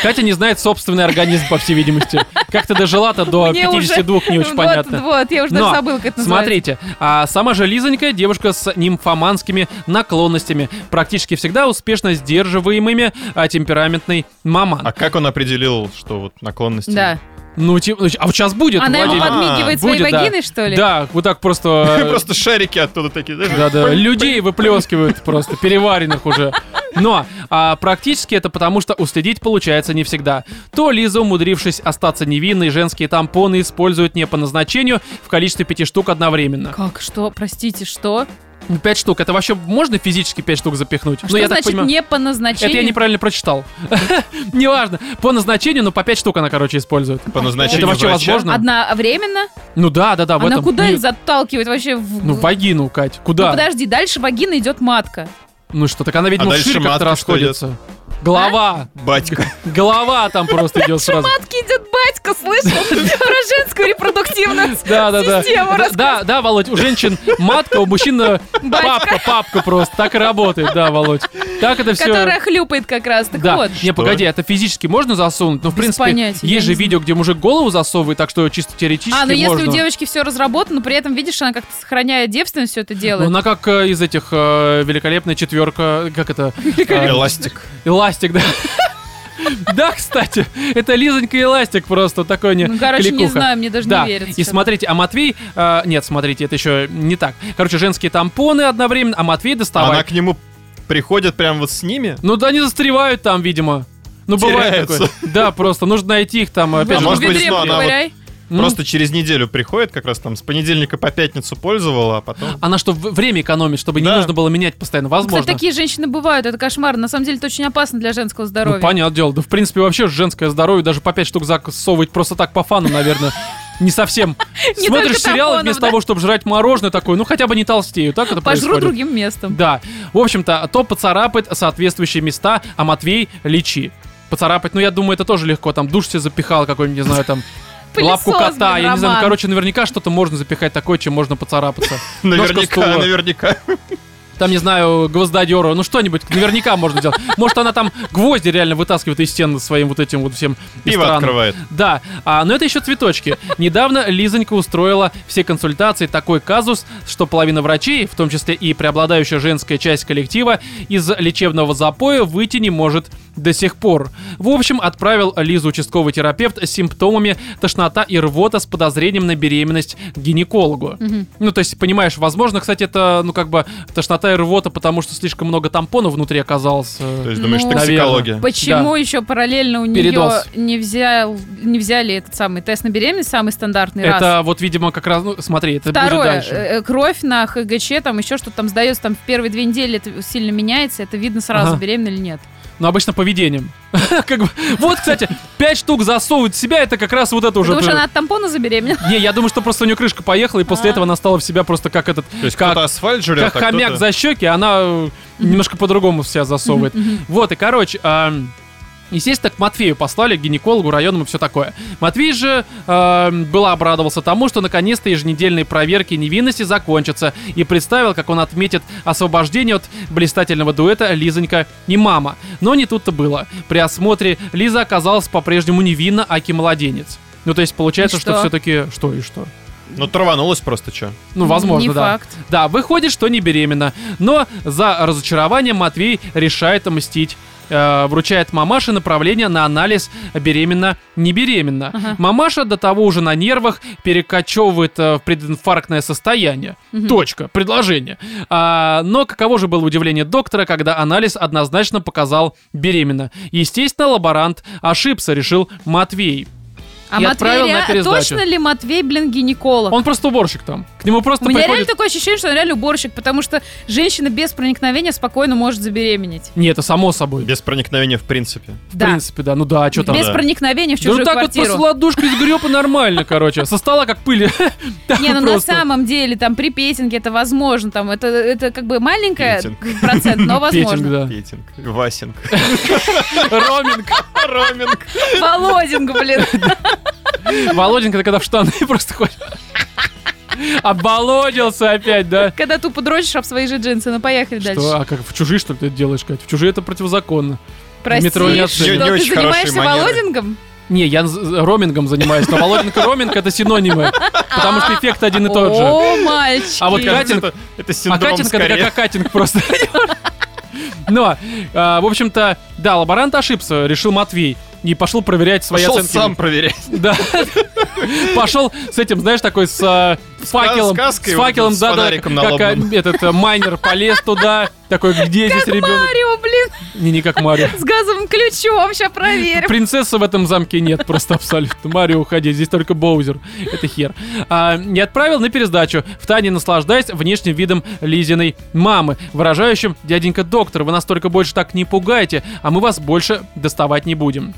[SPEAKER 1] Катя не знает собственный организм, по всей видимости. Как ты дожила-то до
[SPEAKER 3] Мне уже-
[SPEAKER 1] 52, не очень
[SPEAKER 3] Вот,
[SPEAKER 1] понятно.
[SPEAKER 3] Вот, я уже даже
[SPEAKER 1] Но,
[SPEAKER 3] забыл, как это называется.
[SPEAKER 1] Смотрите, а сама же Лизонька девушка с нимфоманскими наклонностями, практически всегда успешно сдерживаемыми а, темпераментной маман.
[SPEAKER 2] А как он определил, что вот наклонности?
[SPEAKER 3] Да.
[SPEAKER 1] Ну, типа, ну, а вот сейчас будет,
[SPEAKER 3] Она ему
[SPEAKER 1] Владимир.
[SPEAKER 2] А,
[SPEAKER 3] подмигивает своей
[SPEAKER 1] будет, да.
[SPEAKER 3] вагиной, что ли?
[SPEAKER 1] Да, вот так просто... э,
[SPEAKER 2] *laughs* Просто шарики оттуда такие, знаешь?
[SPEAKER 1] Да, да, людей выплескивают просто, переваренных уже. Но а, практически это потому, что уследить получается не всегда. То Лиза, умудрившись остаться невинной, женские тампоны используют не по назначению в количестве пяти штук одновременно.
[SPEAKER 3] Как, что, простите, что? А
[SPEAKER 1] Ну, Пять штук, это вообще можно физически пять штук запихнуть?
[SPEAKER 3] А Что
[SPEAKER 1] Ну, я так
[SPEAKER 3] значит
[SPEAKER 1] понимаю-
[SPEAKER 3] не по назначению?
[SPEAKER 1] Это я неправильно прочитал. *laughs* Неважно. По назначению, но по пять штук она, короче, использует.
[SPEAKER 2] По назначению
[SPEAKER 1] Это вообще
[SPEAKER 2] врача?
[SPEAKER 1] возможно?
[SPEAKER 3] а Одновременно?
[SPEAKER 1] Ну да, да, да. в
[SPEAKER 3] Она
[SPEAKER 1] этом
[SPEAKER 3] куда
[SPEAKER 1] не-
[SPEAKER 3] их заталкивает вообще? В...
[SPEAKER 1] Ну, в вагину, Кать.
[SPEAKER 3] Ну,
[SPEAKER 1] Куда?
[SPEAKER 3] подожди, дальше вагина идет матка.
[SPEAKER 1] Ну что, так она, видимо,
[SPEAKER 2] А дальше
[SPEAKER 1] шире как-то
[SPEAKER 2] матка что идет?
[SPEAKER 1] расходится. Голова. *laughs*
[SPEAKER 2] Батька.
[SPEAKER 1] Голова там просто идет сразу.
[SPEAKER 3] Матки идет батька, слышал?
[SPEAKER 1] *laughs*
[SPEAKER 3] Про женскую репродуктивную
[SPEAKER 1] Да, да, да.
[SPEAKER 3] Система
[SPEAKER 1] Да, Да, да, Володь, у женщин матка, у мужчин э,
[SPEAKER 3] Батька.
[SPEAKER 1] папка, папка просто. Так и работает, да, Володь. Так это все.
[SPEAKER 3] которая хлюпает как раз. Так
[SPEAKER 1] да,
[SPEAKER 3] вот.
[SPEAKER 1] не, погоди, это физически можно засунуть, но в
[SPEAKER 3] Без
[SPEAKER 1] принципе
[SPEAKER 3] понятия, я
[SPEAKER 1] есть же
[SPEAKER 3] не знаю.
[SPEAKER 1] видео, где мужик голову засовывает, так что чисто теоретически
[SPEAKER 3] А, ну если
[SPEAKER 1] можно.
[SPEAKER 3] у девочки все разработано, но при этом, видишь, она как-то сохраняя девственность все это
[SPEAKER 1] Ну,
[SPEAKER 3] делает.
[SPEAKER 1] она как э, из этих э, великолепная четверка, как это? Э,
[SPEAKER 2] Эластик.
[SPEAKER 1] Эластик, да. *laughs* Да, кстати, это Лизонька Эластик просто такой не
[SPEAKER 3] Ну, короче, не
[SPEAKER 1] кликуха.
[SPEAKER 3] знаю, мне даже
[SPEAKER 1] Да,
[SPEAKER 3] не верится.
[SPEAKER 1] и смотрите, а Матвей... э, нет, смотрите, это еще не так. Короче, женские тампоны одновременно, а Матвей
[SPEAKER 2] Она
[SPEAKER 1] доставает...
[SPEAKER 2] к нему приходит прям вот с ними?
[SPEAKER 1] Ну да, они застревают там, видимо. Ну, бывает
[SPEAKER 2] Теряются.
[SPEAKER 1] такое. Да, просто нужно найти их там, опять
[SPEAKER 2] А
[SPEAKER 1] же.
[SPEAKER 2] может быть,
[SPEAKER 3] ведре
[SPEAKER 2] что она вот-
[SPEAKER 3] поковыряй.
[SPEAKER 1] М?
[SPEAKER 2] Просто через неделю приходит, как раз там с понедельника по пятницу пользовала, а потом...
[SPEAKER 1] Она что, в- время экономит, чтобы не
[SPEAKER 2] Да.
[SPEAKER 1] нужно было менять постоянно?
[SPEAKER 3] Ну,
[SPEAKER 1] Возможно.
[SPEAKER 3] Кстати, такие женщины бывают, это кошмар. На самом деле, это очень опасно для женского
[SPEAKER 1] Ну,
[SPEAKER 3] здоровья.
[SPEAKER 1] понятное дело. Да, в принципе, вообще женское здоровье, даже по 5 штук засовывать просто так по фану, наверное, не совсем.
[SPEAKER 3] *laughs* Не
[SPEAKER 1] Смотришь
[SPEAKER 3] только
[SPEAKER 1] сериалы
[SPEAKER 3] тампоном,
[SPEAKER 1] вместо
[SPEAKER 3] да.
[SPEAKER 1] того, чтобы жрать мороженое такое, ну хотя бы не толстею, так это
[SPEAKER 3] Пожру
[SPEAKER 1] происходит.
[SPEAKER 3] другим местом.
[SPEAKER 1] Да. В общем-то, то поцарапает соответствующие места, а Матвей лечи. Поцарапать, ну я думаю, это тоже легко. Там душ себе запихал какой-нибудь, не знаю,
[SPEAKER 3] *laughs*
[SPEAKER 1] там
[SPEAKER 3] Пылесос,
[SPEAKER 1] лапку
[SPEAKER 3] блин,
[SPEAKER 1] кота, я не знаю, ну,
[SPEAKER 3] Роман.
[SPEAKER 1] короче, наверняка что-то можно запихать такое, чем можно поцарапаться. Ножка
[SPEAKER 2] *laughs* Наверняка,
[SPEAKER 1] стула.
[SPEAKER 2] наверняка. *laughs*
[SPEAKER 1] Там, не знаю, гвоздодеру, ну что-нибудь наверняка можно делать. Может, она там гвозди реально вытаскивает из стен своим вот этим вот всем
[SPEAKER 2] Пиво
[SPEAKER 1] странным.
[SPEAKER 2] открывает.
[SPEAKER 1] Да, а, но это еще цветочки. Недавно Лизонька устроила все консультации такой казус, что половина врачей, в том числе и преобладающая женская часть коллектива, из лечебного запоя выйти не может до сих пор. В общем, отправил Лизу участковый терапевт с симптомами тошнота и рвота с подозрением на беременность к гинекологу. Ну, то есть, понимаешь, возможно, кстати, это, ну, как бы, тошнота и рвота, потому что слишком много тампонов внутри оказалось. э,
[SPEAKER 2] То есть думаешь,
[SPEAKER 3] Ну,
[SPEAKER 2] токсикология.
[SPEAKER 3] Почему еще параллельно у нее
[SPEAKER 1] Передоз.
[SPEAKER 3] не, взял, не взяли этот самый тест на беременность, самый стандартный раз?
[SPEAKER 1] Это вот, видимо, как раз, ну, смотри, это будет
[SPEAKER 3] Второе,
[SPEAKER 1] дальше.
[SPEAKER 3] э, э, кровь на ХГЧ, там еще что-то там сдается, там в первые две недели это сильно меняется, это видно сразу,
[SPEAKER 1] Ага.
[SPEAKER 3] беременна или нет.
[SPEAKER 1] Но Ну, обычно поведением. *laughs* Как бы- Вот, кстати, пять штук засовывают в себя, это как раз вот это уже...
[SPEAKER 3] Потому что она от тампона забеременела.
[SPEAKER 1] Не, я думаю, что просто у нее крышка поехала, и после
[SPEAKER 3] А.
[SPEAKER 1] этого она стала в себя просто как этот...
[SPEAKER 2] То есть
[SPEAKER 1] как-
[SPEAKER 2] кто-то асфальт жрет,
[SPEAKER 1] Как
[SPEAKER 2] а
[SPEAKER 1] хомяк
[SPEAKER 2] кто-то-
[SPEAKER 1] за щеки, она э, немножко по-другому себя засовывает. Вот, и короче... эм, Естественно, к Матвею послали, к гинекологу, районам и все такое. Матвей же э, было обрадовался тому, что наконец-то еженедельные проверки невинности закончатся, и представил, как он отметит освобождение от блистательного дуэта Лизонька и мама. Но не тут-то было. При осмотре Лиза оказалась по-прежнему невинна, аки младенец. Ну, то есть получается,
[SPEAKER 3] И
[SPEAKER 1] что,
[SPEAKER 3] что?
[SPEAKER 1] все-таки что и что?
[SPEAKER 2] Ну, траванулась просто, что?
[SPEAKER 1] Ну, возможно,
[SPEAKER 3] Не
[SPEAKER 1] да.
[SPEAKER 3] факт.
[SPEAKER 1] Да, выходит, что не беременна. Но за разочарование Матвей решает мстить э, вручает мамаше направление на анализ беременна, не беременна.
[SPEAKER 3] Ага.
[SPEAKER 1] Мамаша до того уже на нервах перекочевывает э, в прединфарктное состояние. Точка. Предложение. А, но каково же было удивление доктора, когда анализ однозначно показал беременна. Естественно, лаборант ошибся, решил Матвей.
[SPEAKER 3] А
[SPEAKER 1] И
[SPEAKER 3] Матвей,
[SPEAKER 1] отправил на
[SPEAKER 3] ре-
[SPEAKER 1] пересдачу.
[SPEAKER 3] точно ли Матвей, блин, гинеколог?
[SPEAKER 1] Он просто уборщик там. К нему просто
[SPEAKER 3] У меня реально
[SPEAKER 1] приходит...
[SPEAKER 3] такое ощущение, что он реально уборщик, потому что женщина без проникновения спокойно может забеременеть.
[SPEAKER 1] Не, это само собой.
[SPEAKER 2] Без проникновения в принципе.
[SPEAKER 1] В
[SPEAKER 3] да.
[SPEAKER 1] принципе, да. Ну да, а что там?
[SPEAKER 3] без
[SPEAKER 2] да.
[SPEAKER 3] проникновения в
[SPEAKER 1] Да
[SPEAKER 3] чужую
[SPEAKER 1] вот так
[SPEAKER 3] квартиру.
[SPEAKER 1] вот просто ладошкой сгреб и нормально, короче. Со стола как пыли. *laughs* Так
[SPEAKER 3] *laughs* Не, ну
[SPEAKER 1] просто.
[SPEAKER 3] на самом деле, там при петинге это возможно, там это, это как бы маленькая
[SPEAKER 2] Петинг.
[SPEAKER 3] процент, но
[SPEAKER 1] *laughs* Петинг,
[SPEAKER 3] возможно.
[SPEAKER 1] да.
[SPEAKER 2] Петинг, Васинг, *laughs*
[SPEAKER 1] Роминг.
[SPEAKER 2] Роминг.
[SPEAKER 3] Володинг,
[SPEAKER 1] *laughs*
[SPEAKER 3] блин.
[SPEAKER 1] Володенька, ты когда в штаны *laughs* просто ходишь. Оболодился опять, да?
[SPEAKER 3] Когда тупо дрочишь об свои же джинсы. Ну, поехали
[SPEAKER 1] Что,
[SPEAKER 3] дальше.
[SPEAKER 1] а как в чужие, что ли, ты это делаешь, Кать? В чужие это противозаконно.
[SPEAKER 3] Прости,
[SPEAKER 1] метро не
[SPEAKER 3] что
[SPEAKER 1] оценят.
[SPEAKER 2] Не- не
[SPEAKER 3] ты
[SPEAKER 2] очень хорошие
[SPEAKER 3] занимаешься
[SPEAKER 2] манеры.
[SPEAKER 3] Володингом?
[SPEAKER 1] Не, я з- ромингом занимаюсь, но Володинг и роминг это синонимы. Потому что эффект один и Ну, тот же.
[SPEAKER 3] О, мальчики.
[SPEAKER 1] *laughs* А вот как- Катинг.
[SPEAKER 2] Это, это
[SPEAKER 1] А
[SPEAKER 2] синдром
[SPEAKER 1] катинг это
[SPEAKER 2] скорее.
[SPEAKER 1] как акатинг просто. Но, а, в общем-то, да, лаборант ошибся, решил Матвей. И пошел проверять свои
[SPEAKER 2] Пошел
[SPEAKER 1] оценки.
[SPEAKER 2] сам проверять.
[SPEAKER 1] Да. Пошел с этим, знаешь, такой с а, факелом.
[SPEAKER 2] сказкой
[SPEAKER 1] С
[SPEAKER 2] вот
[SPEAKER 1] факелом,
[SPEAKER 2] с
[SPEAKER 1] да, да,
[SPEAKER 2] фонариком
[SPEAKER 1] как а,
[SPEAKER 2] налобным.
[SPEAKER 1] этот а, майнер полез туда. Такой, где здесь ребенок?
[SPEAKER 3] Марио, блин,
[SPEAKER 1] Не, не как Марио.
[SPEAKER 3] с газовым ключом, сейчас проверим.
[SPEAKER 1] Принцессы в этом замке нет просто абсолютно. Марио, уходи, здесь только Боузер. Это хер. А, не отправил на пересдачу, в тайне наслаждаясь внешним видом Лизиной мамы, выражающим «Дяденька доктор, вы нас только больше так не пугаете, а мы вас больше доставать не будем».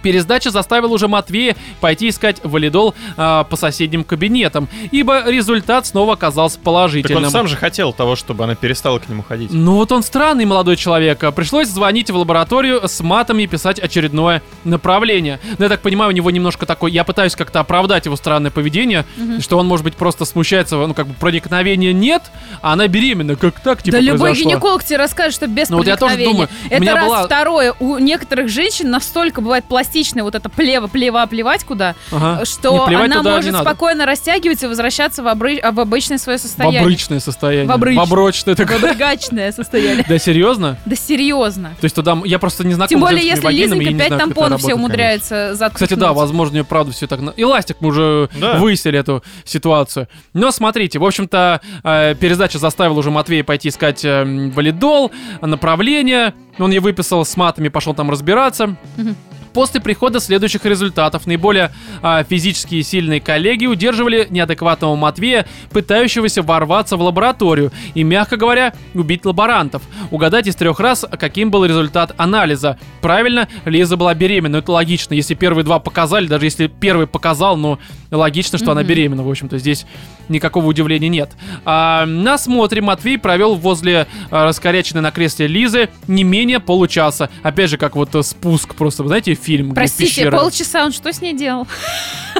[SPEAKER 1] Пересдача заставила уже Матвея пойти искать валидол а, по соседним кабинетам, ибо результат снова оказался
[SPEAKER 2] Так
[SPEAKER 1] положительным.
[SPEAKER 2] он сам же хотел того, чтобы она перестала к нему ходить.
[SPEAKER 1] Ну вот он странный молодой человек. а Пришлось звонить в лабораторию с матом и писать очередное направление. Но я так понимаю, у него немножко такой... Я пытаюсь как-то оправдать его странное поведение, что он, может быть, просто смущается, ну как бы проникновения нет, а она беременна. Как так, типа,
[SPEAKER 3] да любой
[SPEAKER 1] произошло?
[SPEAKER 3] гинеколог тебе расскажет, что без
[SPEAKER 1] Ну вот я тоже
[SPEAKER 3] проникновения.
[SPEAKER 1] думаю, у
[SPEAKER 3] Это
[SPEAKER 1] меня
[SPEAKER 3] раз.
[SPEAKER 1] была-
[SPEAKER 3] Второе, у некоторых женщин настолько бывает пластичная вот эта плева, плева, плевать куда,
[SPEAKER 1] Ага. А, Не
[SPEAKER 3] что
[SPEAKER 1] плевать
[SPEAKER 3] она
[SPEAKER 1] туда не
[SPEAKER 3] может
[SPEAKER 1] надо.
[SPEAKER 3] спокойно растягиваться и возвращаться в, обры- а, в обычное свое состояние.
[SPEAKER 1] Бобрычное состояние.
[SPEAKER 3] Бобрыч.
[SPEAKER 1] Боброчное такое.
[SPEAKER 3] *laughs* Бобрыгачное состояние.
[SPEAKER 1] Да серьезно?
[SPEAKER 3] Да серьезно.
[SPEAKER 1] То есть туда... м- Я просто не знаком
[SPEAKER 3] Тем
[SPEAKER 1] с
[SPEAKER 3] более,
[SPEAKER 1] женскими
[SPEAKER 3] если
[SPEAKER 1] вагинами, я
[SPEAKER 3] Лизонька
[SPEAKER 1] не
[SPEAKER 3] 5
[SPEAKER 1] знаю, как это
[SPEAKER 3] тампонов
[SPEAKER 1] работает,
[SPEAKER 3] все умудряется заткнуть.
[SPEAKER 1] Кстати, да, возможно, ее правду все так... на- Эластик мы уже
[SPEAKER 2] Да.
[SPEAKER 1] выяснили эту ситуацию. Но смотрите, в общем-то, э, пересдача заставила уже Матвея пойти искать э, м, валидол, направление. Он ей выписал с матами, пошел там разбираться.
[SPEAKER 3] Мгм.
[SPEAKER 1] После прихода следующих результатов наиболее а, физически сильные коллеги удерживали неадекватного Матвея, пытающегося ворваться в лабораторию и, мягко говоря, убить лаборантов. Угадайте из трех раз, каким был результат анализа. Правильно, Лиза была беременна, это логично. Если первые два показали, даже если первый показал, ну, логично, что она
[SPEAKER 3] Мгм.
[SPEAKER 1] беременна, в общем-то, здесь никакого удивления нет. А, на смотре Матвей провел возле а, раскоряченной на кресле Лизы не менее получаса. Опять же, как вот э, спуск просто, вы знаете, фильм, где
[SPEAKER 3] Простите,
[SPEAKER 1] пещера.
[SPEAKER 3] полчаса он что с ней делал?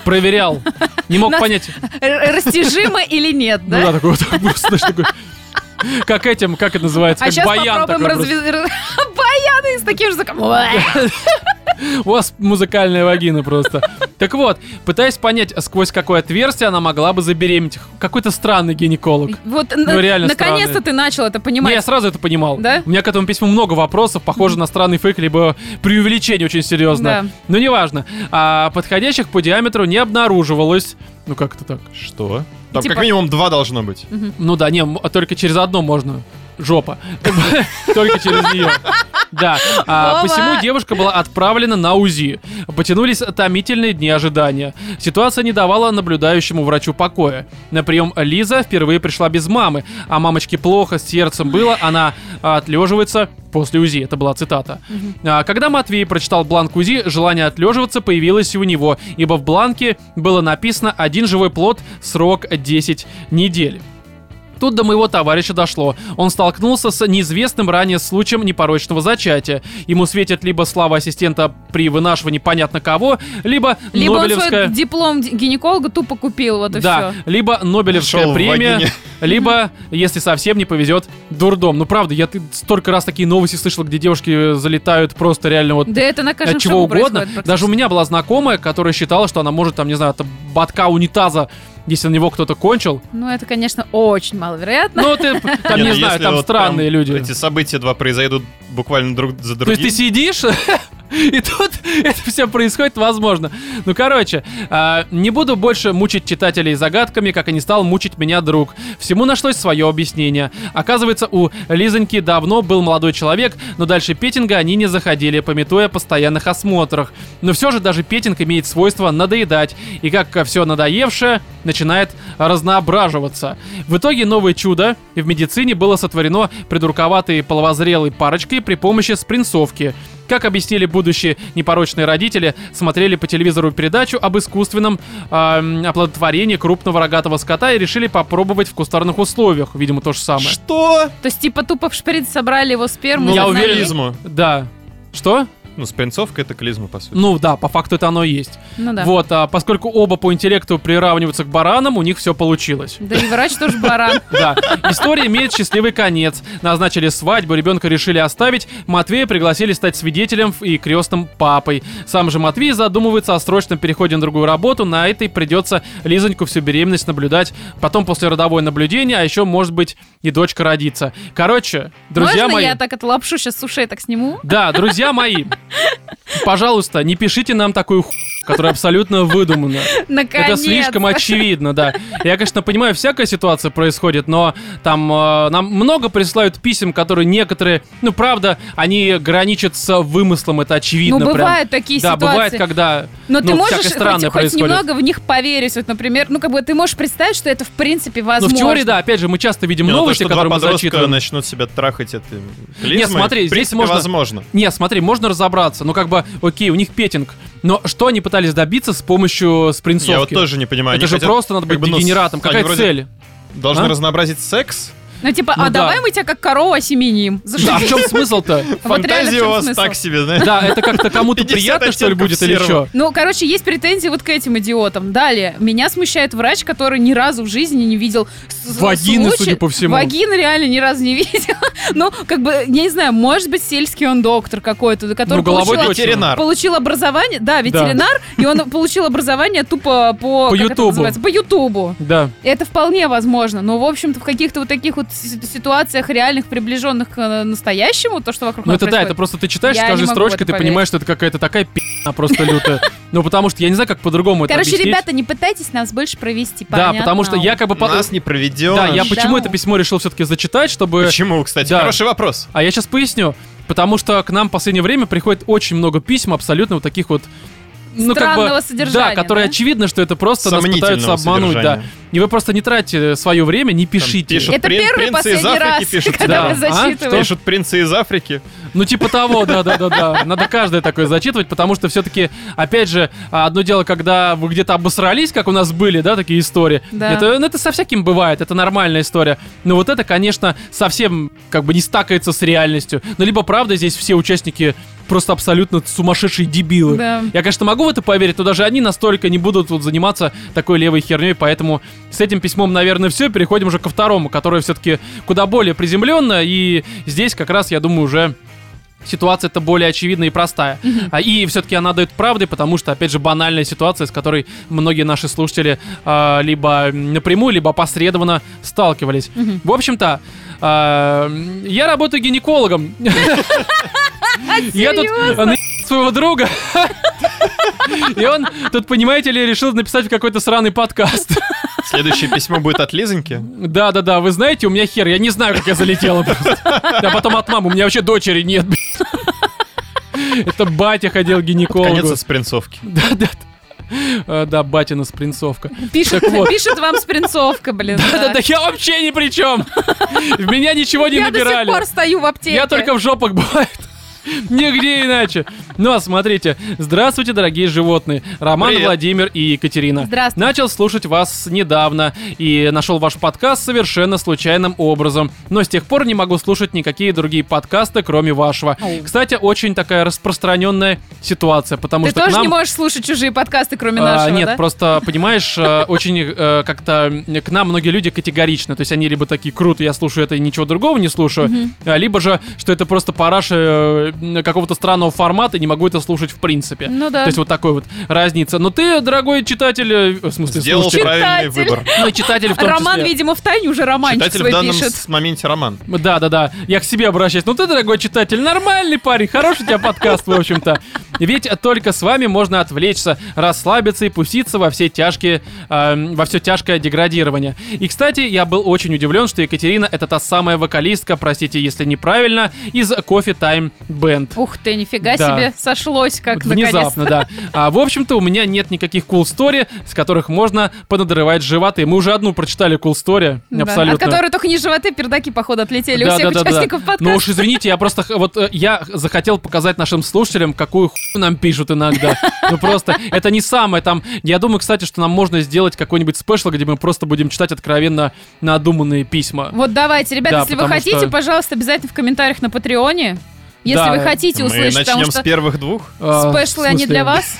[SPEAKER 1] Проверял. Не мог
[SPEAKER 3] Нас-
[SPEAKER 1] понять.
[SPEAKER 3] Р- Растяжимо или нет,
[SPEAKER 1] Ну да,
[SPEAKER 3] да?
[SPEAKER 1] такой вот *laughs* бус, знаешь, такой... Как этим, как это называется?
[SPEAKER 3] А
[SPEAKER 1] Как
[SPEAKER 3] сейчас
[SPEAKER 1] баян
[SPEAKER 3] попробуем
[SPEAKER 1] такой просто.
[SPEAKER 3] разве... р- *laughs* Баяны с таким же заком.
[SPEAKER 1] У вас музыкальная вагина просто. Так вот, пытаясь понять, а сквозь какое отверстие она могла бы забеременеть. Какой-то странный гинеколог.
[SPEAKER 3] Вот
[SPEAKER 1] Ну, реально
[SPEAKER 3] на- наконец-то
[SPEAKER 1] странно.
[SPEAKER 3] ты начал
[SPEAKER 1] Не,
[SPEAKER 3] это
[SPEAKER 1] я
[SPEAKER 3] понимать.
[SPEAKER 1] сразу это понимал.
[SPEAKER 3] Да?
[SPEAKER 1] У меня к этому письму много вопросов, похоже на странный фейк, либо преувеличение очень серьезное.
[SPEAKER 3] Да.
[SPEAKER 1] Но неважно. А подходящих по диаметру не обнаруживалось. Ну как это так?
[SPEAKER 2] Что? Там
[SPEAKER 3] Типа-
[SPEAKER 2] как минимум два должно быть.
[SPEAKER 1] Ну да, не, м- а только через одно можно. Жопа. *laughs* Как бы, Только через нее. Да. А,
[SPEAKER 3] Вова!
[SPEAKER 1] посему девушка была отправлена на УЗИ. Потянулись томительные дни ожидания. Ситуация не давала наблюдающему врачу покоя. На прием Лиза впервые пришла без мамы, а мамочке плохо с сердцем было, она а, отлеживается после УЗИ. Это была цитата. А, Когда Матвей прочитал бланк УЗИ, желание отлеживаться появилось и у него, ибо в бланке было написано «один живой плод, срок 10 недель». Тут до моего товарища дошло. Он столкнулся с неизвестным ранее случаем непорочного зачатия. Ему светит либо слава ассистента при вынашивании понятно кого, либо,
[SPEAKER 3] Либо он свой
[SPEAKER 1] Нобелевская...
[SPEAKER 3] диплом ди- гинеколога тупо купил, вот и
[SPEAKER 1] да,
[SPEAKER 3] все.
[SPEAKER 1] либо Нобелевская
[SPEAKER 2] Нашел в
[SPEAKER 1] премия,
[SPEAKER 2] вагине.
[SPEAKER 1] *laughs* либо, если совсем не повезет, дурдом. Ну правда, я ты- столько раз такие новости слышал, где девушки э, залетают просто реально вот
[SPEAKER 3] Да это на каждом
[SPEAKER 1] от чего
[SPEAKER 3] шагу происходит
[SPEAKER 1] угодно. Даже у меня была знакомая, которая считала, что она может, там, не знаю, от батка унитаза если на него кто-то кончил.
[SPEAKER 3] Ну, это, конечно, очень маловероятно.
[SPEAKER 1] Ну, ты там
[SPEAKER 2] Не, ну,
[SPEAKER 1] не знаю,
[SPEAKER 2] если
[SPEAKER 1] там
[SPEAKER 2] вот прям
[SPEAKER 1] странные люди.
[SPEAKER 2] Эти события два произойдут буквально друг за
[SPEAKER 1] То
[SPEAKER 2] другим.
[SPEAKER 1] есть ты сидишь, *laughs* и тут это все происходит, возможно. Ну, короче, а, не буду больше мучить читателей загадками, как и не стал мучить меня друг. Всему нашлось свое объяснение. Оказывается, у Лизоньки давно был молодой человек, но дальше петинга они не заходили, пометуя о постоянных осмотрах. Но все же даже петинг имеет свойство надоедать, и как все надоевшее начинает разноображиваться. В итоге новое чудо в медицине было сотворено придурковатой половозрелой парочкой при помощи спринцовки. Как объяснили будущие непорочные родители, смотрели по телевизору передачу об искусственном эм, оплодотворении крупного рогатого скота и решили попробовать в кустарных условиях. Видимо, то же самое.
[SPEAKER 2] Что?
[SPEAKER 3] То есть, типа, тупо в шприц собрали его сперму.
[SPEAKER 1] Ну, я
[SPEAKER 3] загнали.
[SPEAKER 1] уверен.
[SPEAKER 2] Клизму.
[SPEAKER 1] Да. Что?
[SPEAKER 2] Ну, спринцовка — это клизма, по сути.
[SPEAKER 1] Ну да, по факту это оно и есть.
[SPEAKER 3] Ну да.
[SPEAKER 1] Вот, а поскольку оба по интеллекту приравниваются к баранам, у них все получилось.
[SPEAKER 3] Да и врач тоже баран.
[SPEAKER 1] Да, история имеет счастливый конец. Назначили свадьбу, ребенка решили оставить, Матвея пригласили стать свидетелем и крестным папой. Сам же Матвей задумывается о срочном переходе на другую работу, на этой придется Лизоньку всю беременность наблюдать, потом после родовое наблюдение, а еще, может быть, и дочка родится. Короче, *laughs* друзья
[SPEAKER 3] Можно
[SPEAKER 1] мои...
[SPEAKER 3] я так эту лапшу сейчас с ушей так сниму?
[SPEAKER 1] Да, друзья мои, пожалуйста, не пишите нам такую ху... которая абсолютно выдумана.
[SPEAKER 3] Наконец.
[SPEAKER 1] *laughs*
[SPEAKER 3] Ну,
[SPEAKER 1] Это слишком очевидно, да. Я, конечно, понимаю, всякая ситуация происходит, но там э, нам много присылают писем, которые некоторые, ну, правда, они граничат с вымыслом, это очевидно.
[SPEAKER 3] Ну,
[SPEAKER 1] прям.
[SPEAKER 3] бывают такие
[SPEAKER 1] Да, бывает,
[SPEAKER 3] ситуации.
[SPEAKER 1] когда...
[SPEAKER 3] Но ты
[SPEAKER 1] ну,
[SPEAKER 3] можешь
[SPEAKER 1] всякое
[SPEAKER 3] хоть,
[SPEAKER 1] странное
[SPEAKER 3] хоть
[SPEAKER 1] происходит.
[SPEAKER 3] немного в них поверить. Вот, например, ну, как бы ты можешь представить, что это в принципе
[SPEAKER 1] Но
[SPEAKER 3] возможно.
[SPEAKER 1] Ну, в теории, да, опять же, мы часто видим
[SPEAKER 2] Не, ну, то,
[SPEAKER 1] новости,
[SPEAKER 2] что
[SPEAKER 1] которые
[SPEAKER 2] два
[SPEAKER 1] мы
[SPEAKER 2] подростка
[SPEAKER 1] зачитываем.
[SPEAKER 2] начнут себя трахать этой клизмой,
[SPEAKER 1] смотри,
[SPEAKER 2] в
[SPEAKER 1] здесь
[SPEAKER 2] принципе,
[SPEAKER 1] можно-
[SPEAKER 2] возможно.
[SPEAKER 1] Не, смотри, можно разобраться, ну как бы, окей, у них петинг, но что они пытались добиться с помощью спринцовки?
[SPEAKER 2] Я вот тоже не понимаю.
[SPEAKER 1] Это
[SPEAKER 2] они
[SPEAKER 1] же
[SPEAKER 2] хотят
[SPEAKER 1] просто надо
[SPEAKER 2] как
[SPEAKER 1] быть
[SPEAKER 2] бы, ну, с-
[SPEAKER 1] дегенератом.
[SPEAKER 2] они
[SPEAKER 1] Какая
[SPEAKER 2] вроде *laughs*
[SPEAKER 1] цель?
[SPEAKER 2] Должны
[SPEAKER 1] А?
[SPEAKER 2] разнообразить секс.
[SPEAKER 3] Ну, типа,
[SPEAKER 1] Ну
[SPEAKER 3] а
[SPEAKER 1] да.
[SPEAKER 3] давай мы тебя как корову осеменим. За
[SPEAKER 1] Да, а в
[SPEAKER 3] 60.
[SPEAKER 1] чем смысл-то?
[SPEAKER 3] Вот реально в
[SPEAKER 2] Фантазия
[SPEAKER 3] чем
[SPEAKER 2] у вас
[SPEAKER 3] смысл?
[SPEAKER 2] так себе, знаешь.
[SPEAKER 1] Да, это как-то кому-то
[SPEAKER 2] 50
[SPEAKER 1] приятно, что ли,
[SPEAKER 2] оттенков
[SPEAKER 1] будет или
[SPEAKER 2] серого.
[SPEAKER 1] что?
[SPEAKER 3] Ну, короче, есть претензии вот к этим идиотам. Далее. Меня смущает врач, который ни разу в жизни не видел с-
[SPEAKER 1] Вагины,
[SPEAKER 3] случая-
[SPEAKER 1] судя по всему.
[SPEAKER 3] Вагины реально ни разу не *laughs* видел. Ну, как бы, я не знаю, может быть, сельский он доктор какой-то, который
[SPEAKER 1] Ну, головой
[SPEAKER 3] получил,
[SPEAKER 1] точно.
[SPEAKER 2] Ветеринар.
[SPEAKER 3] получил образование. Да, ветеринар, и он *laughs* получил образование тупо по...
[SPEAKER 1] По
[SPEAKER 3] как это
[SPEAKER 1] Ютубу.
[SPEAKER 3] называется? По Ютубу.
[SPEAKER 1] Да.
[SPEAKER 3] Это вполне возможно, но, в общем-то, в каких-то вот таких вот си- ситуациях реальных, приближенных к э, настоящему, то, что вокруг
[SPEAKER 1] Ну
[SPEAKER 3] нас
[SPEAKER 1] это да,
[SPEAKER 3] происходит,
[SPEAKER 1] это просто ты читаешь
[SPEAKER 3] Я не
[SPEAKER 1] каждой
[SPEAKER 3] могу
[SPEAKER 1] строчкой,
[SPEAKER 3] в это
[SPEAKER 1] ты
[SPEAKER 3] поверить.
[SPEAKER 1] понимаешь, что это какая-то такая пи***а просто лютая. Ну потому что я не знаю, как по-другому это
[SPEAKER 3] Короче,
[SPEAKER 1] объяснить.
[SPEAKER 3] ребята, не пытайтесь нас больше провести,
[SPEAKER 1] Да,
[SPEAKER 3] понятно?
[SPEAKER 1] потому что я как бы... по-
[SPEAKER 2] Нас не проведем.
[SPEAKER 1] Ну, Да, я почему
[SPEAKER 3] Да.
[SPEAKER 1] это письмо решил все-таки зачитать, чтобы...
[SPEAKER 2] *laughs* Почему, кстати?
[SPEAKER 1] Да.
[SPEAKER 2] Хороший вопрос.
[SPEAKER 1] А я сейчас поясню. Потому что к нам в последнее время приходит очень много писем абсолютно вот таких вот... ну,
[SPEAKER 3] Странного содержания,
[SPEAKER 1] Да, которые
[SPEAKER 3] да?
[SPEAKER 1] очевидно, что это просто нас пытаются
[SPEAKER 2] Сомнительного
[SPEAKER 1] обмануть, да.
[SPEAKER 2] содержания.
[SPEAKER 1] И вы просто не тратьте э, свое время, не пишите.
[SPEAKER 2] пишут.
[SPEAKER 3] Это
[SPEAKER 2] Прин-
[SPEAKER 3] первый и
[SPEAKER 2] принцы из
[SPEAKER 3] последний
[SPEAKER 2] Африки
[SPEAKER 3] раз,
[SPEAKER 2] пишут,
[SPEAKER 1] да.
[SPEAKER 3] когда
[SPEAKER 1] А?
[SPEAKER 3] мы зачитываем.
[SPEAKER 2] Пишут принцы из Африки.
[SPEAKER 1] Ну, типа того, да-да-да-да. Надо каждое такое зачитывать, потому что все-таки, опять же, а, одно дело, когда вы где-то обосрались, как у нас были, да, такие истории.
[SPEAKER 3] Да.
[SPEAKER 1] Это, ну, это со всяким бывает, это нормальная история. Но вот это, конечно, совсем как бы не стакается с реальностью. Ну, либо, правда, здесь все участники просто абсолютно сумасшедшие дебилы.
[SPEAKER 3] Да.
[SPEAKER 1] Я, конечно, могу в это поверить, но даже они настолько не будут вот заниматься такой левой херней, поэтому с этим письмом, наверное, все. Переходим уже ко второму, которое все-таки куда более приземленно, и здесь как раз, я думаю, уже ситуация-то более очевидная и простая. А, И все-таки она дает правды, потому что, опять же, банальная ситуация, с которой многие наши слушатели а, либо напрямую, либо посредованно сталкивались. В общем-то, а, я работаю гинекологом. Я тут на- *laughs* своего друга. И он тут, понимаете ли, решил написать какой-то сраный подкаст.
[SPEAKER 2] Следующее письмо будет от Лизоньки.
[SPEAKER 1] Да, да, да, вы знаете, у меня хер, я не знаю, как я залетела просто. А потом от мамы, у меня вообще дочери нет, блин. Это батя ходил к
[SPEAKER 2] Конец
[SPEAKER 1] гинекологу.
[SPEAKER 2] от спринцовки.
[SPEAKER 1] Да, да. Э, Да, батина спринцовка.
[SPEAKER 3] Пишет,
[SPEAKER 1] Так вот.
[SPEAKER 3] пишет вам спринцовка, блин. да.
[SPEAKER 1] Да, да, я вообще ни при чем. В меня ничего не
[SPEAKER 3] Я до сих
[SPEAKER 1] набирали.
[SPEAKER 3] пор стою в аптеке.
[SPEAKER 1] Я только в жопах бывает. *laughs* Нигде иначе. Ну а смотрите. Здравствуйте, дорогие животные. Роман,
[SPEAKER 2] Привет.
[SPEAKER 1] Владимир и Екатерина.
[SPEAKER 3] Здравствуйте.
[SPEAKER 1] Начал слушать вас недавно и нашел ваш подкаст совершенно случайным образом. Но с тех пор не могу слушать никакие другие подкасты, кроме вашего.
[SPEAKER 3] Ау.
[SPEAKER 1] Кстати, очень такая распространенная ситуация, потому
[SPEAKER 3] Ты
[SPEAKER 1] что к
[SPEAKER 3] тоже
[SPEAKER 1] нам...
[SPEAKER 3] не можешь слушать чужие подкасты, кроме
[SPEAKER 1] А,
[SPEAKER 3] нашего,
[SPEAKER 1] нет,
[SPEAKER 3] да?
[SPEAKER 1] просто, понимаешь, э, очень э, как-то м, к нам многие люди категоричны. То есть они либо такие круто, я слушаю это и ничего другого не слушаю, а, либо же, что это просто параша э, м, какого-то странного формата, не могу это слушать в принципе.
[SPEAKER 3] Ну да.
[SPEAKER 1] То есть вот такой вот разница. Но ты, дорогой читатель, э, в смысле,
[SPEAKER 2] Сделал
[SPEAKER 1] слушатель,
[SPEAKER 2] правильный
[SPEAKER 3] Читатель.
[SPEAKER 2] выбор.
[SPEAKER 1] ну и читатель в том
[SPEAKER 3] Роман,
[SPEAKER 1] числе.
[SPEAKER 3] видимо, в тайне уже романчик
[SPEAKER 2] Читатель в
[SPEAKER 3] свой
[SPEAKER 2] данном
[SPEAKER 3] пишет.
[SPEAKER 2] с- моменте роман.
[SPEAKER 1] Да, да, да. Я к себе обращаюсь. Ну ты, дорогой читатель, нормальный парень, хороший у тебя подкаст, в общем-то. Ведь только с вами можно отвлечься, расслабиться и пуститься во все тяжкие, эм, во все тяжкое деградирование. И, кстати, я был очень удивлен, что Екатерина это та самая вокалистка, простите, если неправильно, из Coffee Time Band.
[SPEAKER 3] Ух ты, нифига
[SPEAKER 1] Да.
[SPEAKER 3] себе, сошлось как наконец.
[SPEAKER 1] Внезапно, да. А, в общем-то, у меня нет никаких cool story, с которых можно понадорывать животы. Мы уже одну прочитали cool story,
[SPEAKER 3] Да,
[SPEAKER 1] абсолютно.
[SPEAKER 3] От которой только не животы, пердаки, походу, отлетели у всех участников подкаста.
[SPEAKER 1] Ну уж извините, я просто х- вот э, я х- захотел показать нашим слушателям, какую хуй нам пишут иногда. Ну просто это не самое там. Я думаю, кстати, что нам можно сделать какой-нибудь спешл, где мы просто будем читать откровенно надуманные письма.
[SPEAKER 3] Вот давайте, ребят,
[SPEAKER 1] Да,
[SPEAKER 3] если вы
[SPEAKER 1] потому
[SPEAKER 3] хотите,
[SPEAKER 1] что-
[SPEAKER 3] пожалуйста, обязательно в комментариях на Патреоне. Если
[SPEAKER 1] Да.
[SPEAKER 3] вы хотите
[SPEAKER 2] Мы
[SPEAKER 3] услышать,
[SPEAKER 2] начнем
[SPEAKER 3] потому
[SPEAKER 2] с
[SPEAKER 3] что
[SPEAKER 2] первых двух.
[SPEAKER 1] А, в
[SPEAKER 3] спешлы, они
[SPEAKER 1] смысле? *laughs*
[SPEAKER 3] для вас.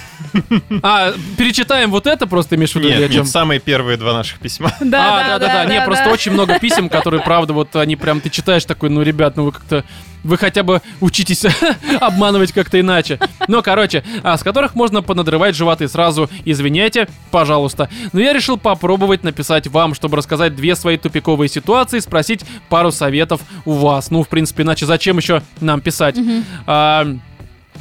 [SPEAKER 1] А, перечитаем вот это просто, имеешь в виду, или о
[SPEAKER 2] Нет,
[SPEAKER 1] чем?
[SPEAKER 2] нет, самые первые два наших письма. *laughs*
[SPEAKER 1] а, *laughs* да, да, да, Не, просто
[SPEAKER 3] да.
[SPEAKER 1] очень *laughs* много писем, которые, правда, вот они прям, ты читаешь такой, ну, ребят, ну вы как-то, вы хотя бы учитесь *laughs* обманывать как-то иначе. Но, короче, а, с которых можно понадрывать животы сразу, извиняйте, пожалуйста. Но я решил попробовать написать вам, чтобы рассказать две свои тупиковые ситуации, спросить пару советов у вас. Ну, в принципе, иначе зачем еще нам писать? А,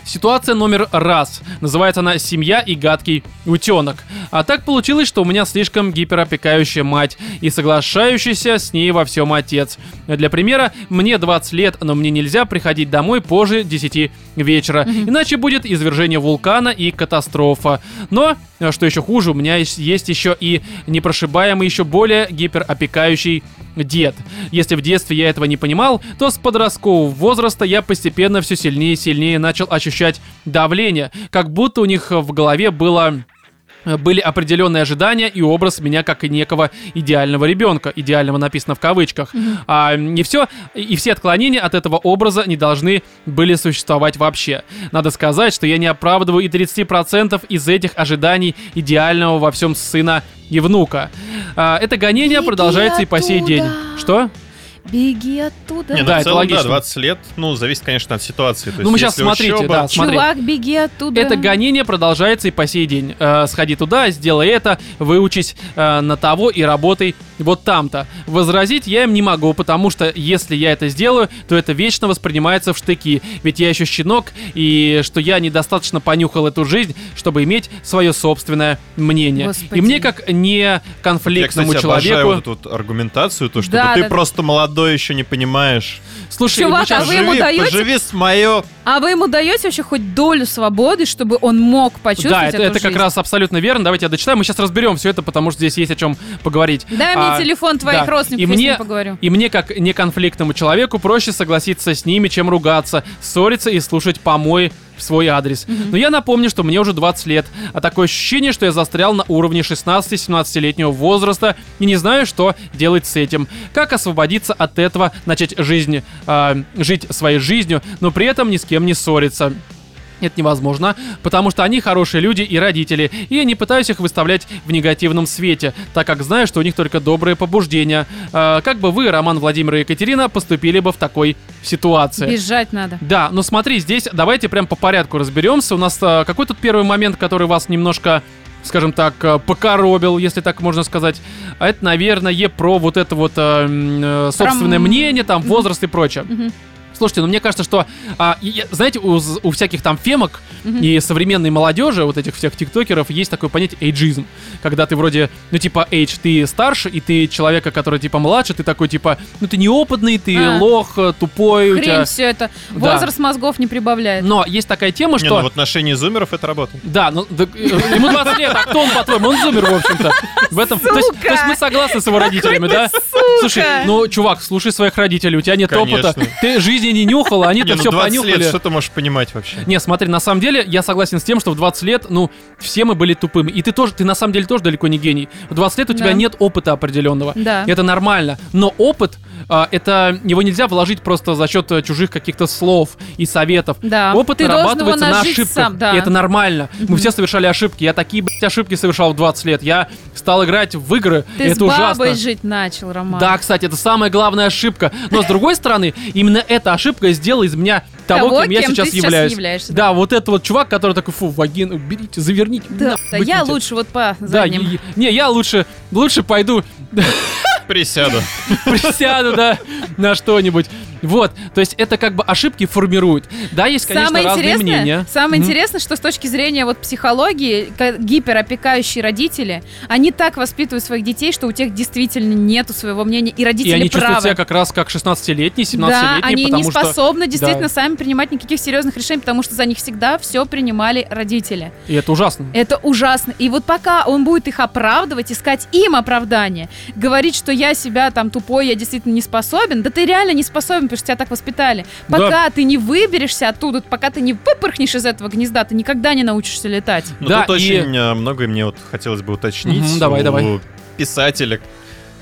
[SPEAKER 1] Ситуация номер раз. Называется она «Семья и гадкий утенок». А так получилось, что у меня слишком гиперопекающая мать и соглашающийся с ней во всем отец. Для примера, мне 20 лет, но мне нельзя приходить домой позже 10 вечера, иначе будет извержение вулкана и катастрофа. Но, э, что еще хуже, у меня ес- есть еще и непрошибаемый, еще более гиперопекающий дед. Если в детстве я этого не понимал, то с подросткового возраста я постепенно все сильнее и сильнее начал ощущать давление, как будто у них в голове было были определенные ожидания и образ меня как и некого идеального ребенка. Идеального написано в кавычках. А, не все, и все отклонения от этого образа не должны были существовать вообще. Надо сказать, что я не оправдываю и 30% из этих ожиданий идеального во всем сына и внука. А, это гонение
[SPEAKER 3] Иди
[SPEAKER 1] продолжается и по сей
[SPEAKER 3] оттуда.
[SPEAKER 1] день. Что?
[SPEAKER 3] Беги оттуда.
[SPEAKER 2] Не, ну,
[SPEAKER 1] Да,
[SPEAKER 2] в
[SPEAKER 1] это
[SPEAKER 2] целом,
[SPEAKER 1] логично.
[SPEAKER 2] да, 20 лет, ну, зависит, конечно, от ситуации. То
[SPEAKER 1] Ну, мы
[SPEAKER 2] есть,
[SPEAKER 1] щас
[SPEAKER 2] если
[SPEAKER 1] смотрите,
[SPEAKER 2] учеба-
[SPEAKER 1] да, смотри.
[SPEAKER 3] Чувак, беги оттуда.
[SPEAKER 1] Это гонение продолжается и по сей день. Э, сходи туда, сделай это, выучись э, на того и работай вот там-то. Возразить я им не могу, потому что если я это сделаю, то это вечно воспринимается в штыки. Ведь я еще щенок, и что я недостаточно понюхал эту жизнь, чтобы иметь свое собственное мнение.
[SPEAKER 3] Господи.
[SPEAKER 1] И мне, как не
[SPEAKER 2] Я,
[SPEAKER 1] конфликтному
[SPEAKER 2] кстати, обожаю
[SPEAKER 1] человеку...
[SPEAKER 2] вот эту вот аргументацию, то, что
[SPEAKER 3] Да,
[SPEAKER 2] ты
[SPEAKER 3] да, да.
[SPEAKER 2] просто молодой еще не понимаешь.
[SPEAKER 1] Слушай,
[SPEAKER 3] Чувак,
[SPEAKER 1] мы щас
[SPEAKER 3] а вы ему
[SPEAKER 2] Поживи-
[SPEAKER 3] даете?
[SPEAKER 2] Поживи с мое...
[SPEAKER 3] А вы ему даете вообще хоть долю свободы, чтобы он мог почувствовать
[SPEAKER 1] Да, это,
[SPEAKER 3] эту
[SPEAKER 1] это как
[SPEAKER 3] жизнь?
[SPEAKER 1] раз абсолютно верно. Давайте я дочитаю. Мы сейчас разберем все это, потому что здесь есть о чем поговорить.
[SPEAKER 3] Дай мне
[SPEAKER 1] А,
[SPEAKER 3] телефон твоих
[SPEAKER 1] да. И
[SPEAKER 3] родственников, я с
[SPEAKER 1] мне-
[SPEAKER 3] ним поговорю.
[SPEAKER 1] И мне, как неконфликтному человеку, проще согласиться с ними, чем ругаться, ссориться и слушать помой в свой адрес. Но я напомню, что мне уже 20 лет, а такое ощущение, что я застрял на уровне 16-17-летнего возраста и не знаю, что делать с этим. Как освободиться от этого, начать жизнь, э, жить своей жизнью, но при этом ни с кем не ссориться. Это невозможно, потому что они хорошие люди и родители, и я не пытаюсь их выставлять в негативном свете, так как знаю, что у них только добрые побуждения. Э, как бы вы, Роман, Владимир и Екатерина, поступили бы в такой ситуации?
[SPEAKER 3] Бежать надо.
[SPEAKER 1] Да, но смотри, здесь давайте прям по порядку разберемся. У нас э, какой тут первый момент, который вас немножко, скажем так, э, покоробил, если так можно сказать. А Это, наверное, про вот это вот э, м, э, собственное
[SPEAKER 3] Прям-
[SPEAKER 1] мнение, там, возраст и прочее. Слушайте, ну мне кажется, что, а, и- и- знаете, у, з- у всяких там фемок и современной молодежи, вот этих всех тиктокеров, есть такое понятие эйджизм. Когда ты вроде, ну типа, эйдж, ты старше, и ты человека, который типа младше, ты такой типа, ну ты неопытный, ты
[SPEAKER 3] А.
[SPEAKER 1] лох, э, тупой, у тебя...
[SPEAKER 3] Хрень все это.
[SPEAKER 1] Да. Ну,
[SPEAKER 3] Возраст мозгов не прибавляет.
[SPEAKER 1] Но есть такая тема,
[SPEAKER 2] Не,
[SPEAKER 1] что...
[SPEAKER 2] ну, в отношении зумеров это работает.
[SPEAKER 1] Да, ну так, э, ему 20 лет, а кто он, по-твоему? Он зумер, в общем-то. В этом... То есть, то есть мы согласны с его родителями, да? Слушай, ну, чувак, слушай своих родителей, у тебя нет
[SPEAKER 2] Конечно.
[SPEAKER 1] опыта. Ты жизни не нюхал, а
[SPEAKER 2] Не,
[SPEAKER 1] они-то
[SPEAKER 2] ну,
[SPEAKER 1] все
[SPEAKER 2] 20
[SPEAKER 1] понюхали.
[SPEAKER 2] лет, что ты можешь понимать вообще?
[SPEAKER 1] Не, смотри, на самом деле, я согласен с тем, что в 20 лет, ну, все мы были тупыми. И ты тоже, ты на самом деле тоже далеко не гений. В 20 лет у тебя
[SPEAKER 3] Да.
[SPEAKER 1] нет опыта определенного.
[SPEAKER 3] Да.
[SPEAKER 1] Это нормально. Но опыт, а, это его нельзя вложить просто за счет э, чужих каких-то слов и советов.
[SPEAKER 3] Да.
[SPEAKER 1] Опыт
[SPEAKER 3] Ты должен
[SPEAKER 1] нарабатывается
[SPEAKER 3] его
[SPEAKER 1] на
[SPEAKER 3] нажить
[SPEAKER 1] ошибках.
[SPEAKER 3] сам, да.
[SPEAKER 1] И это нормально. Мы все совершали ошибки. Я такие, блядь, ошибки совершал в 20 лет. Я стал играть в игры.
[SPEAKER 3] Ты
[SPEAKER 1] это
[SPEAKER 3] с бабой
[SPEAKER 1] ужасно.
[SPEAKER 3] жить начал, Роман.
[SPEAKER 1] Да, кстати, это самая главная ошибка. Но с другой стороны, именно эта ошибка сделала из меня того, кем я
[SPEAKER 3] кем
[SPEAKER 1] сейчас
[SPEAKER 3] ты
[SPEAKER 1] являюсь.
[SPEAKER 3] являешься.
[SPEAKER 1] Да, вот этот вот чувак, который такой, фу, вагину берите, заверните.
[SPEAKER 3] Да,
[SPEAKER 1] на,
[SPEAKER 3] да,
[SPEAKER 1] быть
[SPEAKER 3] я
[SPEAKER 1] хотя-
[SPEAKER 3] лучше вот по
[SPEAKER 1] Да,
[SPEAKER 3] задним.
[SPEAKER 1] я- я- не, я лучше, лучше пойду
[SPEAKER 2] *laughs*
[SPEAKER 1] *laughs*
[SPEAKER 2] Присяду.
[SPEAKER 1] присяду, да, на что-нибудь. Вот, то есть это как бы ошибки формируют. Да, есть, конечно,
[SPEAKER 3] Самое
[SPEAKER 1] разные
[SPEAKER 3] интересное,
[SPEAKER 1] мнения.
[SPEAKER 3] самое
[SPEAKER 1] Мгм.
[SPEAKER 3] интересное, что с точки зрения вот психологии, ка- гиперопекающие родители, они так воспитывают своих детей, что у тех действительно нету своего мнения, и родители
[SPEAKER 1] И они чувствуют
[SPEAKER 3] правы.
[SPEAKER 1] себя как раз как 16-летний, 17-летний,
[SPEAKER 3] да, они
[SPEAKER 1] потому
[SPEAKER 3] не
[SPEAKER 1] что...
[SPEAKER 3] способны действительно сами принимать никаких серьезных решений, потому что за них всегда все принимали родители.
[SPEAKER 1] И это ужасно.
[SPEAKER 3] Это ужасно. И вот пока он будет их оправдывать, искать им оправдание, говорить, что я себя там тупой, я действительно не способен, да ты реально не способен, потому что тебя так воспитали.
[SPEAKER 1] Да.
[SPEAKER 3] Пока ты не выберешься оттуда, пока ты не выпорхнешь из этого гнезда, ты никогда не научишься летать.
[SPEAKER 2] Ну,
[SPEAKER 1] Да,
[SPEAKER 2] тут
[SPEAKER 1] и-
[SPEAKER 2] очень э, многое мне вот хотелось бы уточнить.
[SPEAKER 1] Мгм, давай,
[SPEAKER 2] у
[SPEAKER 1] давай.
[SPEAKER 2] писателя.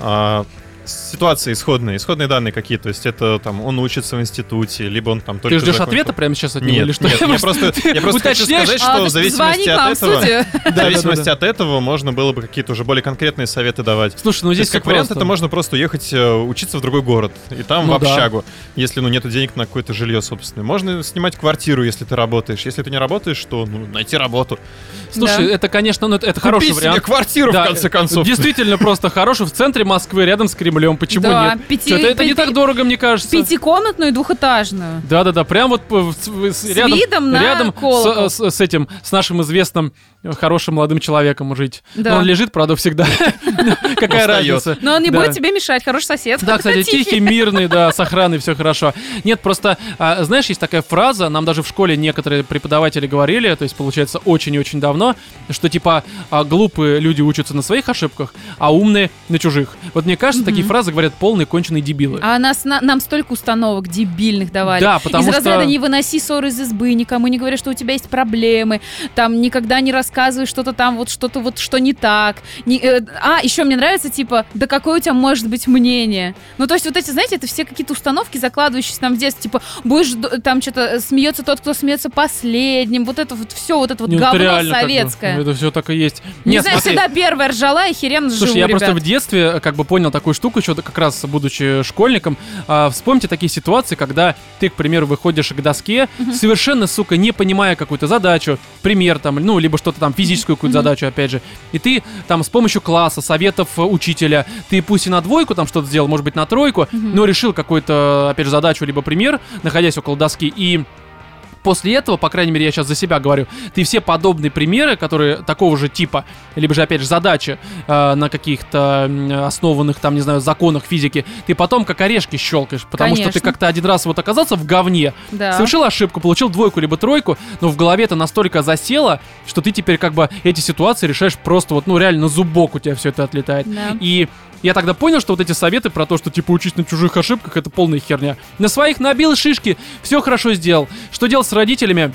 [SPEAKER 2] а, Ситуации исходные, исходные данные какие, то есть это там он учится в институте, либо он там только
[SPEAKER 1] Ты ждешь
[SPEAKER 2] закончил-
[SPEAKER 1] ответа прямо сейчас от него
[SPEAKER 2] Нет,
[SPEAKER 1] или *laughs* что?
[SPEAKER 2] нет, я просто, я просто хочу
[SPEAKER 1] Уточняешь?
[SPEAKER 2] сказать,
[SPEAKER 3] А,
[SPEAKER 2] что
[SPEAKER 3] так
[SPEAKER 2] в зависимости
[SPEAKER 3] звони к нам
[SPEAKER 2] от
[SPEAKER 3] в
[SPEAKER 2] этого, *laughs*
[SPEAKER 3] студию.
[SPEAKER 2] в зависимости
[SPEAKER 1] Да-да-да.
[SPEAKER 2] от этого можно было бы какие-то уже более конкретные советы давать.
[SPEAKER 1] Слушай, ну
[SPEAKER 2] То
[SPEAKER 1] здесь
[SPEAKER 2] есть,
[SPEAKER 1] как
[SPEAKER 2] как вариант,
[SPEAKER 1] просто.
[SPEAKER 2] это можно просто уехать э, учиться в другой город и там
[SPEAKER 1] Ну
[SPEAKER 2] в
[SPEAKER 1] да.
[SPEAKER 2] общагу, если ну нету денег на какое-то жилье собственное. Можно снимать квартиру, если ты работаешь. Если ты не работаешь, то ну, найти работу.
[SPEAKER 1] Слушай,
[SPEAKER 3] Да.
[SPEAKER 1] это, конечно, ну это, это
[SPEAKER 2] Купи
[SPEAKER 1] хороший
[SPEAKER 2] себе
[SPEAKER 1] вариант.
[SPEAKER 2] квартиру
[SPEAKER 1] Да,
[SPEAKER 2] в конце концов. Ну,
[SPEAKER 1] Действительно просто хороший в центре Москвы, рядом с Кремлем. Почему
[SPEAKER 3] Да,
[SPEAKER 1] нет?
[SPEAKER 3] пяти-
[SPEAKER 1] Чё-то это не
[SPEAKER 3] пяти-
[SPEAKER 1] так дорого, мне кажется.
[SPEAKER 3] Пятикомнатную и двухэтажную.
[SPEAKER 1] Да, да, да, прям вот э, в- с-
[SPEAKER 3] С
[SPEAKER 1] рядом,
[SPEAKER 3] видом на
[SPEAKER 1] рядом
[SPEAKER 3] колокол.
[SPEAKER 1] с, э, с- с этим, с нашим известным э, хорошим молодым человеком жить.
[SPEAKER 3] Да.
[SPEAKER 1] Но он лежит, правда, всегда. *laughs* Какая
[SPEAKER 2] Устает.
[SPEAKER 1] разница?
[SPEAKER 3] Но он не
[SPEAKER 1] Да.
[SPEAKER 3] будет тебе мешать, хороший сосед.
[SPEAKER 1] Да,
[SPEAKER 3] *laughs*
[SPEAKER 1] кстати, тихий, мирный, да, с охраной все хорошо. Нет, просто, а, знаешь, есть такая фраза, нам даже в школе некоторые преподаватели говорили, то есть, получается, очень и очень давно, что, типа, а, глупые люди учатся на своих ошибках, а умные на чужих. Вот мне кажется, такие фразы говорят полные конченые дебилы.
[SPEAKER 3] А нас, на- нам столько установок дебильных давали.
[SPEAKER 1] Да, потому
[SPEAKER 3] Из
[SPEAKER 1] что-
[SPEAKER 3] разряда не выноси ссоры из избы, никому не говори, что у тебя есть проблемы, там никогда не рассказывай что-то там, вот что-то вот, что не так. Не- э, а, еще мне нравится, типа, да какое у тебя может быть мнение? Ну, то есть вот эти, знаете, это все какие-то установки, закладывающиеся нам в детстве, типа, будешь, д- там что-то, смеется тот, кто смеется последним, вот это вот все, вот это вот
[SPEAKER 1] Не, Ну, это
[SPEAKER 3] говно
[SPEAKER 1] реально как бы,
[SPEAKER 3] советское.
[SPEAKER 1] ну, это все так и есть.
[SPEAKER 3] Не
[SPEAKER 1] Нет,
[SPEAKER 3] знаю,
[SPEAKER 1] смотри.
[SPEAKER 3] всегда первая ржала и херен живу,
[SPEAKER 1] Слушай, я
[SPEAKER 3] ребят.
[SPEAKER 1] просто в детстве э, как бы понял такую штуку, еще как раз будучи школьником. А, вспомните такие ситуации, когда ты, к примеру, выходишь к доске, совершенно, сука, не понимая какую-то задачу, пример там, ну, либо что-то там, физическую какую-то задачу, опять же. И ты там с помощью класса, советов э, учителя, ты пусть и на двойку там что-то сделал, может быть, на тройку, но решил какую-то, опять же, задачу, либо пример, находясь около доски, и после этого, по крайней мере, я сейчас за себя говорю, ты все подобные примеры, которые такого же типа, либо же, опять же, задачи э, на каких-то м, основанных, там, не знаю, законах физики, ты потом как орешки щелкаешь, потому что ты
[SPEAKER 3] Конечно.
[SPEAKER 1] как-то один раз вот оказался в говне,
[SPEAKER 3] Да.
[SPEAKER 1] совершил ошибку, получил двойку либо тройку, но в голове это настолько засело, что ты теперь как бы эти ситуации решаешь просто вот, ну, реально на зубок у тебя все это отлетает.
[SPEAKER 3] Да.
[SPEAKER 1] И я тогда понял, что вот эти советы про то, что типа учись на чужих ошибках, это полная херня. На своих набил шишки, все хорошо сделал. Что делать с родителями?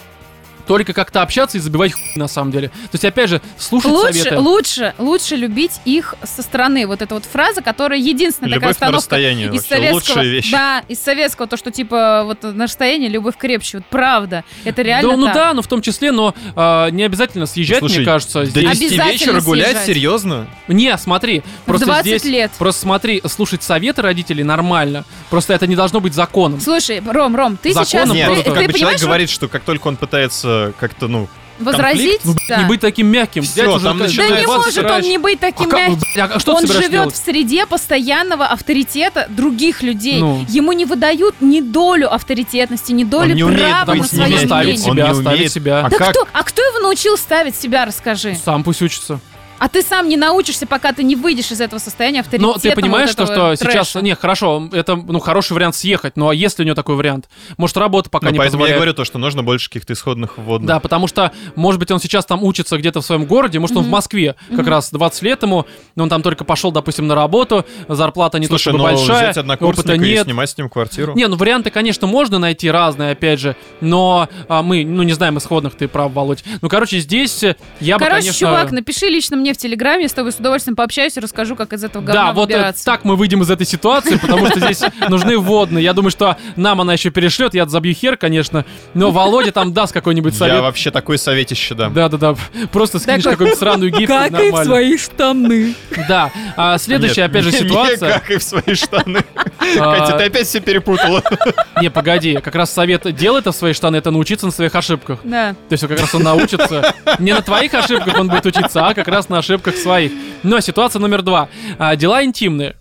[SPEAKER 1] Только как-то общаться и забивать хуй на самом деле. То есть, опять же, слушать
[SPEAKER 3] Лучше,
[SPEAKER 1] советы.
[SPEAKER 3] лучше, лучше любить их со стороны. Вот эта вот фраза, которая единственная
[SPEAKER 2] Любовь
[SPEAKER 3] такая
[SPEAKER 2] на
[SPEAKER 3] установка
[SPEAKER 2] расстоянии
[SPEAKER 3] из
[SPEAKER 2] вообще
[SPEAKER 3] советского.
[SPEAKER 2] лучшая вещь.
[SPEAKER 3] Да, из советского то, что типа вот на расстоянии любовь крепче. Вот правда. Это реально
[SPEAKER 1] да, ну
[SPEAKER 3] так.
[SPEAKER 1] да, ну в том числе, но а, не обязательно съезжать,
[SPEAKER 2] Слушай,
[SPEAKER 1] мне кажется.
[SPEAKER 2] До
[SPEAKER 1] здесь.
[SPEAKER 2] 10
[SPEAKER 3] Обязательно
[SPEAKER 2] вечера гулять,
[SPEAKER 3] съезжать.
[SPEAKER 2] серьезно?
[SPEAKER 1] Не, смотри, просто
[SPEAKER 3] 20
[SPEAKER 1] здесь,
[SPEAKER 3] лет.
[SPEAKER 1] просто смотри, слушать советы родителей нормально, просто это не должно быть законом.
[SPEAKER 3] Слушай, Ром, Ром, ты
[SPEAKER 1] Законом
[SPEAKER 3] сейчас
[SPEAKER 1] Ну,
[SPEAKER 2] Нет,
[SPEAKER 1] просто-
[SPEAKER 3] ты,
[SPEAKER 2] как
[SPEAKER 3] ты
[SPEAKER 2] бы человек
[SPEAKER 3] понимаешь,
[SPEAKER 2] говорит, что как только он пытается как-то, ну,
[SPEAKER 3] возразить?
[SPEAKER 1] Ну, блядь,
[SPEAKER 3] да.
[SPEAKER 1] не быть таким мягким.
[SPEAKER 2] Всё,
[SPEAKER 1] Блядь, уже
[SPEAKER 2] там
[SPEAKER 1] как-
[SPEAKER 3] да
[SPEAKER 2] начинает
[SPEAKER 3] не
[SPEAKER 1] 20
[SPEAKER 3] может он
[SPEAKER 1] раз.
[SPEAKER 3] не быть
[SPEAKER 1] А,
[SPEAKER 3] таким
[SPEAKER 1] как-
[SPEAKER 3] мягким.
[SPEAKER 1] блядь, а что ты
[SPEAKER 3] он
[SPEAKER 1] собираешься
[SPEAKER 3] живет
[SPEAKER 1] делать?
[SPEAKER 3] в среде постоянного авторитета других людей.
[SPEAKER 1] Ну.
[SPEAKER 3] Ему не выдают ни долю авторитетности, ни долю
[SPEAKER 2] он не умеет
[SPEAKER 3] права на
[SPEAKER 2] быть
[SPEAKER 1] не
[SPEAKER 3] свое
[SPEAKER 1] умеет.
[SPEAKER 3] мнение.
[SPEAKER 1] ставить
[SPEAKER 2] мягким, он
[SPEAKER 1] себя,
[SPEAKER 2] не
[SPEAKER 1] ставить
[SPEAKER 2] умеет.
[SPEAKER 1] себя.
[SPEAKER 2] А
[SPEAKER 3] да
[SPEAKER 2] как?
[SPEAKER 3] кто, а кто его научил ставить себя, расскажи?
[SPEAKER 1] Сам пусть учится.
[SPEAKER 3] А ты сам не научишься, пока ты не выйдешь из этого состояния авторитета.
[SPEAKER 1] Но ты понимаешь, что, что сейчас... Не, хорошо, это ну, хороший вариант съехать, но а если у него такой вариант? Может, работа пока
[SPEAKER 2] Ну,
[SPEAKER 1] не
[SPEAKER 2] поэтому я
[SPEAKER 1] позволяет?
[SPEAKER 2] говорю то, что нужно больше каких-то исходных вводных.
[SPEAKER 1] Да, потому что, может быть, он сейчас там учится где-то в своем городе, может, он в Москве как раз 20 лет ему, но он там только пошел, допустим, на работу, зарплата не
[SPEAKER 2] Слушай,
[SPEAKER 1] то
[SPEAKER 2] ну
[SPEAKER 1] чтобы большая,
[SPEAKER 2] взять
[SPEAKER 1] опыта
[SPEAKER 2] однокурсника и
[SPEAKER 1] нет.
[SPEAKER 2] снимать с ним квартиру.
[SPEAKER 1] *laughs* Не, ну варианты, конечно, можно найти разные, опять же, но а, мы, ну, не знаем исходных, ты прав, Володь. Ну, короче, здесь э, я бы,
[SPEAKER 3] Короче,
[SPEAKER 1] конечно...
[SPEAKER 3] чувак, напиши лично мне мне в Телеграме, я с тобой с удовольствием пообщаюсь и расскажу, как из этого говна
[SPEAKER 1] Да, вот э,
[SPEAKER 3] выбираться.
[SPEAKER 1] так мы выйдем из этой ситуации, потому что здесь нужны водные. Я думаю, что нам она еще перешлет, я забью хер, конечно, но Володя там даст какой-нибудь
[SPEAKER 2] Я
[SPEAKER 1] совет.
[SPEAKER 2] вообще такое советище дам.
[SPEAKER 1] Да-да-да, просто скинешь
[SPEAKER 3] как-
[SPEAKER 1] какую-нибудь сраную гифку,
[SPEAKER 3] Как и в
[SPEAKER 1] нормально.
[SPEAKER 3] свои штаны.
[SPEAKER 1] Да, а, следующая,
[SPEAKER 2] Нет,
[SPEAKER 1] опять же,
[SPEAKER 2] не- *laughs* не
[SPEAKER 1] ситуация.
[SPEAKER 2] как и в свои штаны.
[SPEAKER 1] *laughs* А.
[SPEAKER 2] Катя, ты опять
[SPEAKER 1] *laughs*
[SPEAKER 2] все перепутала.
[SPEAKER 1] Не, погоди, как раз совет делай это в свои штаны, это научиться на своих ошибках.
[SPEAKER 3] Да.
[SPEAKER 1] То есть он как раз он научится. Не на твоих ошибках он будет учиться, а как раз на ошибках своих. Но ситуация номер два. А, дела интимные.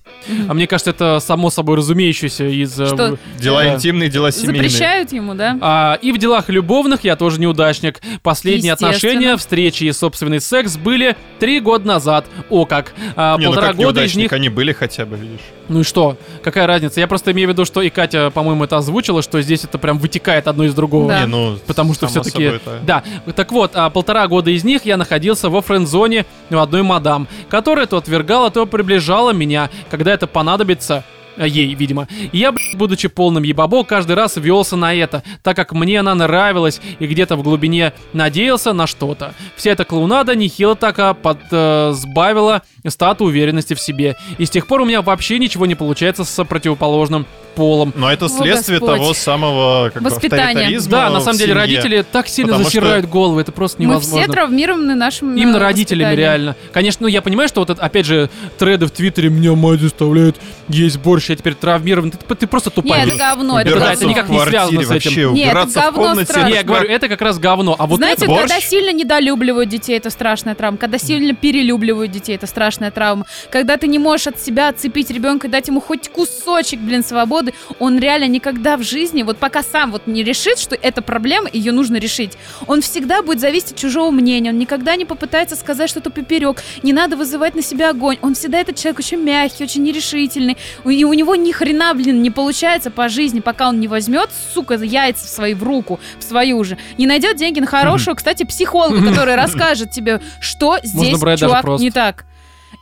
[SPEAKER 1] А мне кажется, это само собой разумеющееся из... э,
[SPEAKER 3] Что?
[SPEAKER 1] в-
[SPEAKER 2] Дела
[SPEAKER 1] Да.
[SPEAKER 2] интимные, дела семейные.
[SPEAKER 3] Запрещают ему, да?
[SPEAKER 1] А, и в делах любовных я тоже неудачник. Последние
[SPEAKER 3] Естественно.
[SPEAKER 1] отношения, встречи и собственный секс были три года назад. О как. А,
[SPEAKER 2] Не, ну
[SPEAKER 1] полтора
[SPEAKER 2] как
[SPEAKER 1] года из
[SPEAKER 2] неудачник,
[SPEAKER 1] них...
[SPEAKER 2] они были хотя бы, видишь.
[SPEAKER 1] Ну и что? Какая разница? Я просто имею в виду, что и Катя, по-моему, это озвучила, что здесь это прям вытекает одно из другого.
[SPEAKER 3] Да.
[SPEAKER 2] Не, ну,
[SPEAKER 1] Потому что
[SPEAKER 2] само
[SPEAKER 1] все-таки...
[SPEAKER 2] собой, да.
[SPEAKER 1] Да. Так вот, а, полтора года из них я находился во френд-зоне у одной мадам, которая то отвергала, то приближала меня, когда это понадобится а, ей, видимо. И я, блядь, будучи полным ебабо, каждый раз велся на это, так как мне она нравилась и где-то в глубине надеялся на что-то. Вся эта клоунада нехило так а, под, э, сбавила стату уверенности в себе. И с тех пор у меня вообще ничего не получается с противоположным полом.
[SPEAKER 2] Но это
[SPEAKER 3] О,
[SPEAKER 2] следствие
[SPEAKER 3] Господь.
[SPEAKER 2] того самого как бы,
[SPEAKER 3] Воспитание.
[SPEAKER 2] авторитаризма
[SPEAKER 1] Да, на
[SPEAKER 2] в
[SPEAKER 1] самом деле
[SPEAKER 2] семье.
[SPEAKER 1] родители так сильно
[SPEAKER 2] Потому что-
[SPEAKER 1] засирают головы, это просто
[SPEAKER 3] Мы
[SPEAKER 1] невозможно.
[SPEAKER 3] все травмированы нашим э,
[SPEAKER 1] Именно родителями,
[SPEAKER 3] воспитанием.
[SPEAKER 1] реально. Конечно, ну я понимаю, что вот это, опять же, треды в Твиттере меня мать заставляет есть борщ, я теперь травмирован. Ты, ты просто тупая.
[SPEAKER 3] Не, ну, это говно, это
[SPEAKER 1] Убираться
[SPEAKER 2] Убираться
[SPEAKER 1] это
[SPEAKER 3] говно.
[SPEAKER 1] никак
[SPEAKER 2] в
[SPEAKER 1] не
[SPEAKER 2] квартире
[SPEAKER 1] связано с этим.
[SPEAKER 2] вообще,
[SPEAKER 3] Нет, это
[SPEAKER 2] убираться в
[SPEAKER 3] говно
[SPEAKER 2] комнате.
[SPEAKER 3] страшно.
[SPEAKER 1] Не, я говорю, это как раз говно. А вот
[SPEAKER 3] Знаете,
[SPEAKER 2] это
[SPEAKER 3] когда
[SPEAKER 2] борщ?
[SPEAKER 3] сильно недолюбливают детей, это страшная травма. Когда сильно перелюбливают детей, это страшная травма. Когда ты не можешь от себя отцепить ребенка и дать ему хоть кусочек, блин, свободы, он реально никогда в жизни, вот пока сам вот не решит, что эта проблема, ее нужно решить, он всегда будет зависеть от чужого мнения, он никогда не попытается сказать что-то поперек, не надо вызывать на себя огонь. Он всегда этот человек очень мягкий, очень нерешительный, У- и у него ни хрена, блин, не получается по жизни, пока он не возьмет, сука, яйца в свои в руку, в свою же, не найдет деньги на хорошего, кстати, психолога, который расскажет тебе, что здесь,
[SPEAKER 1] брать даже
[SPEAKER 3] чувак,
[SPEAKER 1] просто.
[SPEAKER 3] не так.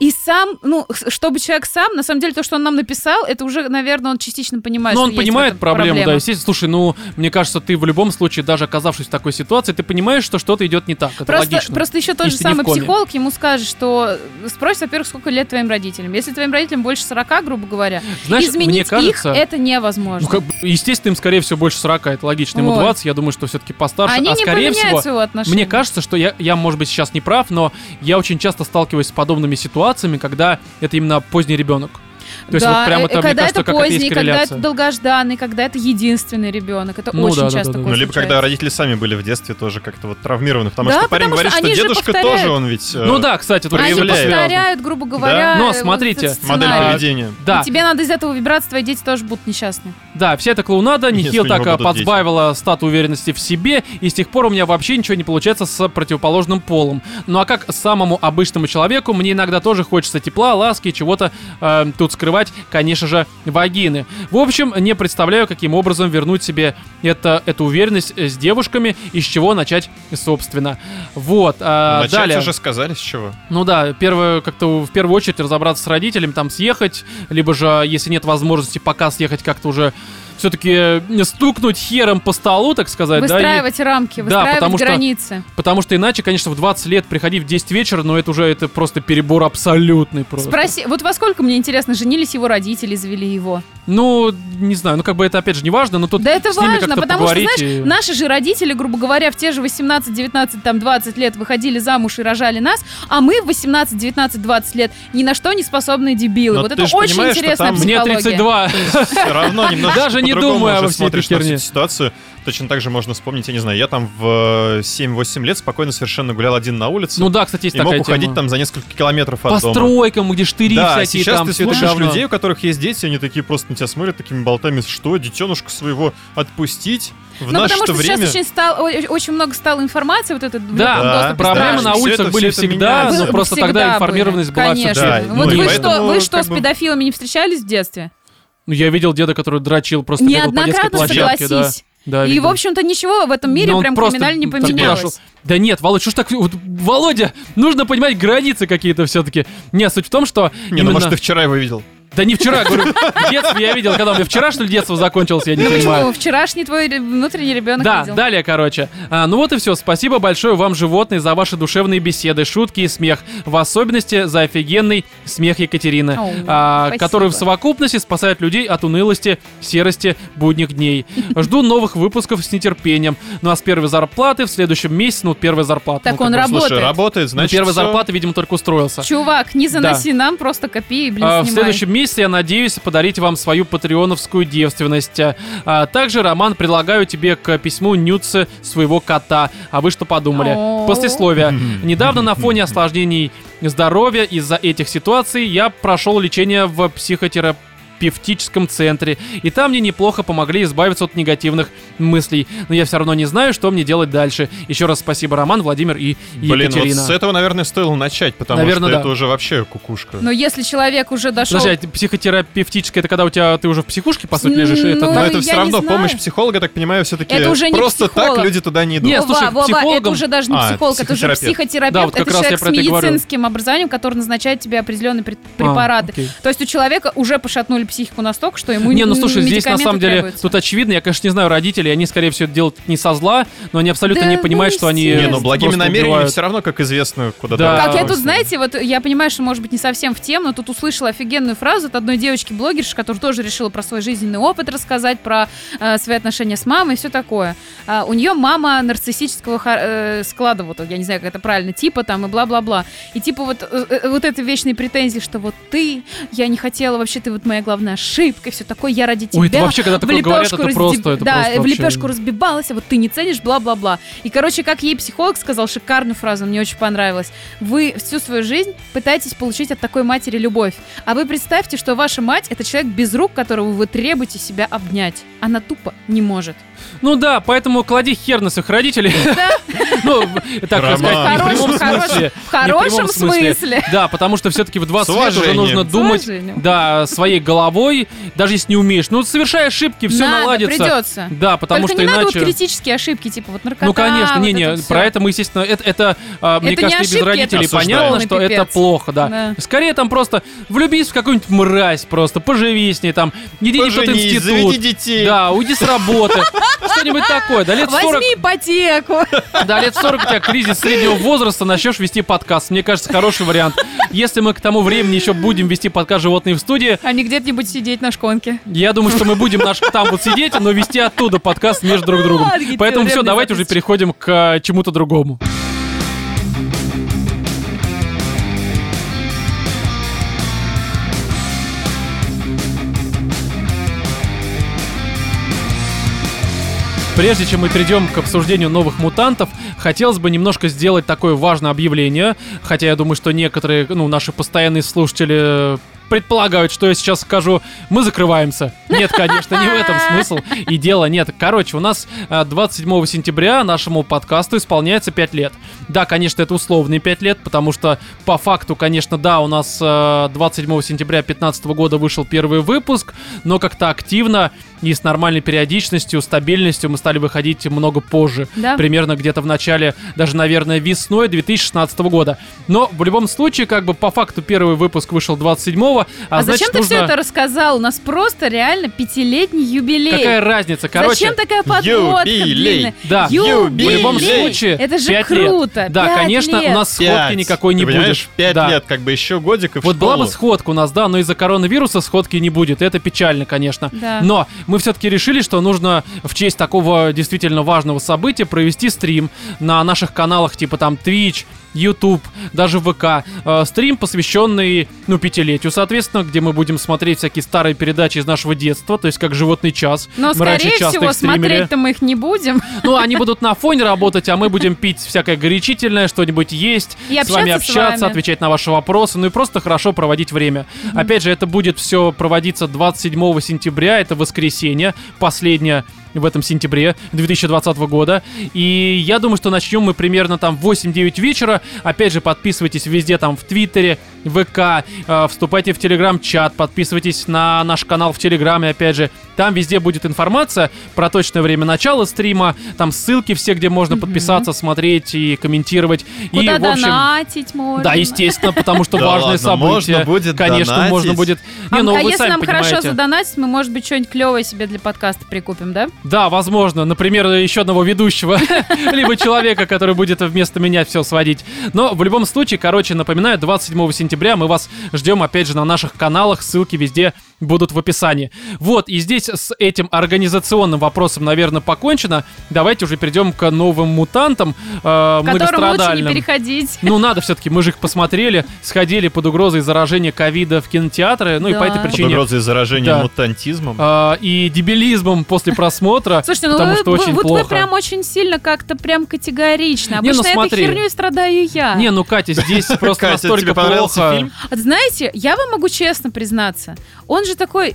[SPEAKER 3] И сам, ну, с- чтобы человек сам, на самом деле, то, что он нам написал, это уже, наверное, он частично понимает,
[SPEAKER 1] Но ну,
[SPEAKER 3] что
[SPEAKER 1] он
[SPEAKER 3] есть в
[SPEAKER 1] понимает
[SPEAKER 3] этом
[SPEAKER 1] проблему, да,
[SPEAKER 3] проблема.
[SPEAKER 1] естественно. Слушай, ну, мне кажется, ты в любом случае, даже оказавшись в такой ситуации, ты понимаешь, что что-то идет не так. Это
[SPEAKER 3] Просто,
[SPEAKER 1] логично.
[SPEAKER 3] просто еще тот же
[SPEAKER 1] Если не в
[SPEAKER 3] самый
[SPEAKER 1] коме.
[SPEAKER 3] психолог ему скажет, что спросит, во-первых, сколько лет твоим родителям. Если твоим родителям больше 40, грубо говоря,
[SPEAKER 1] Знаешь,
[SPEAKER 3] изменить
[SPEAKER 1] мне кажется,
[SPEAKER 3] их это
[SPEAKER 1] ну,
[SPEAKER 3] невозможно.
[SPEAKER 1] как бы, естественно, им, скорее всего, больше 40, это логично. Ему
[SPEAKER 3] Вот.
[SPEAKER 1] 20, я думаю, что все-таки постарше.
[SPEAKER 3] Они
[SPEAKER 1] а
[SPEAKER 3] не
[SPEAKER 1] скорее
[SPEAKER 3] поменяют
[SPEAKER 1] всего,
[SPEAKER 3] своего отношения.
[SPEAKER 1] Мне кажется, что я, я, может быть, сейчас не прав, но я очень часто сталкиваюсь с подобными ситуациями, когда это именно поздний ребенок. То есть
[SPEAKER 3] да,
[SPEAKER 1] вот прям
[SPEAKER 3] э,
[SPEAKER 1] это, мне
[SPEAKER 3] когда
[SPEAKER 1] кажется,
[SPEAKER 3] это
[SPEAKER 1] какая-то есть
[SPEAKER 3] поздний, когда это
[SPEAKER 1] корреляция.
[SPEAKER 3] долгожданный, когда это единственный ребенок. Это
[SPEAKER 1] Ну
[SPEAKER 3] очень
[SPEAKER 1] да, да, да,
[SPEAKER 3] часто
[SPEAKER 1] да.
[SPEAKER 2] Ну,
[SPEAKER 3] такое
[SPEAKER 2] либо когда
[SPEAKER 3] случается.
[SPEAKER 2] родители сами были в детстве тоже как-то вот травмированы. Потому
[SPEAKER 3] Да,
[SPEAKER 2] что парень
[SPEAKER 3] потому
[SPEAKER 2] говорит,
[SPEAKER 3] что
[SPEAKER 2] что
[SPEAKER 3] они же
[SPEAKER 2] дедушка
[SPEAKER 3] повторяют.
[SPEAKER 2] тоже, он ведь э,
[SPEAKER 1] Ну да, кстати, тут
[SPEAKER 3] Они
[SPEAKER 1] всё
[SPEAKER 2] проявляют.
[SPEAKER 1] связано.
[SPEAKER 3] повторяют, грубо говоря,
[SPEAKER 1] Но
[SPEAKER 3] э, вот
[SPEAKER 1] смотрите,
[SPEAKER 3] этот
[SPEAKER 2] модель
[SPEAKER 3] сценарий.
[SPEAKER 1] А,
[SPEAKER 2] поведения.
[SPEAKER 1] Да,
[SPEAKER 3] И тебе надо из этого выбираться, твои дети тоже будут несчастны.
[SPEAKER 1] да, вся эта клоунада
[SPEAKER 2] Если
[SPEAKER 1] нехил
[SPEAKER 2] у него
[SPEAKER 1] так а,
[SPEAKER 2] будут дети.
[SPEAKER 1] подсбавила стату уверенности в себе, и с тех пор у меня вообще ничего не получается с противоположным полом. Ну а как самому обычному человеку, мне иногда тоже хочется тепла, ласки, чего-то э, тут скрывать, конечно же, вагины. В общем, не представляю, каким образом вернуть себе это, эту уверенность э, с девушками и с чего начать, собственно. Вот, а,
[SPEAKER 2] Начать
[SPEAKER 1] далее.
[SPEAKER 2] уже сказали, с чего.
[SPEAKER 1] Ну да, первое, как-то в первую очередь разобраться с родителями, там съехать, либо же, а, если нет возможности пока съехать, как-то уже все-таки стукнуть хером по столу, так сказать, да, и-
[SPEAKER 3] Выстраивать рамки,
[SPEAKER 1] Да,
[SPEAKER 3] выстраивать
[SPEAKER 1] потому что-
[SPEAKER 3] границы.
[SPEAKER 1] потому что иначе, конечно, в 20 лет приходи в 10 вечера, но это уже это просто перебор абсолютный просто.
[SPEAKER 3] Спроси, вот во сколько, мне интересно, женились его родители, завели его?
[SPEAKER 1] Ну, не знаю, ну как бы это опять же не важно, но тут
[SPEAKER 3] да это
[SPEAKER 1] с ними
[SPEAKER 3] важно,
[SPEAKER 1] как-то
[SPEAKER 3] потому что,
[SPEAKER 1] поговорить
[SPEAKER 3] знаешь,
[SPEAKER 1] и-
[SPEAKER 3] наши же родители, грубо говоря, в те же 18, 19, там, 20 лет выходили замуж и рожали нас, а мы в 18, 19, 20 лет ни на что не способные дебилы.
[SPEAKER 2] Но
[SPEAKER 3] вот
[SPEAKER 2] ты
[SPEAKER 3] это
[SPEAKER 2] ж
[SPEAKER 3] очень
[SPEAKER 2] понимаешь, что
[SPEAKER 3] интересная
[SPEAKER 2] там
[SPEAKER 1] Мне
[SPEAKER 3] психология.
[SPEAKER 1] 32. *laughs*
[SPEAKER 2] Все равно немножко
[SPEAKER 1] Даже не
[SPEAKER 2] по-другому
[SPEAKER 1] думаю
[SPEAKER 2] уже
[SPEAKER 1] обо всей этой
[SPEAKER 2] смотришь на всю
[SPEAKER 1] херне.
[SPEAKER 2] эту ситуацию. Точно так же можно вспомнить, я не знаю, я там в э, 7-8 лет спокойно совершенно гулял один на улице.
[SPEAKER 1] Ну да, кстати, есть
[SPEAKER 2] и мог
[SPEAKER 1] такая
[SPEAKER 2] уходить
[SPEAKER 1] тема.
[SPEAKER 2] там за несколько километров от
[SPEAKER 1] По
[SPEAKER 2] дома.
[SPEAKER 1] стройкам, где штыри
[SPEAKER 2] да, а
[SPEAKER 1] всякие
[SPEAKER 2] сейчас
[SPEAKER 1] там.
[SPEAKER 2] ты
[SPEAKER 1] слушай,
[SPEAKER 2] слышишь
[SPEAKER 1] говно.
[SPEAKER 2] людей, у которых есть дети, они такие просто на тебя смотрят такими болтами, что, детенушку своего отпустить в
[SPEAKER 3] Ну,
[SPEAKER 2] наше
[SPEAKER 3] потому что
[SPEAKER 2] время?
[SPEAKER 3] сейчас очень, стал, о- очень много стало информации, вот этот
[SPEAKER 1] Да,
[SPEAKER 2] Да,
[SPEAKER 1] проблемы
[SPEAKER 2] страшно.
[SPEAKER 1] на
[SPEAKER 2] Всё
[SPEAKER 1] улицах
[SPEAKER 2] это-
[SPEAKER 1] были
[SPEAKER 2] всё это
[SPEAKER 1] всегда,
[SPEAKER 2] меняется.
[SPEAKER 1] но просто тогда информированность была
[SPEAKER 3] Конечно.
[SPEAKER 1] всегда.
[SPEAKER 2] Да,
[SPEAKER 3] вот
[SPEAKER 2] ну и
[SPEAKER 3] вы что,
[SPEAKER 2] поэтому,
[SPEAKER 3] вы что
[SPEAKER 2] как
[SPEAKER 3] с
[SPEAKER 2] бы-
[SPEAKER 3] педофилами не встречались в детстве?
[SPEAKER 1] Ну, я видел деда, который дрочил просто бегал по детской
[SPEAKER 3] Неоднократно
[SPEAKER 1] площадке, да.
[SPEAKER 3] согласись.
[SPEAKER 1] Да,
[SPEAKER 3] И,
[SPEAKER 1] видел.
[SPEAKER 3] в общем-то, ничего в этом мире
[SPEAKER 1] Но он
[SPEAKER 3] прям
[SPEAKER 1] просто
[SPEAKER 3] криминально не
[SPEAKER 1] так прошел.
[SPEAKER 3] поменялось.
[SPEAKER 1] Да нет, Володь, что ж так... вот, Володя, нужно понимать границы какие-то все-таки. Не, суть в том, что
[SPEAKER 2] Не, ну
[SPEAKER 1] именно-
[SPEAKER 2] может ты вчера его видел.
[SPEAKER 1] Да не вчера, говорю, в детстве я видел, когда у меня вчера, что ли, детство закончилось, я не
[SPEAKER 3] Ну, Почему?
[SPEAKER 1] понимаю.
[SPEAKER 3] Вчерашний твой ре- внутренний ребенок
[SPEAKER 1] Да,
[SPEAKER 3] видел.
[SPEAKER 1] далее, короче. А, ну вот и все. Спасибо большое вам, животные, за ваши душевные беседы, шутки и смех. В особенности за офигенный смех Екатерины,
[SPEAKER 3] Оу,
[SPEAKER 1] а,
[SPEAKER 3] спасибо.
[SPEAKER 1] который в совокупности спасает людей от унылости, серости будних дней. Жду новых выпусков с нетерпением. Ну а с первой зарплаты в следующем месяце, ну первая зарплата.
[SPEAKER 3] Так
[SPEAKER 1] ну, как
[SPEAKER 3] он
[SPEAKER 1] бы,
[SPEAKER 3] работает.
[SPEAKER 2] Слушай, работает,
[SPEAKER 1] На
[SPEAKER 2] значит,
[SPEAKER 1] первой
[SPEAKER 2] всё.
[SPEAKER 1] зарплаты, видимо, только устроился.
[SPEAKER 3] Чувак, не заноси нам, просто копи и, блин,
[SPEAKER 1] А, В
[SPEAKER 3] снимай.
[SPEAKER 1] следующем месяце я надеюсь подарить вам свою патреоновскую девственность. А, также, Роман, предлагаю тебе к письму нюцы своего кота. А вы что подумали?
[SPEAKER 3] О.
[SPEAKER 2] *laughs*
[SPEAKER 1] Послесловие. Недавно на фоне осложнений здоровья из-за этих ситуаций я прошел лечение в психотерапии центре, и там мне неплохо помогли избавиться от негативных мыслей. Но я все равно не знаю, что мне делать дальше. Еще раз спасибо, Роман, Владимир и
[SPEAKER 2] Блин, вот
[SPEAKER 1] Екатерина.
[SPEAKER 2] с этого, наверное, стоило начать, потому
[SPEAKER 1] Наверное,
[SPEAKER 2] что
[SPEAKER 1] да.
[SPEAKER 2] это уже вообще кукушка.
[SPEAKER 3] Но если человек уже дошел...
[SPEAKER 1] Подожди, а ты- психотерапевтическое, это когда у тебя ты уже в психушке, по сути,
[SPEAKER 3] Ну,
[SPEAKER 1] лежишь, и это
[SPEAKER 3] ну,
[SPEAKER 2] Но
[SPEAKER 1] так?
[SPEAKER 2] это
[SPEAKER 3] я
[SPEAKER 2] все
[SPEAKER 3] не
[SPEAKER 2] равно
[SPEAKER 3] знаю.
[SPEAKER 2] помощь психолога, так понимаю, все-таки
[SPEAKER 3] Это уже не
[SPEAKER 2] просто так
[SPEAKER 3] психолог.
[SPEAKER 2] люди туда не идут.
[SPEAKER 1] Нет,
[SPEAKER 3] Вова,
[SPEAKER 1] слушай,
[SPEAKER 3] Вова, это
[SPEAKER 1] психологом-
[SPEAKER 3] уже даже не
[SPEAKER 2] А,
[SPEAKER 3] психолог, это уже
[SPEAKER 2] психотерапевт.
[SPEAKER 3] психотерапевт.
[SPEAKER 1] Да, вот как
[SPEAKER 3] это
[SPEAKER 1] раз я
[SPEAKER 3] человек
[SPEAKER 1] про это
[SPEAKER 3] с
[SPEAKER 1] и говорю.
[SPEAKER 3] медицинским образованием, который назначает тебе определенные пред-
[SPEAKER 1] А,
[SPEAKER 3] препараты.
[SPEAKER 1] окей.
[SPEAKER 3] То есть у человека уже пошатнули психику настолько, что ему
[SPEAKER 1] Не, ну слушай, здесь на
[SPEAKER 3] М-м-м, медикаменты
[SPEAKER 1] самом деле
[SPEAKER 3] требуются.
[SPEAKER 1] тут очевидно, я, конечно, не знаю родителей, они, скорее всего, это делают не со зла, но они абсолютно
[SPEAKER 3] Да,
[SPEAKER 1] не
[SPEAKER 3] ну,
[SPEAKER 1] понимают, что они.
[SPEAKER 2] Не,
[SPEAKER 3] естественно.
[SPEAKER 2] но
[SPEAKER 1] просто
[SPEAKER 2] благими намерениями
[SPEAKER 1] убивают.
[SPEAKER 2] все равно, как известно, куда
[SPEAKER 1] Да.
[SPEAKER 2] дорога
[SPEAKER 3] Как я тут,
[SPEAKER 2] выросла.
[SPEAKER 3] знаете, вот я понимаю, что, может быть, не совсем в тему, но тут услышала офигенную фразу от одной девочки-блогерши, которая тоже решила про свой жизненный опыт рассказать, про э, свои отношения с мамой и все такое. А, у нее мама нарциссического хар- э, склада, вот я не знаю, как это правильно, типа там и бла-бла-бла. И типа вот, э, э, вот это вечные претензии, что вот ты, я не хотела, вообще ты вот моя главная ошибка, и все такое, я ради тебя.
[SPEAKER 1] Ой, это вообще, когда
[SPEAKER 3] в
[SPEAKER 1] такое говорят,
[SPEAKER 3] лепешку
[SPEAKER 1] это
[SPEAKER 3] разде-
[SPEAKER 1] просто. это
[SPEAKER 3] да,
[SPEAKER 1] просто
[SPEAKER 3] в
[SPEAKER 1] вообще-
[SPEAKER 3] лепешку разбивалась, а вот ты не ценишь, бла-бла-бла. И, короче, как ей психолог сказал шикарную фразу, мне очень понравилось. Вы всю свою жизнь пытаетесь получить от такой матери любовь. А вы представьте, что ваша мать — это человек без рук, которого вы требуете себя обнять. Она тупо не может.
[SPEAKER 1] Ну да, поэтому клади хер на своих родителей. *laughs* Ну, так
[SPEAKER 2] Роман.
[SPEAKER 1] сказать, А, не в прямом
[SPEAKER 3] В хорошем-
[SPEAKER 1] смысле.
[SPEAKER 3] В
[SPEAKER 1] Не прямом
[SPEAKER 3] хорошем смысле.
[SPEAKER 1] Да, потому что все-таки в 20 лет уже
[SPEAKER 2] уважением.
[SPEAKER 1] нужно
[SPEAKER 2] С
[SPEAKER 1] думать,
[SPEAKER 3] уважением.
[SPEAKER 1] да, своей головой, даже если не умеешь. Ну, совершай ошибки, все
[SPEAKER 3] Надо,
[SPEAKER 1] наладится.
[SPEAKER 3] придется.
[SPEAKER 1] Да, потому
[SPEAKER 3] Только
[SPEAKER 1] что
[SPEAKER 3] не надо вот
[SPEAKER 1] иначе...
[SPEAKER 3] критические ошибки, типа вот наркота.
[SPEAKER 1] Ну, конечно,
[SPEAKER 3] вот
[SPEAKER 1] не, не,
[SPEAKER 3] всё.
[SPEAKER 1] про это мы, естественно, это, это, а, мне
[SPEAKER 3] Это не
[SPEAKER 1] кажется, и без
[SPEAKER 3] ошибки,
[SPEAKER 1] родителей
[SPEAKER 2] это осуждаем.
[SPEAKER 1] понятно,
[SPEAKER 3] полный
[SPEAKER 1] что это
[SPEAKER 3] пипец.
[SPEAKER 1] плохо, да.
[SPEAKER 3] Да.
[SPEAKER 1] Скорее там просто влюбись в какую-нибудь мразь просто, поживи с ней там, иди не в тот
[SPEAKER 2] Поженись,
[SPEAKER 1] институт.
[SPEAKER 2] заведи детей.
[SPEAKER 1] Да, уйди с
[SPEAKER 3] *laughs*
[SPEAKER 1] работы, что-нибудь такое. Да лет 40,
[SPEAKER 3] Возьми ипотеку. *laughs*
[SPEAKER 1] да, лет 40 у тебя кризис среднего возраста, начнешь вести подкаст. Мне кажется, хороший вариант. Если мы к тому времени еще будем вести подкаст «Животные в студии»,
[SPEAKER 3] А не где-нибудь сидеть на шконке.
[SPEAKER 1] я думаю, что мы будем наш там вот сидеть, но вести оттуда подкаст между друг другом.
[SPEAKER 3] Ладно, Гитя,
[SPEAKER 1] Поэтому все,
[SPEAKER 3] вредные
[SPEAKER 1] давайте уже
[SPEAKER 3] записочки.
[SPEAKER 1] переходим к э, чему-то другому. Прежде чем мы перейдем к обсуждению новых мутантов, хотелось бы немножко сделать такое важное объявление. Хотя я думаю, что некоторые, ну, наши постоянные слушатели э, предполагают, что я сейчас скажу, мы закрываемся. Нет, конечно, не в этом смысл. И дело нет. Короче, у нас э, 27 сентября нашему подкасту исполняется 5 лет. Да, конечно, это условные 5 лет, потому что по факту, конечно, да, у нас э, 27 сентября 2015 года вышел первый выпуск, но как-то активно и с нормальной периодичностью, стабильностью мы стали выходить много позже.
[SPEAKER 3] Да.
[SPEAKER 1] Примерно где-то в начале, даже, наверное, весной 2016 года. Но в любом случае, как бы по факту первый выпуск вышел 27-го, а,
[SPEAKER 3] А,
[SPEAKER 1] значит
[SPEAKER 3] зачем ты
[SPEAKER 1] нужно...
[SPEAKER 3] все это рассказал? У нас просто реально пятилетний юбилей.
[SPEAKER 1] Какая разница, короче.
[SPEAKER 3] Зачем такая подводка
[SPEAKER 2] юбилей.
[SPEAKER 3] длинная?
[SPEAKER 1] Да.
[SPEAKER 3] Юбилей.
[SPEAKER 1] В
[SPEAKER 2] В
[SPEAKER 1] любом
[SPEAKER 2] Юбилей.
[SPEAKER 1] случае,
[SPEAKER 3] Это же
[SPEAKER 1] пять
[SPEAKER 3] круто.
[SPEAKER 1] Лет. Да,
[SPEAKER 3] Пять
[SPEAKER 1] конечно,
[SPEAKER 3] лет.
[SPEAKER 1] у нас сходки
[SPEAKER 2] Пять.
[SPEAKER 1] никакой
[SPEAKER 2] Ты
[SPEAKER 1] не
[SPEAKER 2] понимаешь,
[SPEAKER 1] будет.
[SPEAKER 2] Пять
[SPEAKER 1] Да.
[SPEAKER 2] лет, как бы еще годик и в
[SPEAKER 1] Вот была бы
[SPEAKER 2] школу.
[SPEAKER 1] сходка у нас, да, но из-за коронавируса сходки не будет. Это печально, конечно.
[SPEAKER 3] Да.
[SPEAKER 1] Но мы все-таки решили, что нужно в честь такого действительно важного события провести стрим на наших каналах, типа там Twitch, YouTube, даже ВК. Э, стрим, посвященный, ну, пятилетию, соответственно, где мы будем смотреть всякие старые передачи из нашего детства, то есть как «Животный час».
[SPEAKER 3] Но,
[SPEAKER 1] Мы раньше
[SPEAKER 3] скорее
[SPEAKER 1] часто
[SPEAKER 3] всего,
[SPEAKER 1] их стримили.
[SPEAKER 3] смотреть-то мы их не будем.
[SPEAKER 1] Ну, они будут на фоне работать, а мы будем пить всякое горячительное, что-нибудь есть,
[SPEAKER 3] И
[SPEAKER 1] с вами
[SPEAKER 3] общаться с
[SPEAKER 1] общаться,
[SPEAKER 3] вами.
[SPEAKER 1] отвечать на ваши вопросы, ну и просто хорошо проводить время. Опять же, это будет все проводиться 27 сентября, это воскресенье, последнее в этом сентябре 2020 года. И я думаю, что начнем мы примерно там в 8-9 вечера. Опять же, подписывайтесь везде там в Твиттере, ВК, э, вступайте в Телеграм-чат, подписывайтесь на наш канал в Телеграме, опять же, Там везде будет информация про точное время начала стрима, там ссылки все, где можно
[SPEAKER 3] Мгм.
[SPEAKER 1] подписаться, смотреть и комментировать.
[SPEAKER 3] Куда
[SPEAKER 1] и, в общем,
[SPEAKER 3] донатить можно.
[SPEAKER 1] да, естественно, потому что
[SPEAKER 2] *laughs* Да
[SPEAKER 1] важное
[SPEAKER 2] ладно, можно
[SPEAKER 1] событие.
[SPEAKER 2] будет
[SPEAKER 1] Конечно,
[SPEAKER 2] донатить?
[SPEAKER 1] можно будет. Не,
[SPEAKER 3] А,
[SPEAKER 1] ну
[SPEAKER 3] а
[SPEAKER 1] вы
[SPEAKER 3] если
[SPEAKER 1] сами
[SPEAKER 3] нам хорошо
[SPEAKER 1] понимаете.
[SPEAKER 3] задонатить, мы, может быть, что-нибудь клевое себе для подкаста прикупим, да?
[SPEAKER 1] Да, возможно. Например, еще одного ведущего, *laughs* либо человека, который будет вместо меня все сводить. Но в любом случае, короче, напоминаю, 27 сентября мы вас ждем, опять же, на наших каналах. Ссылки везде будут в описании. Вот, и здесь с этим организационным вопросом, наверное, покончено. Давайте уже перейдем к новым мутантам. э,
[SPEAKER 3] К которому лучше не
[SPEAKER 1] многострадальным.
[SPEAKER 3] переходить.
[SPEAKER 1] Ну, надо все-таки, мы же их посмотрели, сходили под угрозой заражения ковида в кинотеатры, ну и
[SPEAKER 3] Да.
[SPEAKER 1] по этой
[SPEAKER 2] Под
[SPEAKER 1] причине
[SPEAKER 2] угрозой заражения
[SPEAKER 1] Да.
[SPEAKER 2] мутантизмом.
[SPEAKER 1] а, и дебилизмом после просмотра,
[SPEAKER 3] *laughs* Слушайте, ну
[SPEAKER 1] потому
[SPEAKER 3] вы,
[SPEAKER 1] что
[SPEAKER 3] вы-
[SPEAKER 1] очень
[SPEAKER 3] вот вы
[SPEAKER 1] плохо.
[SPEAKER 3] прям очень сильно как-то прям категорично.
[SPEAKER 1] Не, ну
[SPEAKER 3] Обычно этой
[SPEAKER 1] смотри.
[SPEAKER 3] херней страдаю я.
[SPEAKER 1] Не, ну Катя,
[SPEAKER 2] *laughs*
[SPEAKER 1] здесь просто
[SPEAKER 2] Катя,
[SPEAKER 1] настолько
[SPEAKER 2] тебе понравился
[SPEAKER 1] плохо.
[SPEAKER 2] фильм?
[SPEAKER 3] А знаете, я вам могу честно признаться, он же такой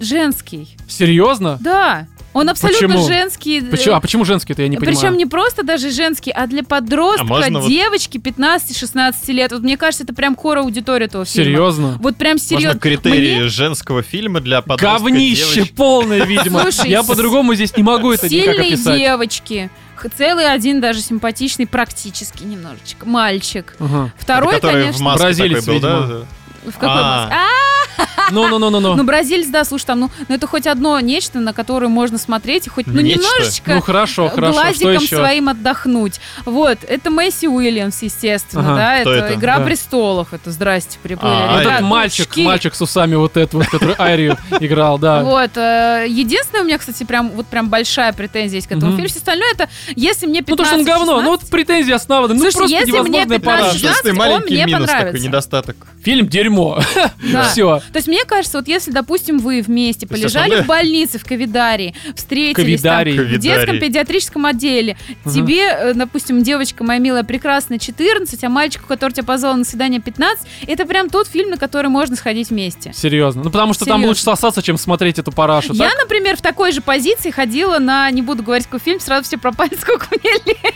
[SPEAKER 3] женский.
[SPEAKER 1] Серьезно?
[SPEAKER 3] Да, он абсолютно
[SPEAKER 1] Почему?
[SPEAKER 3] женский. э,
[SPEAKER 1] Почему- А почему женский-то я не
[SPEAKER 3] Причем
[SPEAKER 1] понимаю?
[SPEAKER 3] не просто даже женский, а для подростка,
[SPEAKER 2] А можно вот-
[SPEAKER 3] девочки 15-16 лет. Вот мне кажется, это прям кора аудитория этого фильма.
[SPEAKER 1] Серьезно?
[SPEAKER 3] Вот прям серьезно.
[SPEAKER 2] Можно критерии женского фильма для подростка
[SPEAKER 1] Говнище
[SPEAKER 2] девочки?
[SPEAKER 1] полное, видимо.
[SPEAKER 3] Слушай,
[SPEAKER 1] я
[SPEAKER 3] с-
[SPEAKER 1] по-другому здесь не могу это никак
[SPEAKER 3] Сильные
[SPEAKER 1] описать.
[SPEAKER 3] девочки. Х- Целый один даже симпатичный, практически немножечко. Мальчик.
[SPEAKER 1] Ага.
[SPEAKER 3] Второй,
[SPEAKER 2] который в
[SPEAKER 3] конечно.
[SPEAKER 2] маске
[SPEAKER 1] Бразилец,
[SPEAKER 2] такой был,
[SPEAKER 1] видимо.
[SPEAKER 2] да?
[SPEAKER 3] В какой
[SPEAKER 2] А.
[SPEAKER 3] маске? А, *laughs* ну,
[SPEAKER 1] Ну-ну-ну-ну-ну.
[SPEAKER 3] бразильец, да, слушай, там, ну, ну, это хоть одно нечто, на которое можно смотреть, и хоть, ну,
[SPEAKER 2] Нечто.
[SPEAKER 3] немножечко.
[SPEAKER 1] Ну хорошо, хорошо. Что
[SPEAKER 3] Э, глазиком
[SPEAKER 1] еще?
[SPEAKER 3] своим отдохнуть. Вот, это Месси Уильямс, естественно,
[SPEAKER 1] Ага.
[SPEAKER 3] да,
[SPEAKER 2] Кто
[SPEAKER 3] это,
[SPEAKER 2] это?
[SPEAKER 3] «Игра
[SPEAKER 1] Да.
[SPEAKER 3] престолов», это «Здрасте, приплыли».
[SPEAKER 2] А,
[SPEAKER 1] Вот
[SPEAKER 2] Ай.
[SPEAKER 1] этот
[SPEAKER 3] ребята,
[SPEAKER 1] мальчик,
[SPEAKER 3] очки.
[SPEAKER 1] мальчик с усами вот этот, вот, который Арию играл, да.
[SPEAKER 3] Вот, э, единственное у меня, кстати, прям, вот прям большая претензия есть к этому
[SPEAKER 1] Мгм.
[SPEAKER 3] фильму. Все остальное это, если мне 15
[SPEAKER 1] Ну то, что он говно, ну вот претензии основаны. Ну
[SPEAKER 3] Слушай,
[SPEAKER 1] просто
[SPEAKER 3] если мне
[SPEAKER 1] невозможная
[SPEAKER 3] 15
[SPEAKER 1] параша.
[SPEAKER 3] лет,
[SPEAKER 2] Единственный ну, маленький
[SPEAKER 3] мне
[SPEAKER 2] минус такой,
[SPEAKER 3] понравится.
[SPEAKER 2] недостаток.
[SPEAKER 1] Фильм дерьмо. *laughs*
[SPEAKER 3] 16, да.
[SPEAKER 1] Все.
[SPEAKER 3] То есть мне кажется, вот если, допустим, вы вместе
[SPEAKER 2] То есть
[SPEAKER 3] полежали
[SPEAKER 2] основное-
[SPEAKER 3] в больнице, в ковидарии, встретились там,
[SPEAKER 1] Ковидарий.
[SPEAKER 3] в детском
[SPEAKER 2] Ковидарий.
[SPEAKER 3] педиатрическом отделе.
[SPEAKER 1] Мгм.
[SPEAKER 3] Тебе, э, допустим, девочка моя милая, прекрасная, 14, а мальчику, который тебя позвал на свидание, 15, это прям тот фильм, на который можно сходить вместе.
[SPEAKER 1] Серьезно. Ну потому что там
[SPEAKER 3] Серьезно.
[SPEAKER 1] лучше сосаться, чем смотреть эту парашу.
[SPEAKER 3] Я,
[SPEAKER 1] так?
[SPEAKER 3] например, в такой же позиции ходила на, не буду говорить, какой фильм, сразу все пропали, *laughs* сколько мне лет.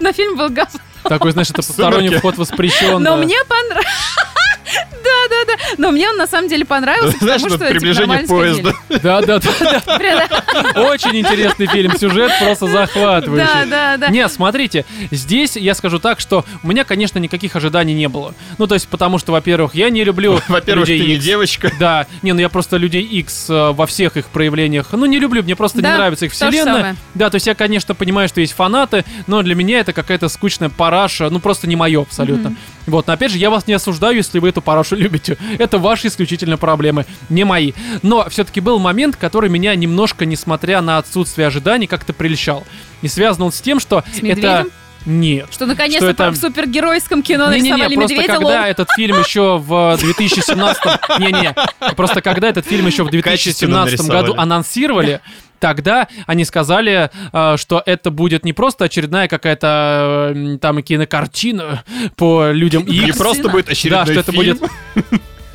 [SPEAKER 3] Но фильм был говно.
[SPEAKER 1] Такой, знаешь, это посторонний
[SPEAKER 2] «Сумерки».
[SPEAKER 1] вход воспрещен. да.
[SPEAKER 3] Но мне понравилось. *laughs* Да, да, да. Но мне он на самом деле понравился,
[SPEAKER 2] *laughs* Знаешь,
[SPEAKER 1] ну,
[SPEAKER 3] потому
[SPEAKER 2] вот
[SPEAKER 3] что типа,
[SPEAKER 2] приближение
[SPEAKER 3] нормально
[SPEAKER 2] поезда.
[SPEAKER 1] Да, да, да.
[SPEAKER 3] сходили. *laughs* Прям,
[SPEAKER 1] да. Очень интересный фильм. Сюжет просто захватывающий.
[SPEAKER 3] Да, да, да.
[SPEAKER 1] Не, смотрите, здесь я скажу так, что у меня, конечно, никаких ожиданий не было. Ну, то есть, потому что, во-первых, я не люблю
[SPEAKER 2] *laughs* Во-первых,
[SPEAKER 1] людей
[SPEAKER 2] ты не
[SPEAKER 1] Икс.
[SPEAKER 2] девочка.
[SPEAKER 1] Да, не, ну я просто людей X во всех их проявлениях, ну не люблю, мне просто не
[SPEAKER 3] Да,
[SPEAKER 1] нравится их
[SPEAKER 3] то же
[SPEAKER 1] вселенная.
[SPEAKER 3] самое.
[SPEAKER 1] Да, то есть я, конечно, понимаю, что есть фанаты, но для меня это какая-то скучная параша, ну просто не мое абсолютно. Вот, но опять же, я вас не осуждаю, если вы эту парашу любите. Это ваши исключительно проблемы, не мои. Но все-таки был момент, который меня немножко, несмотря на отсутствие ожиданий, как-то прельщал. И связан он с тем, что
[SPEAKER 3] С
[SPEAKER 1] это...
[SPEAKER 3] медведем?
[SPEAKER 1] Нет.
[SPEAKER 3] Что наконец-то
[SPEAKER 1] это-
[SPEAKER 3] в супергеройском кино
[SPEAKER 1] Не-не-не,
[SPEAKER 3] нарисовали
[SPEAKER 1] просто
[SPEAKER 3] медведя. лол.
[SPEAKER 1] когда этот фильм еще в 2017... Не-не, просто когда этот фильм еще в 2017 году
[SPEAKER 2] нарисовали.
[SPEAKER 1] анонсировали, тогда они сказали, э, что это будет не просто очередная какая-то э, м, там кинокартина по людям
[SPEAKER 2] Не
[SPEAKER 1] X,
[SPEAKER 2] просто будет очередной
[SPEAKER 1] да, что это
[SPEAKER 2] фильм.
[SPEAKER 1] будет *laughs*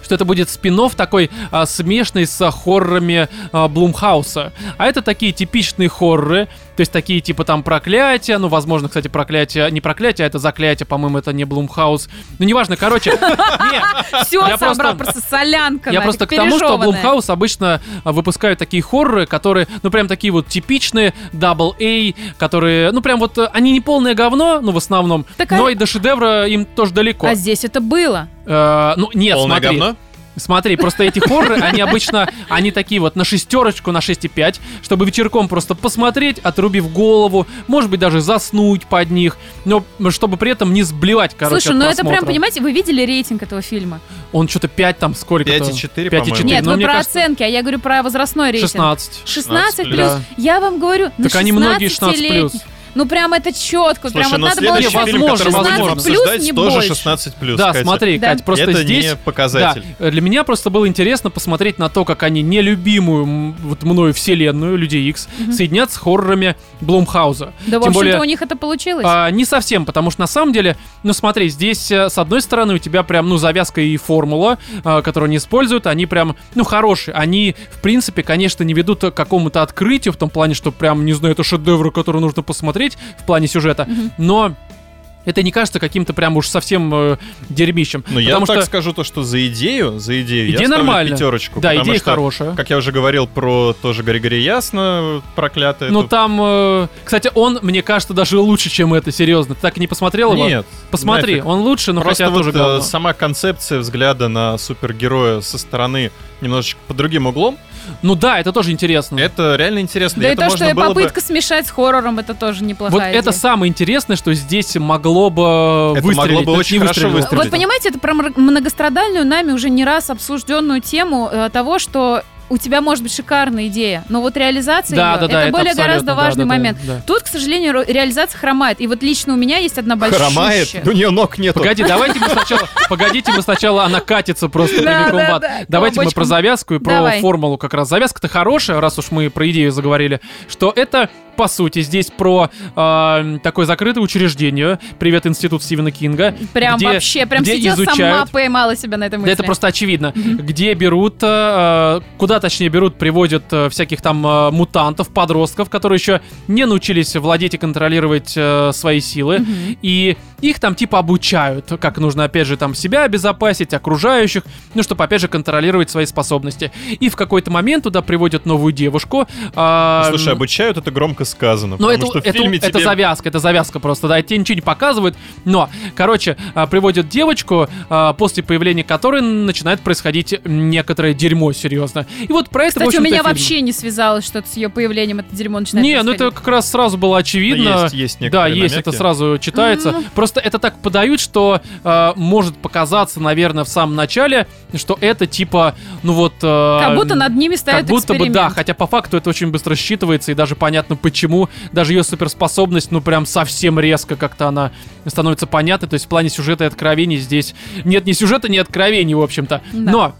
[SPEAKER 1] что это будет спин такой а, смешный с а, хоррорами а, Блумхауса. А это такие типичные хорроры, то есть такие типа там проклятия, ну, возможно, кстати, проклятие, не проклятие, а это заклятие, по-моему, это не Блумхаус. Ну, неважно,
[SPEAKER 3] *laughs*
[SPEAKER 1] короче, не,
[SPEAKER 3] Все
[SPEAKER 1] Я
[SPEAKER 3] собрал,
[SPEAKER 1] просто-
[SPEAKER 3] просто солянка.
[SPEAKER 1] я
[SPEAKER 3] нафиг,
[SPEAKER 1] просто к тому, что
[SPEAKER 3] пережеванная.
[SPEAKER 1] Блумхаус обычно а, выпускают такие хорроры, которые, ну, прям такие вот типичные, дабл A, которые, ну, прям вот, э, они не полное говно, ну, в основном,
[SPEAKER 3] Так, а-
[SPEAKER 1] но и до шедевра им тоже далеко.
[SPEAKER 3] А здесь это было.
[SPEAKER 1] Э, ну, нет,
[SPEAKER 2] Полное
[SPEAKER 1] смотри.
[SPEAKER 2] говно?
[SPEAKER 1] Смотри, просто эти хорроры, они обычно, они такие вот на шестерочку, на 6,5, чтобы вечерком просто посмотреть, отрубив голову, может быть, даже заснуть под них, но чтобы при этом не сблевать, короче,
[SPEAKER 3] Слушай,
[SPEAKER 1] от
[SPEAKER 3] ну это прям,
[SPEAKER 1] просмотра.
[SPEAKER 3] понимаете, вы видели рейтинг этого фильма?
[SPEAKER 1] Он что-то 5 там сколько
[SPEAKER 2] 5,4, по-моему.
[SPEAKER 3] Нет,
[SPEAKER 1] ну,
[SPEAKER 3] вы
[SPEAKER 1] мне
[SPEAKER 3] про
[SPEAKER 1] кажется,
[SPEAKER 3] оценки, а я говорю про возрастной рейтинг. Ну,
[SPEAKER 1] 16.
[SPEAKER 3] 16
[SPEAKER 2] 16
[SPEAKER 3] плюс.
[SPEAKER 1] плюс.
[SPEAKER 3] Я вам говорю, на
[SPEAKER 1] Так они многие 16
[SPEAKER 3] 16-летних.
[SPEAKER 1] плюс.
[SPEAKER 3] Ну прям это четко,
[SPEAKER 2] Слушай,
[SPEAKER 3] прям
[SPEAKER 2] ну
[SPEAKER 3] вот надо было
[SPEAKER 2] следующий
[SPEAKER 1] вообще-
[SPEAKER 2] фильм, который мы
[SPEAKER 1] Возможно,
[SPEAKER 2] будем
[SPEAKER 1] 16
[SPEAKER 3] плюс,
[SPEAKER 2] обсуждать,
[SPEAKER 3] не
[SPEAKER 2] тоже
[SPEAKER 3] больше.
[SPEAKER 2] 16 плюс.
[SPEAKER 1] Да,
[SPEAKER 2] Катя.
[SPEAKER 1] смотри,
[SPEAKER 3] Да.
[SPEAKER 1] Кать, просто
[SPEAKER 2] это
[SPEAKER 1] здесь...
[SPEAKER 2] не показатель.
[SPEAKER 1] Да, э, для меня просто было интересно посмотреть на то, как они нелюбимую м, вот мною вселенную, Людей Икс, соединят с хоррорами Блумхауза.
[SPEAKER 3] Да, в
[SPEAKER 1] Тем
[SPEAKER 3] общем-то,
[SPEAKER 1] более-
[SPEAKER 3] у них это получилось.
[SPEAKER 1] А, не совсем, потому что на самом деле, ну смотри, здесь э, с одной стороны у тебя прям, ну, завязка и формула, э, которую они используют, они прям, ну, хорошие. Они, в принципе, конечно, не ведут к какому-то открытию в том плане, что прям, не знаю, это шедевр, который нужно посмотреть в плане сюжета,
[SPEAKER 3] Мгм.
[SPEAKER 1] но... Это не кажется каким-то прям уж совсем э, дерьмищем.
[SPEAKER 2] Но Ну, я
[SPEAKER 1] потому
[SPEAKER 2] так
[SPEAKER 1] что
[SPEAKER 2] скажу то, что за идею, за идею я
[SPEAKER 1] идея
[SPEAKER 2] ставлю
[SPEAKER 1] нормальная.
[SPEAKER 2] пятерочку.
[SPEAKER 1] Да,
[SPEAKER 2] потому
[SPEAKER 1] идея
[SPEAKER 2] что,
[SPEAKER 1] хорошая.
[SPEAKER 2] Как я уже говорил про тоже Григорий Ясно, проклятое.
[SPEAKER 1] Ну
[SPEAKER 2] эту-
[SPEAKER 1] там, э, кстати, он, мне кажется, даже лучше, чем это, серьезно. Ты так и не посмотрел его?
[SPEAKER 2] Нет.
[SPEAKER 1] Посмотри,
[SPEAKER 2] нафиг.
[SPEAKER 1] он лучше, но
[SPEAKER 2] Просто
[SPEAKER 1] хотя
[SPEAKER 2] вот,
[SPEAKER 1] тоже
[SPEAKER 2] э,
[SPEAKER 1] говно.
[SPEAKER 2] сама концепция взгляда на супергероя со стороны немножечко под другим углом,
[SPEAKER 1] Ну да, это тоже интересно.
[SPEAKER 2] это реально интересно.
[SPEAKER 3] Да и
[SPEAKER 2] это
[SPEAKER 3] то,
[SPEAKER 2] можно
[SPEAKER 3] что
[SPEAKER 2] было бы-
[SPEAKER 3] попытка смешать с хоррором, это тоже неплохая
[SPEAKER 1] вот
[SPEAKER 3] идея.
[SPEAKER 1] это самое интересное, что здесь могло бы
[SPEAKER 2] Это могло
[SPEAKER 1] выстрелить.
[SPEAKER 2] бы
[SPEAKER 1] но это
[SPEAKER 2] очень
[SPEAKER 1] не
[SPEAKER 2] хорошо
[SPEAKER 1] выстрелило.
[SPEAKER 2] выстрелить.
[SPEAKER 3] Вот понимаете, это про мр- многострадальную нами уже не раз обсужденную тему э, того, что у тебя может быть шикарная идея, но вот реализация
[SPEAKER 1] Да,
[SPEAKER 3] её-
[SPEAKER 1] да, да.
[SPEAKER 3] это более
[SPEAKER 1] абсолютно,
[SPEAKER 3] гораздо
[SPEAKER 1] да,
[SPEAKER 3] важный
[SPEAKER 1] да, да,
[SPEAKER 3] момент.
[SPEAKER 1] да.
[SPEAKER 3] Тут, к сожалению, ро- реализация хромает. И вот лично у меня есть одна большущая.
[SPEAKER 2] Хромает, у нее ног нету.
[SPEAKER 1] Погоди, давайте мы сначала, погодите, мы сначала, она катится просто
[SPEAKER 3] Да,
[SPEAKER 1] прямиком
[SPEAKER 3] да,
[SPEAKER 1] в ад.
[SPEAKER 3] да,
[SPEAKER 1] Давайте мы
[SPEAKER 3] клубочком.
[SPEAKER 1] про завязку и про
[SPEAKER 3] Давай.
[SPEAKER 1] формулу как раз. Завязка-то хорошая, раз уж мы про идею заговорили, что это по сути, здесь про э, такое закрытое учреждение. Привет, институт Стивена Кинга.
[SPEAKER 3] Прям
[SPEAKER 1] где-
[SPEAKER 3] вообще, прям
[SPEAKER 1] где
[SPEAKER 3] сидела сама,
[SPEAKER 1] изучают-
[SPEAKER 3] поймала себя на этой мысли.
[SPEAKER 1] Да это просто очевидно. Где берут, э, куда точнее берут, приводят э, всяких там э, мутантов, подростков, которые еще не научились владеть и контролировать э, свои силы.
[SPEAKER 3] Мгм.
[SPEAKER 1] И их там типа обучают, как нужно, опять же, там себя обезопасить, окружающих, ну, чтобы, опять же, контролировать свои способности. И в какой-то момент туда приводят новую девушку. а,
[SPEAKER 2] Слушай, обучают, это громко сказано.
[SPEAKER 1] но
[SPEAKER 2] потому
[SPEAKER 1] Ну, это,
[SPEAKER 2] что в
[SPEAKER 1] это,
[SPEAKER 2] фильме
[SPEAKER 1] это
[SPEAKER 2] тебе-
[SPEAKER 1] завязка, это завязка просто, да, тебе ничего не показывают, но, короче, а, приводят девочку, а, после появления которой начинает происходить некоторое дерьмо, серьезно. И вот про это, в
[SPEAKER 3] Кстати, у
[SPEAKER 1] общем-то,
[SPEAKER 3] меня
[SPEAKER 1] фильм.
[SPEAKER 3] вообще не связалось, что с ее появлением это дерьмо начинает
[SPEAKER 1] Не, ну это
[SPEAKER 3] происходить.
[SPEAKER 1] как раз сразу было очевидно.
[SPEAKER 2] Есть- есть
[SPEAKER 1] да,
[SPEAKER 2] некоторые
[SPEAKER 1] есть,
[SPEAKER 2] намеки.
[SPEAKER 1] это сразу читается.
[SPEAKER 3] Мгм.
[SPEAKER 1] Просто это так подают, что э, может показаться, наверное, в самом начале, что это типа, ну вот... э,
[SPEAKER 3] Как будто над ними
[SPEAKER 1] как
[SPEAKER 3] ставят
[SPEAKER 1] будто бы да,
[SPEAKER 3] эксперимент.
[SPEAKER 1] хотя по факту это очень быстро считывается, и даже понятно почему. Даже ее суперспособность, ну прям совсем резко как-то она становится понятна. То есть в плане сюжета и откровений здесь нет ни сюжета, ни откровений, в общем-то.
[SPEAKER 3] Да.
[SPEAKER 1] Но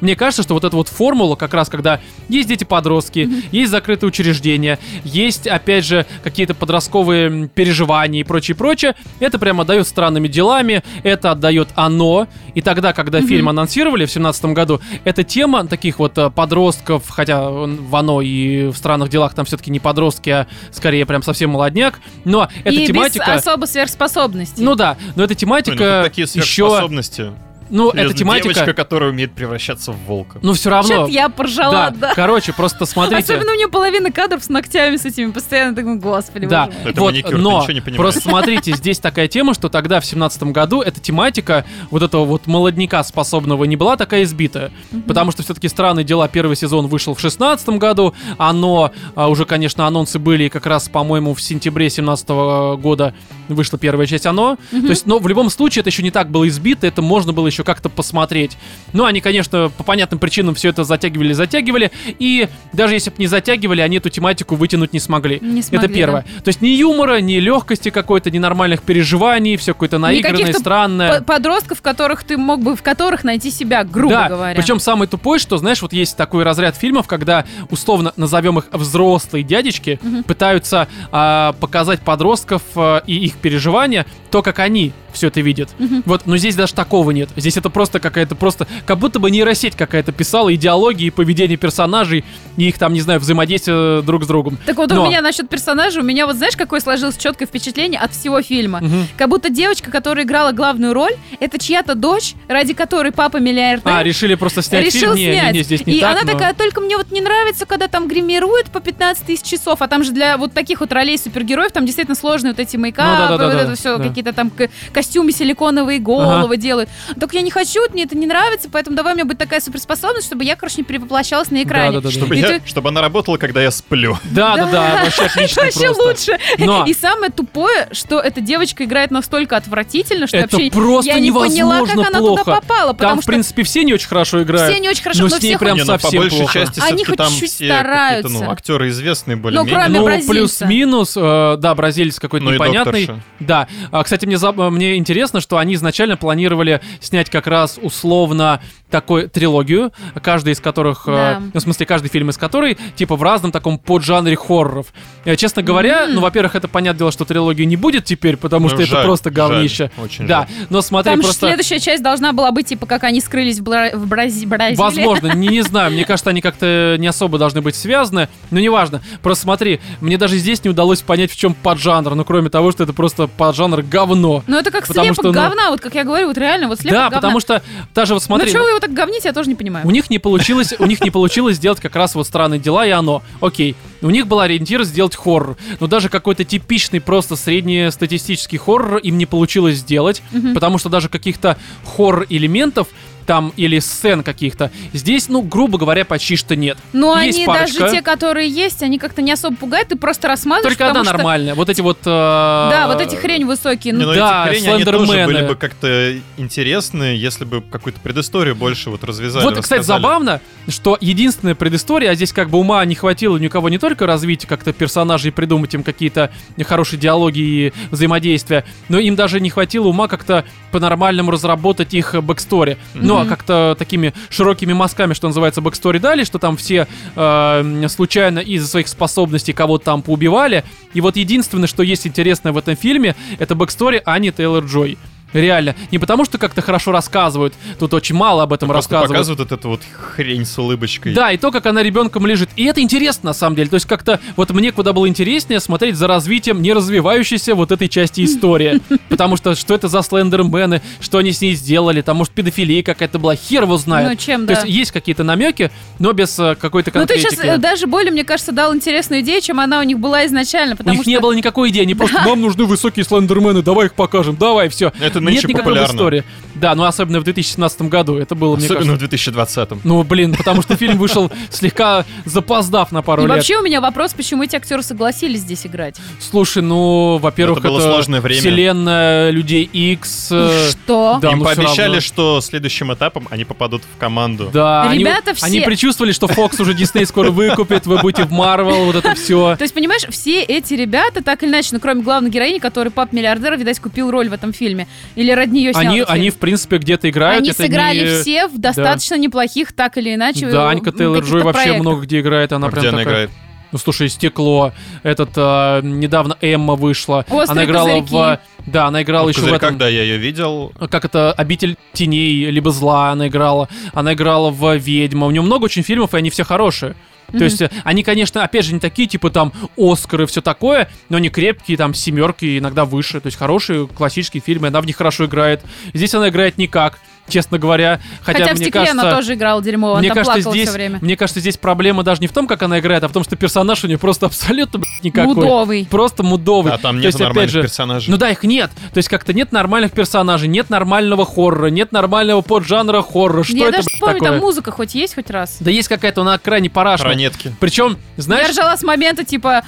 [SPEAKER 1] мне кажется, что вот эта вот формула, как раз когда есть дети-подростки, есть закрытые учреждения, есть, опять же, какие-то подростковые м, переживания и прочее, прочее, это прям отдает странными делами, это отдает оно. И тогда, когда фильм анонсировали в семнадцатом году, эта тема таких вот э, подростков, хотя он в оно и в странных делах там все-таки не подростки, а скорее прям совсем молодняк, но эта
[SPEAKER 3] И
[SPEAKER 1] тематика...
[SPEAKER 3] без особо сверхспособностей.
[SPEAKER 1] Ну да, но эта
[SPEAKER 2] Ой, ну, тут
[SPEAKER 1] тематика
[SPEAKER 2] такие
[SPEAKER 1] еще...
[SPEAKER 2] сверхспособности.
[SPEAKER 1] Ну, эта
[SPEAKER 2] Серьезно, Девочка,
[SPEAKER 1] тематика...
[SPEAKER 2] которая умеет превращаться в волка.
[SPEAKER 1] Ну, все равно...
[SPEAKER 3] Чё-то я поржала, да.
[SPEAKER 1] Короче, просто смотрите.
[SPEAKER 3] Особенно у меня половина кадров с ногтями с этими постоянно такой, господи,
[SPEAKER 1] Да,
[SPEAKER 3] боже мой».
[SPEAKER 2] Это
[SPEAKER 1] вот,
[SPEAKER 2] маникюр, ты
[SPEAKER 1] но
[SPEAKER 2] ничего не понимаешь.
[SPEAKER 1] просто смотрите, здесь такая тема, что тогда в семнадцатом году эта тематика вот этого вот молодняка способного не была такая избитая, потому что все-таки странные дела первый сезон вышел в шестнадцатом году, оно а, уже, конечно, анонсы были и как раз, по-моему, в сентябре семнадцатого года вышла первая часть оно, то есть, но в любом случае это еще не так было избито, это можно было еще как-то посмотреть. Но они, конечно, по понятным причинам все это затягивали, затягивали, и даже если бы не затягивали, они эту тематику вытянуть не смогли.
[SPEAKER 3] Не
[SPEAKER 1] это
[SPEAKER 3] смогли, да.
[SPEAKER 1] первое. То есть ни юмора, ни легкости какой-то, ни нормальных переживаний, все какое-то наигранное,
[SPEAKER 3] каких-то
[SPEAKER 1] странное.
[SPEAKER 3] По- Подростков, которых ты мог бы, в которых найти себя, грубо
[SPEAKER 1] да,
[SPEAKER 3] говоря.
[SPEAKER 1] причем самый тупой, что, знаешь, вот есть такой разряд фильмов, когда, условно, назовем их взрослые дядечки, пытаются а, показать подростков а, и их переживания, то, как они все это видят. Вот, но здесь даже такого нет. Здесь это просто какая-то просто, как будто бы нейросеть какая-то писала идеологии и поведение персонажей и их там, не знаю, взаимодействие э, друг с другом.
[SPEAKER 3] Так вот
[SPEAKER 1] Но-
[SPEAKER 3] у меня насчет персонажа, у меня вот знаешь, какое сложилось четкое впечатление от всего фильма?
[SPEAKER 1] Мгм.
[SPEAKER 3] Как будто девочка, которая играла главную роль, это чья-то дочь, ради которой папа миллиардер.
[SPEAKER 1] А, решили просто снять фильм?
[SPEAKER 3] решил
[SPEAKER 1] Не,
[SPEAKER 3] снять.
[SPEAKER 1] Не, не, здесь не
[SPEAKER 3] и
[SPEAKER 1] так,
[SPEAKER 3] она
[SPEAKER 1] но-
[SPEAKER 3] такая, только мне вот не нравится, когда там гримируют по 15 тысяч часов, а там же для вот таких вот ролей супергероев там действительно сложные вот эти мейкапы,
[SPEAKER 1] Ну, да-да-да-да,
[SPEAKER 3] вот это все,
[SPEAKER 1] да.
[SPEAKER 3] какие-то там к- костюмы силиконовые, головы делают. Так я не хочу, мне это не нравится, поэтому давай у меня будет такая суперспособность, чтобы я, короче, не перевоплощалась на экране.
[SPEAKER 1] Да-да-да-да.
[SPEAKER 2] Чтобы,
[SPEAKER 3] И
[SPEAKER 2] я-
[SPEAKER 3] ты-
[SPEAKER 2] чтобы она работала, когда я сплю.
[SPEAKER 1] Да, да, да,
[SPEAKER 3] *laughs*
[SPEAKER 1] вообще отлично
[SPEAKER 3] Вообще
[SPEAKER 1] просто.
[SPEAKER 3] лучше.
[SPEAKER 1] Но-
[SPEAKER 3] *laughs* И самое тупое, что эта девочка играет настолько отвратительно, что
[SPEAKER 1] Это
[SPEAKER 3] вообще
[SPEAKER 1] просто
[SPEAKER 3] я не поняла, как
[SPEAKER 1] невозможно
[SPEAKER 3] она
[SPEAKER 1] плохо.
[SPEAKER 3] туда попала, потому
[SPEAKER 1] Там, в
[SPEAKER 3] что
[SPEAKER 1] принципе, все не очень хорошо играют.
[SPEAKER 3] все не очень хорошо,
[SPEAKER 1] но
[SPEAKER 3] но,
[SPEAKER 1] с ней
[SPEAKER 3] всех
[SPEAKER 1] прям
[SPEAKER 2] Не, ну, по
[SPEAKER 1] совсем
[SPEAKER 2] большей
[SPEAKER 1] плохо.
[SPEAKER 2] части
[SPEAKER 3] Они
[SPEAKER 2] все-таки
[SPEAKER 3] хоть
[SPEAKER 2] там
[SPEAKER 3] чуть-чуть
[SPEAKER 2] все какие-то, ну,
[SPEAKER 3] стараются.
[SPEAKER 2] актеры известные были.
[SPEAKER 3] Ну, кроме
[SPEAKER 1] ну,
[SPEAKER 3] бразильца.
[SPEAKER 1] плюс-минус, э, да, бразилец какой-то
[SPEAKER 2] Ну и
[SPEAKER 1] непонятный.
[SPEAKER 2] докторша.
[SPEAKER 1] Да. А, кстати, мне, за- мне интересно, что они изначально планировали снять как раз условно такой трилогию, каждый из которых, э,
[SPEAKER 3] Да.
[SPEAKER 1] ну, в смысле, каждый фильм из которой, типа, в разном таком поджанре хорроров. Э, честно говоря, ну, во-первых, это понятное дело, что трилогии не будет теперь, потому
[SPEAKER 2] Ну,
[SPEAKER 1] что это
[SPEAKER 2] жаль,
[SPEAKER 1] просто
[SPEAKER 2] жаль,
[SPEAKER 1] говнище.
[SPEAKER 2] очень
[SPEAKER 1] да,
[SPEAKER 2] жаль.
[SPEAKER 1] но смотри,
[SPEAKER 3] Там же
[SPEAKER 1] просто...
[SPEAKER 3] следующая часть должна была быть, типа, как они скрылись в, Бра- в Брази- Бразилии. *laughs*
[SPEAKER 1] Возможно, не, не знаю. Мне кажется, они как-то не особо должны быть связаны. Но неважно. Просто смотри, мне даже здесь не удалось понять, в чем поджанр. Ну, кроме того, что это просто под жанр говно.
[SPEAKER 3] Ну это как
[SPEAKER 1] Потому
[SPEAKER 3] слепок
[SPEAKER 1] что, ну-
[SPEAKER 3] говна, вот как я говорю, вот реально, вот слепок
[SPEAKER 1] да,
[SPEAKER 3] говна.
[SPEAKER 1] потому что даже вот
[SPEAKER 3] ну
[SPEAKER 1] смотри,
[SPEAKER 3] чего вы его так говните, я тоже не понимаю.
[SPEAKER 1] у них не получилось, у них не получилось сделать как раз вот странные дела и оно. Окей, у них был ориентир сделать хоррор, но даже какой-то типичный просто среднестатистический хоррор им не получилось сделать,
[SPEAKER 3] Мгм.
[SPEAKER 1] потому что даже каких-то хоррор элементов там или сцен каких-то здесь, ну грубо говоря, почти что нет.
[SPEAKER 3] Но
[SPEAKER 1] Есть
[SPEAKER 3] они
[SPEAKER 1] парочка.
[SPEAKER 3] даже те, которые есть, они как-то не особо пугают, ты просто рассматриваешь,
[SPEAKER 1] Только одна
[SPEAKER 3] Ну, потому что-
[SPEAKER 1] нормальная. а, Вот эти вот. э,
[SPEAKER 3] Да, вот эти хрень высокие.
[SPEAKER 2] Не,
[SPEAKER 3] Ну,
[SPEAKER 2] ну
[SPEAKER 1] да,
[SPEAKER 2] эти хрени, они тоже
[SPEAKER 1] слендермены.
[SPEAKER 2] были бы как-то интересны, если бы какую-то предысторию больше вот развязали.
[SPEAKER 1] Вот, кстати,
[SPEAKER 2] рассказали.
[SPEAKER 1] забавно, что единственная предыстория, а здесь как бы ума не хватило ни у кого не только развить как-то персонажей, придумать им какие-то хорошие диалоги и взаимодействия, но им даже не хватило ума как-то по-нормальному разработать их э, бэкстори. Ну, а
[SPEAKER 3] Мгм.
[SPEAKER 1] как-то такими широкими мазками, что называется, бэкстори дали, что там все э, м, случайно из-за своих способностей кого-то там поубивали. И вот единственное, что есть интересное в этом фильме, это бэкстори Ани Тейлор-Джой. Реально. Не потому, что как-то хорошо рассказывают. Тут очень мало об этом
[SPEAKER 2] Просто
[SPEAKER 1] рассказывают.
[SPEAKER 2] показывают вот эту вот хрень с улыбочкой.
[SPEAKER 1] Да, и то, как она ребенком лежит. И это интересно, на самом деле. То есть как-то вот мне куда было интереснее смотреть за развитием не развивающейся вот этой
[SPEAKER 3] *laughs*
[SPEAKER 1] части истории. Потому что что это за слендермены, что они с ней сделали, там, может, педофилия какая-то была, хер его
[SPEAKER 3] ну,
[SPEAKER 1] знает.
[SPEAKER 3] чем,
[SPEAKER 1] То
[SPEAKER 3] да.
[SPEAKER 1] есть есть какие-то намеки, но без э, какой-то
[SPEAKER 3] Ну, ты сейчас
[SPEAKER 1] конкретики.
[SPEAKER 3] даже более, мне кажется, дал интересную идею, чем она у них была изначально,
[SPEAKER 1] У
[SPEAKER 3] потому
[SPEAKER 1] них
[SPEAKER 3] что...
[SPEAKER 1] не было никакой идеи,
[SPEAKER 3] *laughs*
[SPEAKER 1] они просто «Нам нужны высокие слендермены, давай их покажем, давай, все».
[SPEAKER 2] Это
[SPEAKER 1] Нет
[SPEAKER 2] нынче
[SPEAKER 1] никакой
[SPEAKER 2] популярно.
[SPEAKER 1] истории. Да, ну особенно в 2017 году это было, мне
[SPEAKER 2] Особенно
[SPEAKER 1] кажется.
[SPEAKER 2] в 2020
[SPEAKER 1] Ну, блин, потому что фильм вышел слегка запоздав на пару
[SPEAKER 3] И
[SPEAKER 1] лет.
[SPEAKER 3] вообще у меня вопрос, почему эти актеры согласились здесь играть?
[SPEAKER 1] Слушай, ну, во-первых,
[SPEAKER 2] Это было сложное время.
[SPEAKER 1] вселенная людей X. э,
[SPEAKER 3] И что?
[SPEAKER 1] да,
[SPEAKER 2] Им
[SPEAKER 1] ну всё
[SPEAKER 2] пообещали,
[SPEAKER 1] равно.
[SPEAKER 2] что следующим этапом они попадут в команду.
[SPEAKER 1] Да, они-
[SPEAKER 3] Ребята
[SPEAKER 1] они,
[SPEAKER 3] все-
[SPEAKER 1] предчувствовали, что Fox уже Disney скоро выкупит, вы будете в Marvel, вот это все.
[SPEAKER 3] То есть, понимаешь, все эти ребята, так или иначе, ну, кроме главной героини, которая пап миллиардера, видать, купил роль в этом фильме. Или ради нее снял
[SPEAKER 1] Они,
[SPEAKER 3] этот
[SPEAKER 1] они,
[SPEAKER 3] фильм.
[SPEAKER 1] в принципе, где-то играют.
[SPEAKER 3] Они
[SPEAKER 1] это
[SPEAKER 3] сыграли
[SPEAKER 1] не-
[SPEAKER 3] все в достаточно неплохих, так или иначе,
[SPEAKER 1] Да,
[SPEAKER 3] э,
[SPEAKER 1] Анька
[SPEAKER 3] м,
[SPEAKER 1] Тейлор-Джой
[SPEAKER 3] каких-то
[SPEAKER 1] вообще
[SPEAKER 3] проектах.
[SPEAKER 1] много где играет. Она
[SPEAKER 2] А
[SPEAKER 1] прям
[SPEAKER 2] где она
[SPEAKER 1] такая-
[SPEAKER 2] играет?
[SPEAKER 1] Ну, слушай, «Стекло». Этот, а, недавно Эмма вышла.
[SPEAKER 3] «Острые
[SPEAKER 1] она играла в... а,
[SPEAKER 3] козырьки».
[SPEAKER 1] Да, она играла еще в
[SPEAKER 2] Козырь,
[SPEAKER 1] этом...
[SPEAKER 2] Ну, когда я ее видел,
[SPEAKER 1] как это, «Обитель теней», либо «Зла» она играла. Она играла в «Ведьма». У нее много очень фильмов, и они все хорошие. То
[SPEAKER 3] Мгм.
[SPEAKER 1] есть э, они, конечно, опять же, не такие, типа там Оскары, все такое, но они крепкие, там семерки, иногда выше. То есть хорошие классические фильмы, она в них хорошо играет. Здесь она играет никак, честно говоря. Хотя,
[SPEAKER 3] Хотя, в
[SPEAKER 1] мне
[SPEAKER 3] стекле
[SPEAKER 1] кажется,
[SPEAKER 3] она тоже играла дерьмово,
[SPEAKER 1] мне
[SPEAKER 3] она там
[SPEAKER 1] кажется,
[SPEAKER 3] плакала
[SPEAKER 1] здесь,
[SPEAKER 3] все время.
[SPEAKER 1] мне кажется, здесь проблема даже не в том, как она играет, а в том, что персонаж у нее просто абсолютно блядь, никакой.
[SPEAKER 3] Мудовый.
[SPEAKER 1] Просто мудовый.
[SPEAKER 2] а там
[SPEAKER 1] То
[SPEAKER 2] нет
[SPEAKER 1] есть, опять
[SPEAKER 2] нормальных
[SPEAKER 1] же,
[SPEAKER 2] персонажей.
[SPEAKER 1] ну да, их нет. То есть как-то нет нормальных персонажей, нет нормального хоррора, нет нормального поджанра хоррора. Что
[SPEAKER 3] Я
[SPEAKER 1] это,
[SPEAKER 3] даже
[SPEAKER 1] блядь,
[SPEAKER 3] помню,
[SPEAKER 1] такое?
[SPEAKER 3] там музыка хоть есть хоть раз.
[SPEAKER 1] Да есть какая-то на крайне парашная.
[SPEAKER 2] Ранетки.
[SPEAKER 1] Причем, знаешь,
[SPEAKER 3] Я ржала с момента, типа,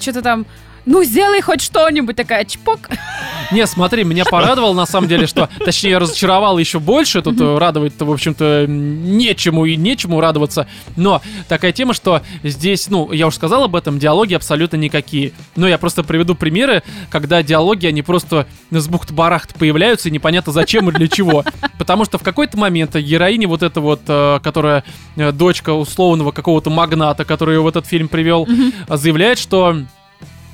[SPEAKER 3] что-то там, ну, сделай хоть что-нибудь, такая чпок.
[SPEAKER 1] не, смотри,
[SPEAKER 3] *laughs*
[SPEAKER 1] меня порадовало на самом деле, что, точнее, разочаровало еще больше, тут э, радовать-то, в общем-то, нечему и нечему радоваться, но такая тема, что здесь, ну, я уже сказал об этом, диалоги абсолютно никакие, но я просто приведу примеры, когда диалоги, они просто с бухт-барахт появляются, и непонятно зачем и для чего, потому что в какой-то момент героине вот эта вот, э, которая э, дочка условного какого-то магната, который ее в этот фильм привел, а, заявляет, что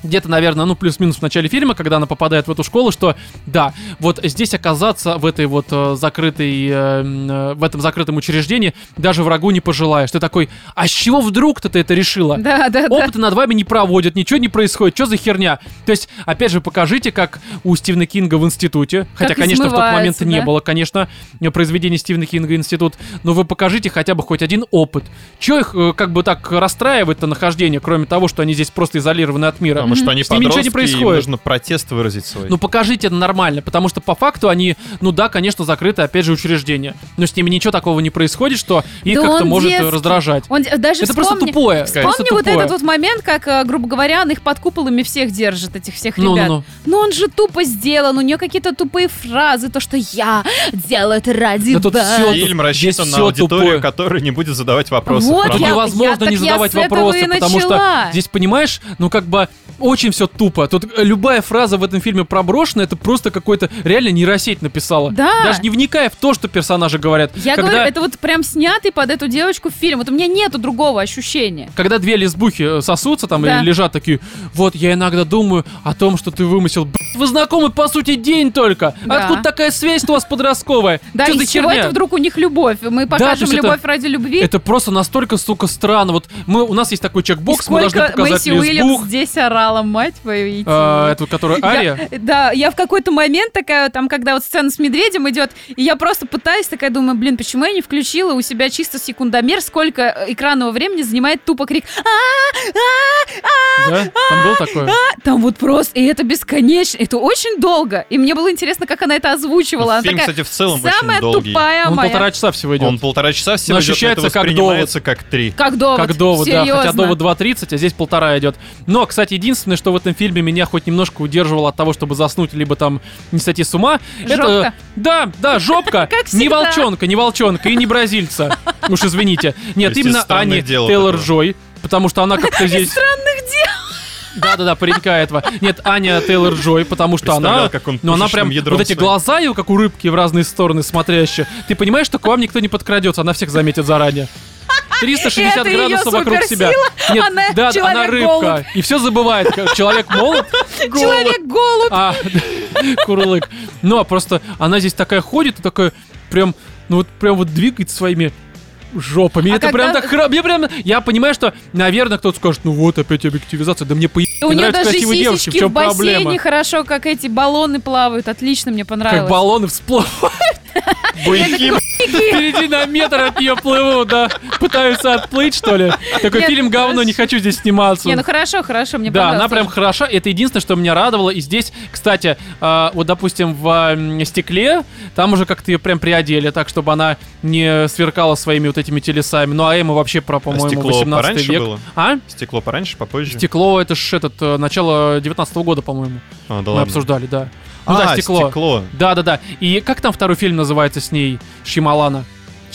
[SPEAKER 1] где-то, наверное, ну, плюс-минус в начале фильма, когда она попадает в эту школу, что да, вот здесь оказаться в этой вот э, закрытой, э, м, э, в этом закрытом учреждении даже врагу не пожелаешь. Ты такой, а с чего вдруг-то ты это решила?
[SPEAKER 3] *laughs* Да, да, да.
[SPEAKER 1] Опыты над вами не проводят, ничего не происходит, что за херня? То есть, опять же, покажите, как у Стивена Кинга в институте, хотя,
[SPEAKER 3] их
[SPEAKER 1] конечно, в тот
[SPEAKER 3] смывается,
[SPEAKER 1] момент не
[SPEAKER 3] да?
[SPEAKER 1] было, конечно, произведений Стивена Кинга институт, но вы покажите хотя бы хоть один опыт. Че их э, как бы так расстраивает-то нахождение, кроме того, что они здесь просто изолированы от мира?
[SPEAKER 2] Потому что они
[SPEAKER 1] С ними ничего не
[SPEAKER 2] подростки, им
[SPEAKER 1] происходит.
[SPEAKER 2] нужно протест выразить свой.
[SPEAKER 1] Ну покажите это нормально, потому что по факту они, ну да, конечно, закрыты, опять же, учреждения. Но с ними ничего такого не происходит, что их
[SPEAKER 3] Да
[SPEAKER 1] как-то
[SPEAKER 3] он
[SPEAKER 1] может э,
[SPEAKER 3] детский.
[SPEAKER 1] раздражать.
[SPEAKER 3] Он д- даже
[SPEAKER 1] Это просто
[SPEAKER 3] вспомни-
[SPEAKER 1] тупое. просто
[SPEAKER 3] Вспомни вот
[SPEAKER 1] тупое.
[SPEAKER 3] этот вот момент, как, э, грубо говоря, он их под куполами всех держит, этих всех
[SPEAKER 1] Ну,
[SPEAKER 3] ребят.
[SPEAKER 1] ну, ну.
[SPEAKER 3] Но он же тупо сделан, у нее какие-то тупые фразы, то, что я делаю это ради
[SPEAKER 1] Да тут
[SPEAKER 3] вас.
[SPEAKER 1] всё
[SPEAKER 2] Фильм
[SPEAKER 1] здесь
[SPEAKER 2] рассчитан на
[SPEAKER 1] всё
[SPEAKER 2] аудиторию,
[SPEAKER 1] тупое.
[SPEAKER 2] которая не будет задавать вопросы.
[SPEAKER 3] Вот
[SPEAKER 1] Тут
[SPEAKER 3] я-
[SPEAKER 1] Ну, невозможно
[SPEAKER 3] я-
[SPEAKER 1] не
[SPEAKER 3] так я
[SPEAKER 1] задавать
[SPEAKER 3] с этого
[SPEAKER 1] вопросы,
[SPEAKER 3] и
[SPEAKER 1] потому что
[SPEAKER 3] начала.
[SPEAKER 1] здесь, понимаешь, ну как бы очень все тупо. Тут э, любая фраза в этом фильме проброшена, это просто какой-то реально нейросеть написала.
[SPEAKER 3] Да.
[SPEAKER 1] Даже не вникая в то, что персонажи говорят.
[SPEAKER 3] Я
[SPEAKER 1] Когда-
[SPEAKER 3] говорю, это вот прям снятый под эту девочку фильм. Вот у меня нету другого ощущения.
[SPEAKER 1] Когда две лесбухи э, сосутся там
[SPEAKER 3] Да.
[SPEAKER 1] или лежат такие, вот я иногда думаю о том, что ты вымысел. Блядь, Вы знакомы, по сути, день только.
[SPEAKER 3] Да.
[SPEAKER 1] Откуда такая связь у вас подростковая?
[SPEAKER 3] Да,
[SPEAKER 1] Чё
[SPEAKER 3] из
[SPEAKER 1] за
[SPEAKER 3] чего
[SPEAKER 1] херня?
[SPEAKER 3] это вдруг у них любовь? Мы
[SPEAKER 1] то
[SPEAKER 3] покажем
[SPEAKER 1] есть это-
[SPEAKER 3] любовь ради любви.
[SPEAKER 1] Это просто настолько, сука, странно. Вот мы, у нас есть такой
[SPEAKER 3] И
[SPEAKER 1] чекбокс, мы
[SPEAKER 3] сколько
[SPEAKER 1] должны показать
[SPEAKER 3] Мэсси Уильямс
[SPEAKER 1] лесбух.
[SPEAKER 3] здесь орал. сериала, мать твою, идти.
[SPEAKER 1] А, Эту, которая
[SPEAKER 3] Я-
[SPEAKER 1] Ария?
[SPEAKER 3] да, я в какой-то момент такая, там, когда вот сцена с медведем идет, и я просто пытаюсь, такая думаю, блин, почему я не включила у себя чисто секундомер, сколько э, экранного времени занимает тупо крик.
[SPEAKER 1] Да? Там был такое?
[SPEAKER 3] А, там вот просто, и это бесконечно, это очень долго. И мне было интересно, как она это озвучивала. Она
[SPEAKER 2] Ну, Фильм,
[SPEAKER 3] такая,
[SPEAKER 2] кстати, в целом
[SPEAKER 3] самая
[SPEAKER 2] очень долгий.
[SPEAKER 3] тупая
[SPEAKER 1] Ну, Он
[SPEAKER 3] моя.
[SPEAKER 1] полтора часа всего
[SPEAKER 2] Он
[SPEAKER 1] идет.
[SPEAKER 2] полтора часа все
[SPEAKER 1] Но
[SPEAKER 2] идет,
[SPEAKER 1] Ну,
[SPEAKER 2] но это
[SPEAKER 1] ощущается как
[SPEAKER 2] воспринимается как
[SPEAKER 3] *laughs*
[SPEAKER 2] три.
[SPEAKER 3] Как довод.
[SPEAKER 1] Как довод, да.
[SPEAKER 3] серьезно.
[SPEAKER 1] Хотя довод 2.30, а здесь полтора идет. Но, кстати, единственное, что в этом фильме меня хоть немножко удерживало от того, чтобы заснуть, либо там не сойти с ума.
[SPEAKER 3] Жопка.
[SPEAKER 1] Да, да, жопка.
[SPEAKER 3] Как
[SPEAKER 1] Не
[SPEAKER 3] всегда.
[SPEAKER 1] волчонка, не волчонка и не бразильца. Уж извините. Нет,
[SPEAKER 2] То есть из
[SPEAKER 1] именно
[SPEAKER 2] странных
[SPEAKER 1] Ани
[SPEAKER 2] дел
[SPEAKER 1] Тейлор
[SPEAKER 2] этого.
[SPEAKER 1] Джой, потому что она как-то здесь...
[SPEAKER 3] странных дел.
[SPEAKER 1] Да-да-да, паренька этого. Нет, Аня Тейлор Джой, потому что
[SPEAKER 2] Представлял,
[SPEAKER 1] она...
[SPEAKER 2] как он
[SPEAKER 1] но она
[SPEAKER 2] пушечным
[SPEAKER 1] прям...
[SPEAKER 2] ядром
[SPEAKER 1] Вот эти
[SPEAKER 2] своим.
[SPEAKER 1] глаза ее, как у рыбки, в разные стороны смотрящие. Ты понимаешь, что к вам никто не подкрадется, она всех заметит заранее. 360
[SPEAKER 3] Это её
[SPEAKER 1] градусов вокруг себя.
[SPEAKER 3] суперсила?
[SPEAKER 1] Нет,
[SPEAKER 3] Она
[SPEAKER 1] да, она
[SPEAKER 3] человек-голубь.
[SPEAKER 1] рыбка. И все забывает. как Человек молод,
[SPEAKER 3] Человек-голубь.
[SPEAKER 1] а *laughs* курлык. Ну, а просто она здесь такая ходит и такая прям, ну вот прям вот двигает своими жопами. И
[SPEAKER 3] А
[SPEAKER 1] это
[SPEAKER 3] когда-
[SPEAKER 1] прям так храбро. Я прям, я понимаю, что, наверное, кто-то скажет, ну вот опять объективизация. Да мне по...
[SPEAKER 3] У нее
[SPEAKER 1] нравятся
[SPEAKER 3] даже
[SPEAKER 1] красивые девушки, в
[SPEAKER 3] сисечки в
[SPEAKER 1] чем
[SPEAKER 3] бассейне
[SPEAKER 1] проблема?
[SPEAKER 3] хорошо, как эти баллоны плавают. Отлично, мне
[SPEAKER 1] Как
[SPEAKER 3] понравилось.
[SPEAKER 1] баллоны всплывают
[SPEAKER 2] Буйки,
[SPEAKER 1] впереди на метр от нее плывут, да. Пытаются отплыть, что ли. Такой
[SPEAKER 3] Нет,
[SPEAKER 1] фильм говно, не
[SPEAKER 3] хорошо.
[SPEAKER 1] хочу здесь сниматься.
[SPEAKER 3] Не, ну хорошо, хорошо, мне
[SPEAKER 1] Да,
[SPEAKER 3] понравилось.
[SPEAKER 1] она прям хороша. Это единственное, что меня радовало. И здесь, кстати, э, вот, допустим, в м, стекле, там уже как-то ее прям приодели, так, чтобы она не сверкала своими вот этими телесами. Ну, а Эмма вообще про, по-моему,
[SPEAKER 2] стекло
[SPEAKER 1] 18
[SPEAKER 2] пораньше
[SPEAKER 1] век.
[SPEAKER 2] было?
[SPEAKER 1] А?
[SPEAKER 2] *laughs* Стекло пораньше, попозже.
[SPEAKER 1] Стекло, это ж этот, э, начало 19 года, по-моему.
[SPEAKER 2] А, да
[SPEAKER 1] Мы
[SPEAKER 2] ладно.
[SPEAKER 1] обсуждали, да. Ну
[SPEAKER 2] А,
[SPEAKER 1] да, стекло.
[SPEAKER 2] стекло.
[SPEAKER 1] Да, да, да. И как там второй фильм называется с ней? Шималана.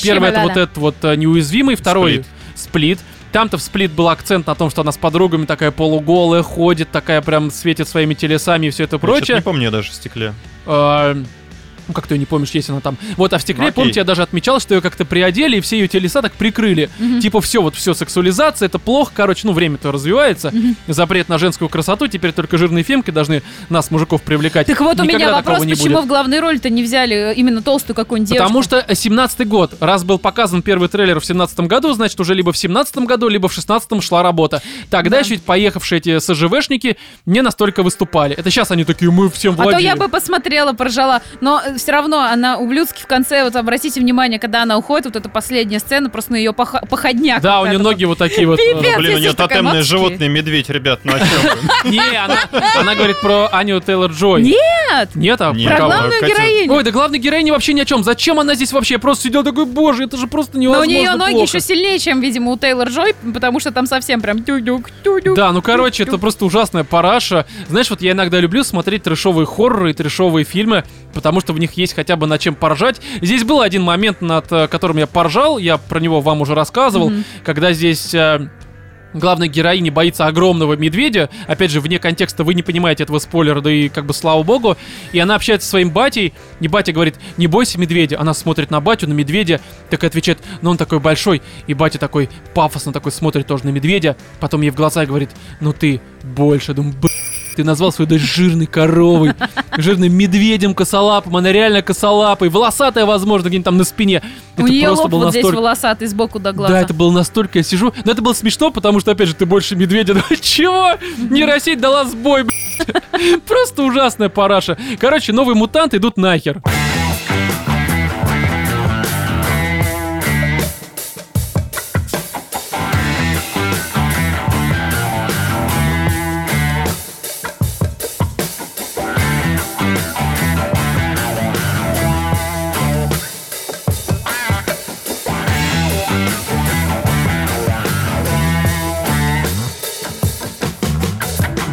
[SPEAKER 1] Первый это
[SPEAKER 3] Шималана.
[SPEAKER 1] вот этот вот э, неуязвимый, второй
[SPEAKER 2] Сплит.
[SPEAKER 1] сплит. Там-то в сплит был акцент на том, что она с подругами такая полуголая ходит, такая прям светит своими телесами и все это
[SPEAKER 2] Я чё-то
[SPEAKER 1] прочее.
[SPEAKER 2] не помню я даже в стекле.
[SPEAKER 1] А, Ну, как ты ее не помнишь, есть она там. Вот, а в стекле,
[SPEAKER 2] Ну, окей.
[SPEAKER 1] помните, я даже отмечал, что ее как-то приодели, и все ее телеса так прикрыли. Типа, все, вот все, сексуализация, это плохо, короче, ну, время-то развивается. Запрет на женскую красоту, теперь только жирные фемки должны нас, мужиков, привлекать.
[SPEAKER 3] Так вот у
[SPEAKER 1] Никогда
[SPEAKER 3] меня
[SPEAKER 1] такого
[SPEAKER 3] вопрос,
[SPEAKER 1] не
[SPEAKER 3] почему
[SPEAKER 1] будет.
[SPEAKER 3] в главную роль-то не взяли э, именно толстую какую-нибудь девушку?
[SPEAKER 1] Потому что 17-й год. Раз был показан первый трейлер в 17 году, значит, уже либо в 17 году, либо в 16 шла работа. Тогда
[SPEAKER 3] Да.
[SPEAKER 1] еще ведь поехавшие эти СЖВшники не настолько выступали. Это сейчас они такие, мы всем
[SPEAKER 3] А то
[SPEAKER 1] владеем.
[SPEAKER 3] я бы посмотрела, поржала. Но все равно она ублюдски в конце, вот обратите внимание, когда она уходит, вот эта последняя сцена, просто на ее пох- походняк.
[SPEAKER 1] Да,
[SPEAKER 3] вот
[SPEAKER 1] у нее
[SPEAKER 3] этот
[SPEAKER 1] ноги вот такие вот.
[SPEAKER 3] Пипец.
[SPEAKER 1] э,
[SPEAKER 3] Нет,
[SPEAKER 2] Ну, Блин, у
[SPEAKER 3] здесь
[SPEAKER 2] нее
[SPEAKER 3] же такая
[SPEAKER 2] тотемное
[SPEAKER 3] маски.
[SPEAKER 2] животное медведь, ребят, ну о чем вы?
[SPEAKER 1] Не, она, она говорит про Аню Тейлор-Джой.
[SPEAKER 3] вот. Нет,
[SPEAKER 1] Нет, а
[SPEAKER 2] Нет.
[SPEAKER 1] про
[SPEAKER 3] про
[SPEAKER 1] кого?
[SPEAKER 2] главного
[SPEAKER 3] главную
[SPEAKER 2] Катя.
[SPEAKER 3] героиню.
[SPEAKER 1] Ой, да главной героине вообще ни о чем. Зачем она здесь вообще? Я просто сидел такой, боже, это же просто
[SPEAKER 3] Но у
[SPEAKER 1] невозможно
[SPEAKER 3] нее ноги
[SPEAKER 1] плохо».
[SPEAKER 3] еще сильнее, чем, видимо, у Тейлор Джой, потому что там совсем прям тюдюк, тюдюк.
[SPEAKER 1] Да, ну короче, это просто ужасная параша. Знаешь, вот я иногда люблю смотреть трешовые хорроры и трешовые фильмы, потому что в них есть хотя бы над чем поржать. Здесь был один момент, над э, которым я поржал, я про него вам уже рассказывал,
[SPEAKER 3] Мгм.
[SPEAKER 1] когда здесь... э, Главная героиня боится огромного медведя. Опять же, вне контекста вы не понимаете этого спойлера, да и как бы слава богу. И она общается со своим батей, и батя говорит, не бойся медведя. Она смотрит на батю, на медведя, так и отвечает, но он такой большой. И батя такой пафосно такой смотрит тоже на медведя. Потом ей в глаза и говорит, ну ты больше. Думаю, «Б***ь, ты назвал свою дочь жирной коровой, жирным медведем косолапым. Она реально косолапой, волосатая, возможно, где-нибудь там на спине.
[SPEAKER 3] У
[SPEAKER 1] Это
[SPEAKER 3] нее
[SPEAKER 1] просто
[SPEAKER 3] лоб
[SPEAKER 1] был
[SPEAKER 3] вот здесь
[SPEAKER 1] настолько
[SPEAKER 3] волосатый сбоку до глаза.
[SPEAKER 1] да, это было настолько, я сижу, но это было смешно, потому что, опять же, ты больше медведя, *laughs* Ну, чего? Нейросеть дала сбой, блядь. *laughs* Просто ужасная параша. Короче, новые мутанты идут нахер.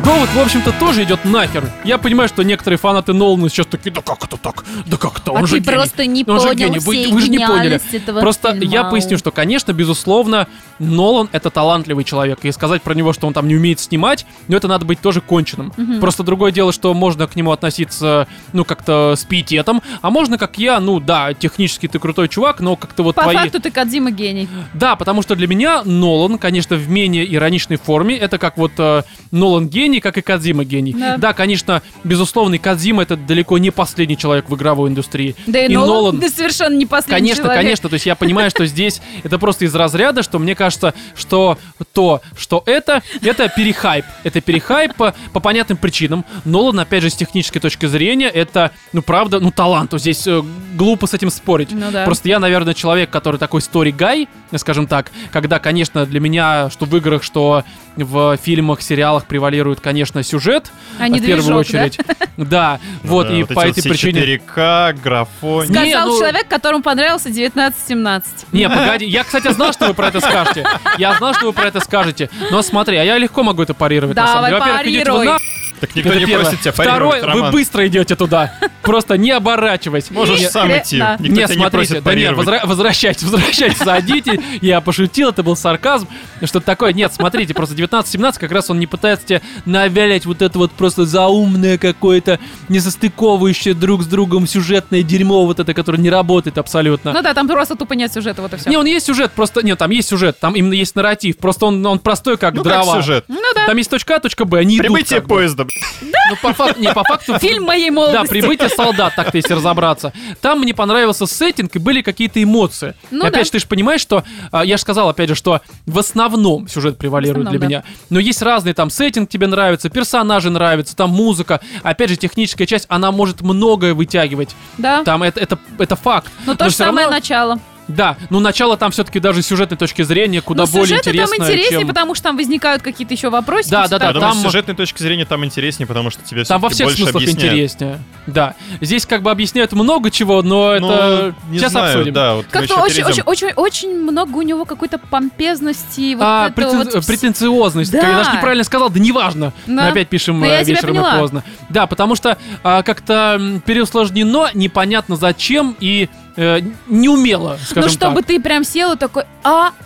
[SPEAKER 1] Довод, Ну в общем-то, тоже идет нахер. Я понимаю, что некоторые фанаты Нолана сейчас такие, да как это так? Да как то
[SPEAKER 3] А
[SPEAKER 1] Он же
[SPEAKER 3] ты
[SPEAKER 1] гений.
[SPEAKER 3] просто не
[SPEAKER 1] Он же
[SPEAKER 3] понял
[SPEAKER 1] гений. Вы-
[SPEAKER 3] всей
[SPEAKER 1] вы же не поняли.
[SPEAKER 3] гениальности этого
[SPEAKER 1] Просто
[SPEAKER 3] фильма.
[SPEAKER 1] я поясню, что, конечно, безусловно, Нолан это талантливый человек. И сказать про него, что он там не умеет снимать, но это надо быть тоже конченым. Просто другое дело, что можно к нему относиться, ну, как-то с пиететом, а можно, как я, ну, да, технически ты крутой чувак, но как-то вот
[SPEAKER 3] По
[SPEAKER 1] твои...
[SPEAKER 3] факту ты Кадзима гений.
[SPEAKER 1] Да, потому что для меня Нолан, конечно, в менее ироничной форме. Это как вот э, Нолан гений, гений, как и Кадзима гений.
[SPEAKER 3] Да.
[SPEAKER 1] Да, конечно, безусловно, и Кадзима это далеко не последний человек в игровой индустрии.
[SPEAKER 3] Да и,
[SPEAKER 1] И
[SPEAKER 3] Нолан,
[SPEAKER 1] Нолан.
[SPEAKER 3] да *laughs* совершенно не последний
[SPEAKER 1] Конечно,
[SPEAKER 3] человек.
[SPEAKER 1] конечно, то есть я понимаю, что здесь это просто из разряда, что мне кажется, что то, что это, это перехайп. Это перехайп по, по понятным причинам. Нолан, опять же, с технической точки зрения, это, ну, правда, ну, талант. Вот Здесь э, глупо с этим спорить.
[SPEAKER 3] Ну да.
[SPEAKER 1] Просто я, наверное, человек, который такой story-гай, скажем так, когда, конечно, для меня, что в играх, что в фильмах, сериалах превалирует, конечно, сюжет.
[SPEAKER 3] А не
[SPEAKER 1] в первую
[SPEAKER 3] движок, да?
[SPEAKER 1] очередь. Да, *laughs* вот,
[SPEAKER 2] Ну Да,
[SPEAKER 1] и
[SPEAKER 2] вот
[SPEAKER 1] по
[SPEAKER 2] эти
[SPEAKER 1] этой
[SPEAKER 2] вот все
[SPEAKER 1] причине...
[SPEAKER 2] 4К, графон.
[SPEAKER 1] Не,
[SPEAKER 3] Сказал
[SPEAKER 1] ну-
[SPEAKER 3] человек, которому понравился 19-17.
[SPEAKER 1] Не, погоди, я, кстати, знал, что вы про это скажете. Я знал, что вы про это скажете. Но смотри, а я легко могу это парировать, на самом
[SPEAKER 3] Давай,
[SPEAKER 1] деле. Во-первых, идите вы
[SPEAKER 3] парируй.
[SPEAKER 1] на-
[SPEAKER 2] Так никто
[SPEAKER 1] Это
[SPEAKER 2] не
[SPEAKER 1] первое.
[SPEAKER 2] просит тебя
[SPEAKER 1] Второе,
[SPEAKER 2] парировать,
[SPEAKER 1] вы
[SPEAKER 2] Роман.
[SPEAKER 1] быстро идете туда. Просто не оборачиваясь.
[SPEAKER 2] Можешь
[SPEAKER 3] Не,
[SPEAKER 2] сам
[SPEAKER 3] э,
[SPEAKER 2] идти.
[SPEAKER 3] да.
[SPEAKER 2] Никто
[SPEAKER 1] не,
[SPEAKER 2] тебя не
[SPEAKER 1] смотрите,
[SPEAKER 2] просит
[SPEAKER 1] да нет,
[SPEAKER 2] парировать.
[SPEAKER 1] возра- возвращайтесь, возвращайтесь, садите, я пошутил, это был сарказм, что-то такое. Нет, смотрите, просто 19-17, как раз он не пытается тебе навялять вот это вот просто заумное какое-то, несостыковывающее друг с другом сюжетное дерьмо вот это, которое не работает абсолютно.
[SPEAKER 3] Ну да, там просто тупо нет сюжета, вот и все.
[SPEAKER 1] Не, он есть сюжет, просто... Нет, там есть сюжет, там именно есть нарратив. Просто он, он простой, как
[SPEAKER 2] Ну как
[SPEAKER 1] дрова.
[SPEAKER 2] сюжет?
[SPEAKER 3] Ну да,
[SPEAKER 1] Там есть точка А, точка Б, они идут
[SPEAKER 2] Прибытие
[SPEAKER 1] как бы.
[SPEAKER 2] поезда. б***ь.
[SPEAKER 1] Ну, по факту... Не, по
[SPEAKER 3] *laughs*
[SPEAKER 1] факту...
[SPEAKER 3] *laughs* фильм моей
[SPEAKER 1] Да,
[SPEAKER 3] молодости.
[SPEAKER 1] прибытие солдат, так-то если разобраться. Там мне понравился сеттинг и были какие-то эмоции.
[SPEAKER 3] Ну
[SPEAKER 1] И опять
[SPEAKER 3] да.
[SPEAKER 1] же, ты же понимаешь, что а, я же сказал, опять же, что в основном сюжет превалирует
[SPEAKER 3] В основном,
[SPEAKER 1] для
[SPEAKER 3] да.
[SPEAKER 1] меня. Но есть разные там сеттинг тебе нравится, персонажи нравятся, там музыка. Опять же, техническая часть, она может многое вытягивать.
[SPEAKER 3] Да,
[SPEAKER 1] Там это, это, это факт.
[SPEAKER 3] но то же
[SPEAKER 1] всё
[SPEAKER 3] самое
[SPEAKER 1] равно-
[SPEAKER 3] начало.
[SPEAKER 1] да, ну начало там все-таки даже с сюжетной точки зрения куда
[SPEAKER 3] Но
[SPEAKER 1] более
[SPEAKER 3] сюжеты там
[SPEAKER 1] интересно,
[SPEAKER 3] Ну, интереснее,
[SPEAKER 1] чем...
[SPEAKER 3] потому что там возникают какие-то еще вопросики.
[SPEAKER 1] Да,
[SPEAKER 3] всё
[SPEAKER 1] да, да,
[SPEAKER 2] Я
[SPEAKER 3] так.
[SPEAKER 2] думаю, с
[SPEAKER 1] там-
[SPEAKER 2] сюжетной точки зрения там интереснее, потому что тебе
[SPEAKER 1] Там во
[SPEAKER 2] всё-таки
[SPEAKER 1] всех
[SPEAKER 2] больше
[SPEAKER 1] смыслах
[SPEAKER 2] объясняют.
[SPEAKER 1] интереснее. Да. Здесь как бы объясняют много чего, но
[SPEAKER 2] Ну,
[SPEAKER 1] это...
[SPEAKER 2] не
[SPEAKER 1] Сейчас
[SPEAKER 2] знаю,
[SPEAKER 1] обсудим.
[SPEAKER 2] да, вот мы
[SPEAKER 3] Как-то
[SPEAKER 2] ещё
[SPEAKER 3] очень,
[SPEAKER 2] перейдем.
[SPEAKER 3] очень, очень, очень много у него какой-то помпезности. Вот
[SPEAKER 1] а,
[SPEAKER 3] это
[SPEAKER 1] претен-
[SPEAKER 3] вот вс-
[SPEAKER 1] претенциозность.
[SPEAKER 3] Да.
[SPEAKER 1] Я даже неправильно сказал, да неважно.
[SPEAKER 3] Да.
[SPEAKER 1] Мы опять пишем
[SPEAKER 3] Но
[SPEAKER 1] э,
[SPEAKER 3] я тебя
[SPEAKER 1] вечером
[SPEAKER 3] поняла.
[SPEAKER 1] и поздно. Да, потому что а, как-то м, переусложнено, непонятно зачем и э, неумело,
[SPEAKER 3] Ну,
[SPEAKER 1] скажем так.
[SPEAKER 3] чтобы ты прям сел и такой,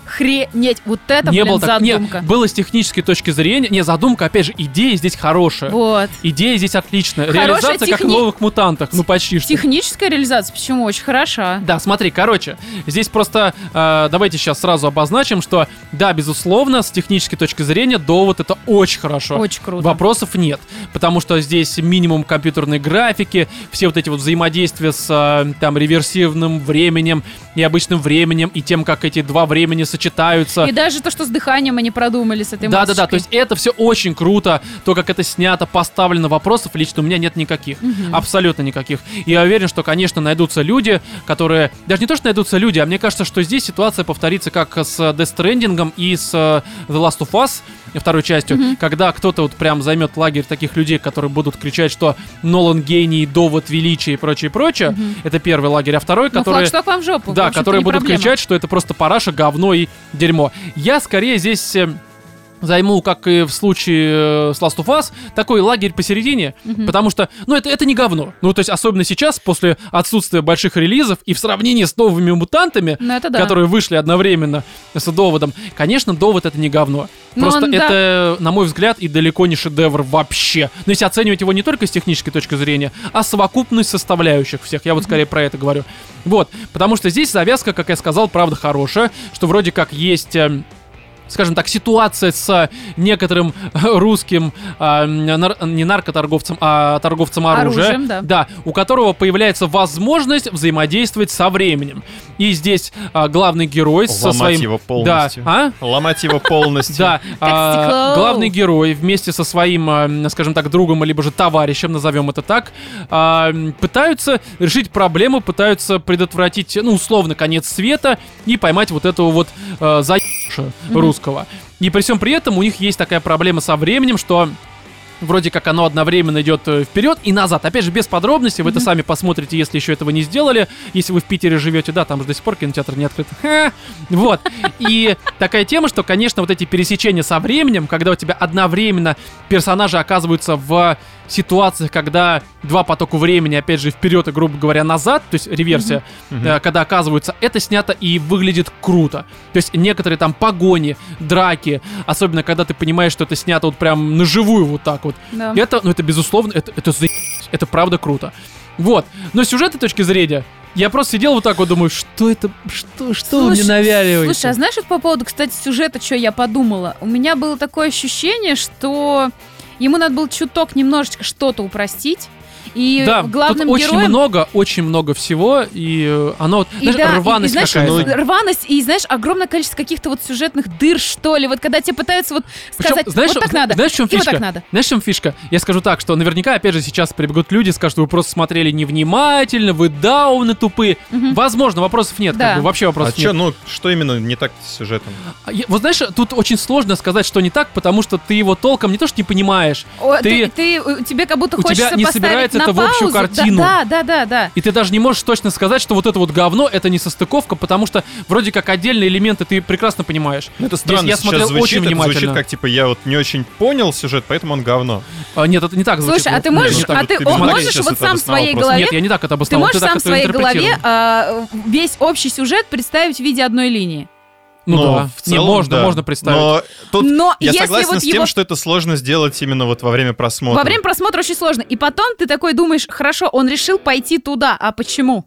[SPEAKER 3] охренеть, вот это,
[SPEAKER 1] не
[SPEAKER 3] блин,
[SPEAKER 1] было так, не,
[SPEAKER 3] задумка.
[SPEAKER 1] было с технической точки зрения. Не, задумка, опять же, идея здесь хорошая.
[SPEAKER 3] Вот.
[SPEAKER 1] Идея здесь отличная.
[SPEAKER 3] Хорошая
[SPEAKER 1] Реализация как в
[SPEAKER 3] техни-
[SPEAKER 1] новых мутантах. Ну почти что.
[SPEAKER 3] Техническая реализация, почему, очень хороша.
[SPEAKER 1] Да, смотри, короче, здесь просто э, давайте сейчас сразу обозначим, что да, безусловно, с технической точки зрения довод это очень хорошо.
[SPEAKER 3] Очень круто.
[SPEAKER 1] Вопросов нет, потому что здесь минимум компьютерной графики, все вот эти вот взаимодействия с э, там реверсивным временем и обычным временем и тем, как эти два времени сочетаются.
[SPEAKER 3] И даже то, что с дыханием они продумали с этой
[SPEAKER 1] Да, да, да.
[SPEAKER 3] масочкой.
[SPEAKER 1] То есть это все очень круто. То, как это снято, поставлено вопросов, лично у меня нет никаких.
[SPEAKER 3] Мгм.
[SPEAKER 1] Абсолютно никаких. И я уверен, что, конечно, найдутся люди, которые. Даже не то, что найдутся люди, а мне кажется, что здесь ситуация повторится как с э, Death Stranding и с э, The Last of Us второй частью, когда кто-то вот прям займет лагерь таких людей, которые будут кричать, что Нолан гений, довод величия и прочее, прочее. Это первый лагерь, а второй,
[SPEAKER 3] Ну,
[SPEAKER 1] который.
[SPEAKER 3] флагшток вам в жопу. в
[SPEAKER 1] Да,
[SPEAKER 3] общем-то,
[SPEAKER 1] которые
[SPEAKER 3] не
[SPEAKER 1] будут
[SPEAKER 3] проблема.
[SPEAKER 1] кричать, что это просто параша, говно и дерьмо. Я скорее здесь э, займу, как и в случае э, с Last of Us, такой лагерь посередине, потому что, ну, это, это не говно. Ну, то есть, особенно сейчас, после отсутствия больших релизов и в сравнении с новыми мутантами,
[SPEAKER 3] Ну, это да.
[SPEAKER 1] которые вышли одновременно с доводом, конечно, довод это не говно.
[SPEAKER 3] Но
[SPEAKER 1] Просто
[SPEAKER 3] он, да.
[SPEAKER 1] это, на мой взгляд, и далеко не шедевр вообще. Но если оценивать его не только с технической точки зрения, а совокупность составляющих всех. Я вот скорее про это говорю. Вот, потому что здесь завязка, как я сказал, правда хорошая, что вроде как есть... эм, скажем так, ситуация с некоторым *laughs* русским, а, нар- не наркоторговцем, а торговцем оружия,
[SPEAKER 3] Оружием, да.
[SPEAKER 1] у которого появляется возможность взаимодействовать со временем. И здесь а, главный герой со
[SPEAKER 2] Ломать
[SPEAKER 1] своим...
[SPEAKER 2] его полностью.
[SPEAKER 1] Да, а?
[SPEAKER 2] Ломать
[SPEAKER 1] *laughs*
[SPEAKER 2] его полностью.
[SPEAKER 1] Да, а,
[SPEAKER 3] стекло.
[SPEAKER 1] главный герой вместе со своим, а, м, скажем так, другом, либо же товарищем, назовем это так, а, м, пытаются решить проблему, пытаются предотвратить, ну, условно, конец света и поймать вот этого вот э, заебша русского. И при всем при этом у них есть такая проблема со временем, что вроде как оно одновременно идет э, вперед и назад. Опять же, без подробностей, вы это сами посмотрите, если еще этого не сделали. Если вы в Питере живете, да, там же до сих пор кинотеатр не открыт. Ха! Вот. И такая тема, что, конечно, вот эти пересечения со временем, когда у тебя одновременно персонажи оказываются в ситуациях, когда два потока времени, опять же, вперед и, грубо говоря, назад, то есть реверсия, э, когда оказываются, это снято и выглядит круто. То есть некоторые там погони, драки, особенно когда ты понимаешь, что это снято вот прям на живую вот так вот.
[SPEAKER 3] Да.
[SPEAKER 1] Это, ну это безусловно, это, это за... это правда круто. Вот. Но с сюжетной точки зрения, я просто сидел вот так вот, думаю, что это, что, что вы мне
[SPEAKER 3] Слушай,
[SPEAKER 1] навяливаете?
[SPEAKER 3] Слушай, а знаешь, вот по поводу, кстати, сюжета, что я подумала? У меня было такое ощущение, что Ему надо было чуток немножечко что-то упростить. И
[SPEAKER 1] да,
[SPEAKER 3] главным
[SPEAKER 1] тут очень
[SPEAKER 3] героем...
[SPEAKER 1] много, очень много всего, и э, оно, вот,
[SPEAKER 3] И
[SPEAKER 1] знаешь,
[SPEAKER 3] да, и- и
[SPEAKER 1] рваность
[SPEAKER 3] знаешь,
[SPEAKER 1] какая-то.
[SPEAKER 2] ну,
[SPEAKER 3] рваность и, знаешь, огромное количество каких-то вот сюжетных дыр, что ли. Вот когда тебе пытаются вот
[SPEAKER 1] Причем,
[SPEAKER 3] сказать,
[SPEAKER 1] знаешь,
[SPEAKER 3] вот так
[SPEAKER 1] зна-
[SPEAKER 3] надо,
[SPEAKER 1] Знаешь, в чем
[SPEAKER 3] и вот
[SPEAKER 1] фишка?
[SPEAKER 3] так надо.
[SPEAKER 1] Знаешь, в чем фишка? Я скажу так, что наверняка, опять же, сейчас прибегут люди, скажут, вы просто смотрели невнимательно, вы дауны тупые.
[SPEAKER 3] Мгм.
[SPEAKER 1] Возможно, вопросов нет,
[SPEAKER 3] Да.
[SPEAKER 1] как бы, вообще
[SPEAKER 2] А
[SPEAKER 1] вопросов
[SPEAKER 2] что,
[SPEAKER 1] нет.
[SPEAKER 2] ну, что именно не так с сюжетом?
[SPEAKER 1] А я- Вот знаешь, тут очень сложно сказать, что не так, потому что ты его толком не то что не понимаешь,
[SPEAKER 3] О,
[SPEAKER 1] ты-
[SPEAKER 3] ты, ты- у- тебе как будто
[SPEAKER 1] у тебя
[SPEAKER 3] хочется
[SPEAKER 1] не
[SPEAKER 3] поставить
[SPEAKER 1] собирается
[SPEAKER 3] на
[SPEAKER 1] это в общую
[SPEAKER 3] паузу. Да-
[SPEAKER 1] картину.
[SPEAKER 3] Да, да, да, да.
[SPEAKER 1] и ты даже не можешь точно сказать, что вот это вот говно, это не состыковка, потому что вроде как отдельные элементы ты прекрасно понимаешь.
[SPEAKER 2] Ну, это
[SPEAKER 1] Здесь
[SPEAKER 2] странно
[SPEAKER 1] я
[SPEAKER 2] сейчас
[SPEAKER 1] смотрел
[SPEAKER 2] звучит,
[SPEAKER 1] очень
[SPEAKER 2] это
[SPEAKER 1] внимательно.
[SPEAKER 2] звучит как, типа, я вот не очень понял сюжет, поэтому он говно.
[SPEAKER 1] А, нет, это не так звучит.
[SPEAKER 3] Слушай, а ты
[SPEAKER 1] Нет,
[SPEAKER 3] можешь,
[SPEAKER 1] не так.
[SPEAKER 3] а
[SPEAKER 2] вот
[SPEAKER 3] ты
[SPEAKER 2] ты
[SPEAKER 3] о,
[SPEAKER 1] смотри,
[SPEAKER 3] можешь
[SPEAKER 2] сейчас
[SPEAKER 3] вот
[SPEAKER 2] это
[SPEAKER 3] сам в
[SPEAKER 2] обосновал
[SPEAKER 3] своей
[SPEAKER 2] просто.
[SPEAKER 3] голове,
[SPEAKER 1] Нет, я не так это
[SPEAKER 3] ты
[SPEAKER 1] обосновал.
[SPEAKER 3] можешь
[SPEAKER 1] так
[SPEAKER 3] сам в
[SPEAKER 1] это
[SPEAKER 3] своей голове
[SPEAKER 1] интерпретировал.
[SPEAKER 3] а, весь общий сюжет представить в виде одной линии.
[SPEAKER 1] Ну
[SPEAKER 2] Но
[SPEAKER 1] да.
[SPEAKER 2] в целом,
[SPEAKER 1] не, можно,
[SPEAKER 2] да.
[SPEAKER 1] можно представить.
[SPEAKER 2] Но тут
[SPEAKER 3] Но
[SPEAKER 2] я
[SPEAKER 3] если
[SPEAKER 2] согласен
[SPEAKER 3] вот
[SPEAKER 2] с
[SPEAKER 3] его
[SPEAKER 2] тем, что это сложно сделать именно вот во время просмотра.
[SPEAKER 3] во время просмотра очень сложно, и потом ты такой думаешь, хорошо, он решил пойти туда, а почему?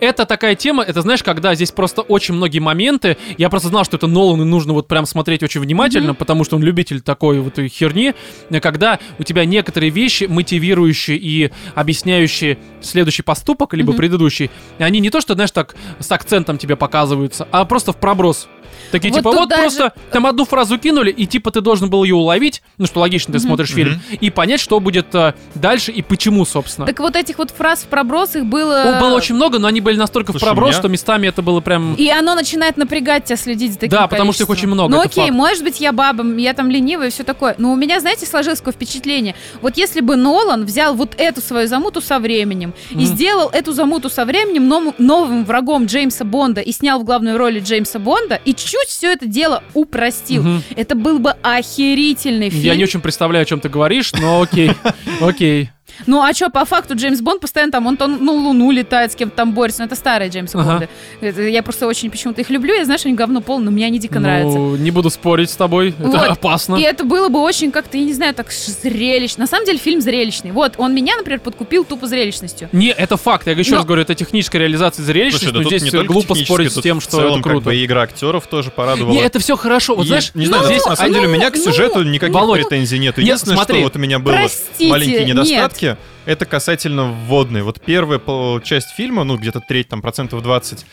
[SPEAKER 1] Это такая тема, это знаешь, когда здесь просто очень многие моменты. Я просто знал, что это Нолану нужно вот прям смотреть очень внимательно,
[SPEAKER 3] Мгм.
[SPEAKER 1] потому что он любитель такой вот и херни, э, когда у тебя некоторые вещи, мотивирующие и объясняющие следующий поступок, либо
[SPEAKER 3] Мгм.
[SPEAKER 1] предыдущий, они не то, что, знаешь, так с акцентом тебе показываются, а просто в проброс. Такие,
[SPEAKER 3] Вот
[SPEAKER 1] типа,
[SPEAKER 3] тут
[SPEAKER 1] вот
[SPEAKER 3] даже-
[SPEAKER 1] просто там одну фразу кинули, и типа ты должен был ее уловить, ну что логично, ты
[SPEAKER 3] Мгм.
[SPEAKER 1] смотришь фильм, и понять, что будет э, дальше и почему, собственно.
[SPEAKER 3] Так вот этих вот фраз в пробросах было...
[SPEAKER 1] О, Было очень много, но они были настолько
[SPEAKER 2] Слушай,
[SPEAKER 1] в проброс,
[SPEAKER 2] меня-
[SPEAKER 1] что местами это было прям...
[SPEAKER 3] И оно начинает напрягать тебя следить за таким
[SPEAKER 1] Да, потому что их
[SPEAKER 3] количеством.
[SPEAKER 1] очень много,
[SPEAKER 3] Ну
[SPEAKER 1] это
[SPEAKER 3] окей,
[SPEAKER 1] факт.
[SPEAKER 3] может быть, я баба, я там ленивая и все такое. Но у меня, знаете, сложилось такое впечатление. Вот если бы Нолан взял вот эту свою замуту со временем
[SPEAKER 1] Мгм.
[SPEAKER 3] и сделал эту замуту со временем новым, новым врагом Джеймса Бонда и снял в главной роли Джеймса Бонда и чуть все это дело упростил,
[SPEAKER 1] Мгм.
[SPEAKER 3] это был бы охерительный фильм.
[SPEAKER 1] Я не очень представляю, о чем ты говоришь, но
[SPEAKER 2] *laughs*
[SPEAKER 1] окей, окей.
[SPEAKER 3] Ну а что, по факту Джеймс Бонд постоянно там, он то на Луну летает, с кем-то там борется, но это старые Джеймс
[SPEAKER 1] Ага.
[SPEAKER 3] Бонды. Это- я просто очень почему-то их люблю, я знаю, что они говно полное, но мне они дико нравятся.
[SPEAKER 1] Ну, не буду спорить с тобой,
[SPEAKER 3] Вот.
[SPEAKER 1] это опасно.
[SPEAKER 3] И это было бы очень как-то, я не знаю, так ш- зрелищно. На самом деле фильм зрелищный. Вот, он меня, например, подкупил тупо зрелищностью.
[SPEAKER 1] Не, это факт. Я еще
[SPEAKER 3] Но-
[SPEAKER 1] раз говорю, это техническая реализация
[SPEAKER 2] Слушай,
[SPEAKER 1] зрелищности,
[SPEAKER 2] да
[SPEAKER 1] но
[SPEAKER 2] тут
[SPEAKER 1] здесь
[SPEAKER 2] не
[SPEAKER 1] э,
[SPEAKER 2] только
[SPEAKER 1] глупо
[SPEAKER 2] технически,
[SPEAKER 1] спорить с
[SPEAKER 2] тут
[SPEAKER 1] тем,
[SPEAKER 2] в
[SPEAKER 1] что
[SPEAKER 2] целом,
[SPEAKER 1] это
[SPEAKER 2] как
[SPEAKER 1] круто.
[SPEAKER 2] бы и игра актеров тоже порадовала.
[SPEAKER 1] Не, это все хорошо. Вот
[SPEAKER 2] И,
[SPEAKER 1] знаешь,
[SPEAKER 2] не знаю,
[SPEAKER 1] ну,
[SPEAKER 2] здесь на самом
[SPEAKER 1] ну,
[SPEAKER 2] деле у меня к
[SPEAKER 3] ну,
[SPEAKER 2] сюжету никаких
[SPEAKER 1] ну,
[SPEAKER 2] претензий нет.
[SPEAKER 1] нет,
[SPEAKER 2] Единственное,
[SPEAKER 1] смотри,
[SPEAKER 2] что вот у меня было
[SPEAKER 3] простите,
[SPEAKER 2] маленькие
[SPEAKER 3] нет.
[SPEAKER 2] недостатки, это касательно вводной. Вот первая пол- часть фильма, ну где-то треть, там процентов 20,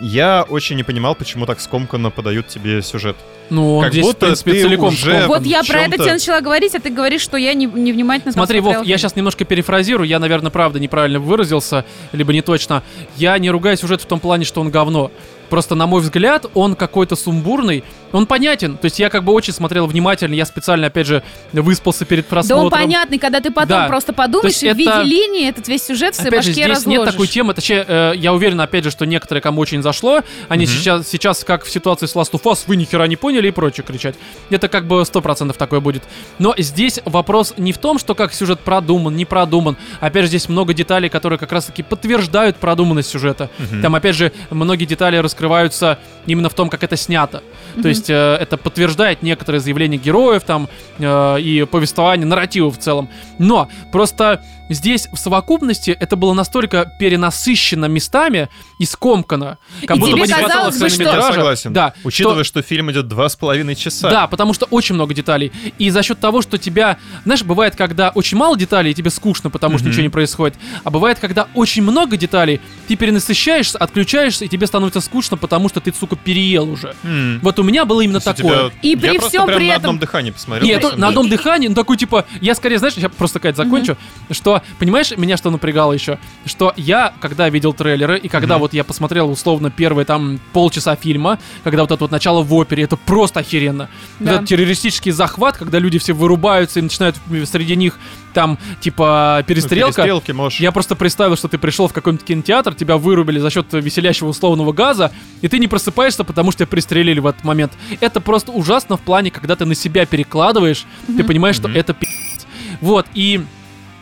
[SPEAKER 2] я очень не понимал, почему так скомканно подают тебе сюжет.
[SPEAKER 1] ну, он
[SPEAKER 2] как
[SPEAKER 1] здесь, в
[SPEAKER 2] будто
[SPEAKER 1] принципе,
[SPEAKER 2] ты
[SPEAKER 1] целиком.
[SPEAKER 2] уже
[SPEAKER 1] скомкан.
[SPEAKER 3] вот
[SPEAKER 2] в
[SPEAKER 3] я про это
[SPEAKER 2] чём-то-
[SPEAKER 3] тебе начала говорить, а ты говоришь, что я не, невнимательно
[SPEAKER 1] Смотри,
[SPEAKER 3] смотрела
[SPEAKER 1] Вов, я
[SPEAKER 3] фильм.
[SPEAKER 1] сейчас немножко перефразирую, я, наверное, правда неправильно выразился, либо не точно. Я не ругаю сюжет в том плане, что он говно. Просто, на мой взгляд, он какой-то сумбурный, он понятен. То есть я как бы очень смотрел внимательно, я специально, опять же, выспался перед
[SPEAKER 3] Да он
[SPEAKER 1] просмотром.
[SPEAKER 3] понятный, когда ты потом
[SPEAKER 1] Да.
[SPEAKER 3] просто
[SPEAKER 1] То
[SPEAKER 3] подумаешь
[SPEAKER 1] есть
[SPEAKER 3] и в виде
[SPEAKER 1] это-
[SPEAKER 3] линии этот весь сюжет в своей
[SPEAKER 1] Опять же,
[SPEAKER 3] башке
[SPEAKER 1] здесь нет
[SPEAKER 3] разложишь.
[SPEAKER 1] такой темы. Точнее, э, я уверен, опять же, что некоторые, кому очень зашло, они
[SPEAKER 2] Мгм.
[SPEAKER 1] сейчас, сейчас, как в ситуации с Last of Us, вы нихера не поняли и прочее кричать. Это как бы 100% такое будет. Но здесь вопрос не в том, что как сюжет продуман, не продуман. Опять же, здесь много деталей, которые как раз-таки подтверждают продуманность сюжета.
[SPEAKER 2] Мгм.
[SPEAKER 1] Там, опять же, многие детали раскрываются именно в том, как это снято. То
[SPEAKER 3] Мгм.
[SPEAKER 1] есть э, это подтверждает некоторые заявления героев там э, и повествование, нарративы в целом. Но просто здесь в совокупности это было настолько перенасыщено местами и скомкано. Как
[SPEAKER 3] И
[SPEAKER 1] будто
[SPEAKER 3] тебе
[SPEAKER 1] бы не хватало
[SPEAKER 3] казалось бы, что-
[SPEAKER 2] Я
[SPEAKER 1] хронометража.
[SPEAKER 2] согласен.
[SPEAKER 1] Да,
[SPEAKER 2] Учитывая, что... фильм идет два с половиной часа.
[SPEAKER 1] да, потому что очень много деталей. И за счет того, что тебя, знаешь, бывает, когда очень мало деталей, и тебе скучно, потому что
[SPEAKER 2] Мгм.
[SPEAKER 1] ничего не происходит. А бывает, когда очень много деталей, ты перенасыщаешься, отключаешься, и тебе становится скучно, потому что ты, сука, переел уже.
[SPEAKER 2] М.
[SPEAKER 1] Вот у меня было именно
[SPEAKER 2] То есть у
[SPEAKER 1] Ну, такое.
[SPEAKER 2] тебя-
[SPEAKER 3] И
[SPEAKER 2] я
[SPEAKER 3] при
[SPEAKER 2] просто
[SPEAKER 3] всем
[SPEAKER 2] прям
[SPEAKER 3] при
[SPEAKER 2] на
[SPEAKER 3] этом-
[SPEAKER 2] одном дыхании посмотрел.
[SPEAKER 1] Нет,
[SPEAKER 2] на
[SPEAKER 1] на
[SPEAKER 2] самом деле.
[SPEAKER 1] одном дыхании, ну такой типа, я скорее, знаешь, я просто Кать закончу, что, понимаешь, меня что напрягало еще, что я, когда видел трейлеры, и когда
[SPEAKER 2] Мгм.
[SPEAKER 1] вот я посмотрел условно первые там полчаса фильма, когда вот это вот начало в опере, это просто охеренно. Вот
[SPEAKER 3] Да.
[SPEAKER 1] этот террористический захват, когда люди все вырубаются и начинают м, среди них там типа
[SPEAKER 2] Ну,
[SPEAKER 1] перестрелка.
[SPEAKER 2] Перестрелки, можешь.
[SPEAKER 1] Я просто представил, что ты пришел в какой-нибудь кинотеатр, тебя вырубили за счет веселящего условного газа, и ты не просыпаешься, потому что тебя пристрелили в этот момент. Это просто ужасно в плане, когда ты на себя перекладываешь, ты
[SPEAKER 3] Мгм.
[SPEAKER 1] понимаешь, что
[SPEAKER 2] Мгм.
[SPEAKER 1] это пи***ц. Вот, и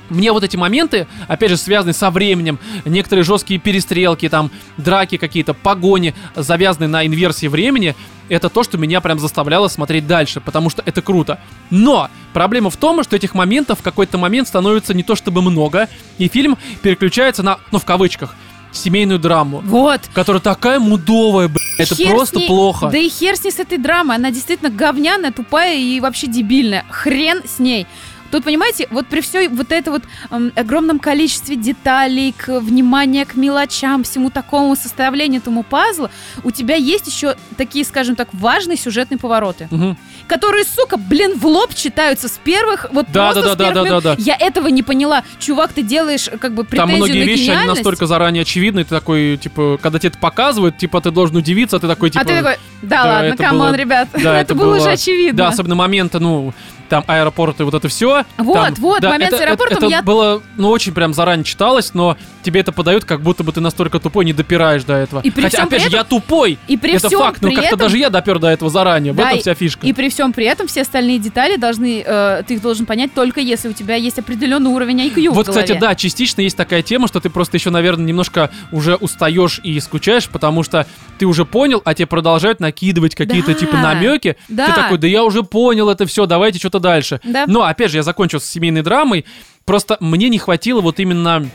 [SPEAKER 1] мне вот эти моменты, опять же, связаны со временем, некоторые жесткие перестрелки, там, драки какие-то, погони, завязанные на инверсии времени, это то, что меня прям заставляло смотреть дальше, потому что это круто. Но проблема в том, что этих моментов в какой-то момент становится не то чтобы много, и фильм переключается на, ну, в кавычках, семейную драму,
[SPEAKER 3] Вот.
[SPEAKER 1] которая такая мудовая, бля, это
[SPEAKER 3] Хер с
[SPEAKER 1] просто
[SPEAKER 3] ней-
[SPEAKER 1] плохо.
[SPEAKER 3] Да и хер с ней с этой драмой. Она действительно говняная, тупая и вообще дебильная. Хрен с ней. Тут, понимаете, вот при всей вот это вот эм, огромном количестве деталей, к внимания к мелочам, всему такому составлению этому пазла, у тебя есть еще такие, скажем так, важные сюжетные повороты,
[SPEAKER 1] Мгм.
[SPEAKER 3] которые, сука, блин, в лоб читаются с первых, вот
[SPEAKER 1] Да,
[SPEAKER 3] просто
[SPEAKER 1] да,
[SPEAKER 3] с
[SPEAKER 1] да, да,
[SPEAKER 3] первых
[SPEAKER 1] да,
[SPEAKER 3] минут.
[SPEAKER 1] да.
[SPEAKER 3] Я этого не поняла. Чувак, ты делаешь э, как бы претензию
[SPEAKER 1] Там многие
[SPEAKER 3] на
[SPEAKER 1] вещи, они
[SPEAKER 3] гениальность,
[SPEAKER 1] настолько заранее очевидны, ты такой, типа, когда тебе это показывают, типа, ты должен удивиться, а ты такой, типа...
[SPEAKER 3] А ты такой, да,
[SPEAKER 1] да,
[SPEAKER 3] ладно,
[SPEAKER 1] это
[SPEAKER 3] камон,
[SPEAKER 1] было-
[SPEAKER 3] ребят,
[SPEAKER 1] да,
[SPEAKER 3] *laughs* это
[SPEAKER 1] это
[SPEAKER 3] было уже
[SPEAKER 1] было- *laughs* Да,
[SPEAKER 3] очевидно.
[SPEAKER 1] особенно моменты, ну, там аэропорт и вот это все.
[SPEAKER 3] Вот, вот, момент с аэропортом
[SPEAKER 1] это,
[SPEAKER 3] я-
[SPEAKER 1] было, ну, очень прям заранее читалось, но тебе это подают, как будто бы ты настолько тупой, не допираешь до этого.
[SPEAKER 3] И при
[SPEAKER 1] Хотя,
[SPEAKER 3] всем
[SPEAKER 1] опять
[SPEAKER 3] при
[SPEAKER 1] же, я тупой.
[SPEAKER 3] И при
[SPEAKER 1] это
[SPEAKER 3] всем
[SPEAKER 1] факт, но
[SPEAKER 3] при
[SPEAKER 1] как-то
[SPEAKER 3] этом-
[SPEAKER 1] даже я допер до этого заранее.
[SPEAKER 3] Да,
[SPEAKER 1] в этом
[SPEAKER 3] и-
[SPEAKER 1] вся фишка.
[SPEAKER 3] И при всем при этом все остальные детали должны, э, ты их должен понять только если у тебя есть определенный уровень IQ. в
[SPEAKER 1] Вот, кстати,
[SPEAKER 3] голове.
[SPEAKER 1] да, частично есть такая тема, что ты просто еще, наверное, немножко уже устаешь и скучаешь, потому что ты уже понял, а тебе продолжают накидывать какие-то
[SPEAKER 3] Да.
[SPEAKER 1] типа намеки.
[SPEAKER 3] Да.
[SPEAKER 1] Ты такой, да я уже понял это все, давайте что-то дальше.
[SPEAKER 3] Да.
[SPEAKER 1] Но, Ну, опять же, я закончил с семейной драмой, просто мне не хватило вот именно...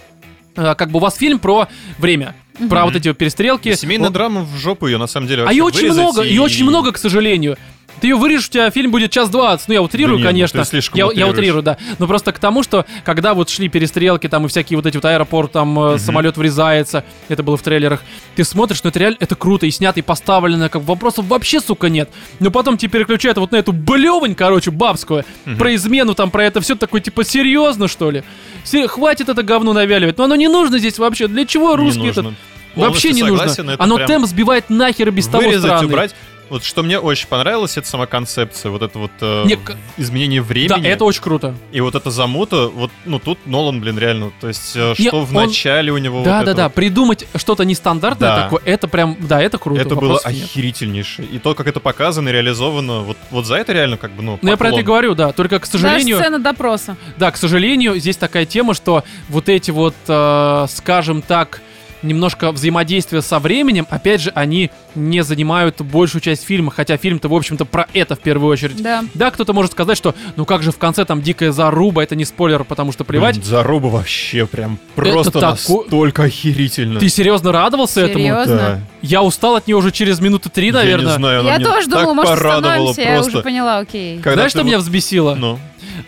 [SPEAKER 1] э, Как бы у вас фильм про время, про вот эти вот перестрелки.
[SPEAKER 2] И Семейная
[SPEAKER 1] Вот.
[SPEAKER 2] драма в жопу ее на самом деле
[SPEAKER 1] ну, А ее
[SPEAKER 2] вообще
[SPEAKER 1] очень
[SPEAKER 2] вырезать
[SPEAKER 1] много,
[SPEAKER 2] и-
[SPEAKER 1] ее очень много, к сожалению. Ты ее вырежешь, у тебя фильм будет час двадцать. Ну, я утрирую,
[SPEAKER 2] Да не, ну,
[SPEAKER 1] конечно.
[SPEAKER 2] ты слишком
[SPEAKER 1] я, я
[SPEAKER 2] утрируешь.
[SPEAKER 1] утрирую, да. Но просто к тому, что когда вот шли перестрелки, там и всякие вот эти вот аэропорт, там э, самолет врезается, это было в трейлерах, ты смотришь, ну это реально это круто, и снято, и поставлено, как бы вопросов вообще, сука, нет. Но потом тебе переключают вот на эту блевань, короче, бабскую, про измену, там, про это все такое, типа, серьезно, что ли? Се- хватит это говно навяливать. Но оно не нужно здесь вообще. Для чего
[SPEAKER 2] Не
[SPEAKER 1] русский
[SPEAKER 2] нужно.
[SPEAKER 1] этот? Вообще
[SPEAKER 2] Полностью
[SPEAKER 1] не
[SPEAKER 2] согласен,
[SPEAKER 1] нужно.
[SPEAKER 2] это
[SPEAKER 1] Оно
[SPEAKER 2] прям
[SPEAKER 1] темп сбивает нахер и без того
[SPEAKER 2] вырезать,
[SPEAKER 1] странный.
[SPEAKER 2] убрать. Вот что мне очень понравилось, это сама концепция, вот это вот э,
[SPEAKER 1] Не, к-
[SPEAKER 2] изменение
[SPEAKER 1] Да,
[SPEAKER 2] времени
[SPEAKER 1] это очень круто.
[SPEAKER 2] и вот эта замута, вот, ну тут Нолан, блин, реально, то есть э,
[SPEAKER 1] Не,
[SPEAKER 2] что в
[SPEAKER 1] он-
[SPEAKER 2] начале у него
[SPEAKER 1] да,
[SPEAKER 2] вот
[SPEAKER 1] да,
[SPEAKER 2] это
[SPEAKER 1] да.
[SPEAKER 2] вот.
[SPEAKER 1] Придумать что-то нестандартное
[SPEAKER 2] Да.
[SPEAKER 1] такое, это прям, да, это круто.
[SPEAKER 2] это было
[SPEAKER 1] вопросов нет.
[SPEAKER 2] охерительнейше. И то, как это показано и реализовано, вот, вот за это реально как бы, ну,
[SPEAKER 1] Ну, я про это и
[SPEAKER 2] поклон.
[SPEAKER 1] говорю, да. Только, к сожалению,
[SPEAKER 3] Даже сцена допроса.
[SPEAKER 1] да, к сожалению, здесь такая тема, что вот эти вот, э, скажем так, немножко взаимодействия со временем, опять же, они не занимают большую часть фильма, хотя фильм-то, в общем-то, про это в первую очередь.
[SPEAKER 3] Да.
[SPEAKER 1] Да, кто-то может сказать, что ну как же в конце там дикая заруба, это не спойлер, потому что плевать.
[SPEAKER 2] Блин, Заруба вообще прям просто
[SPEAKER 1] тако-
[SPEAKER 2] настолько охерительно.
[SPEAKER 1] Ты серьезно радовался этому?
[SPEAKER 3] Серьезно?
[SPEAKER 2] да.
[SPEAKER 1] Я устал от нее уже через минуты три,
[SPEAKER 2] Я не
[SPEAKER 1] наверное.
[SPEAKER 2] знаю, она
[SPEAKER 3] Я
[SPEAKER 2] меня
[SPEAKER 3] тоже
[SPEAKER 2] так
[SPEAKER 3] думала, может,
[SPEAKER 2] порадовала
[SPEAKER 3] остановимся, я уже
[SPEAKER 2] просто.
[SPEAKER 3] поняла, окей.
[SPEAKER 2] Когда
[SPEAKER 1] Знаешь,
[SPEAKER 2] ты
[SPEAKER 1] что меня
[SPEAKER 2] вот-
[SPEAKER 1] взбесило?
[SPEAKER 2] Ну,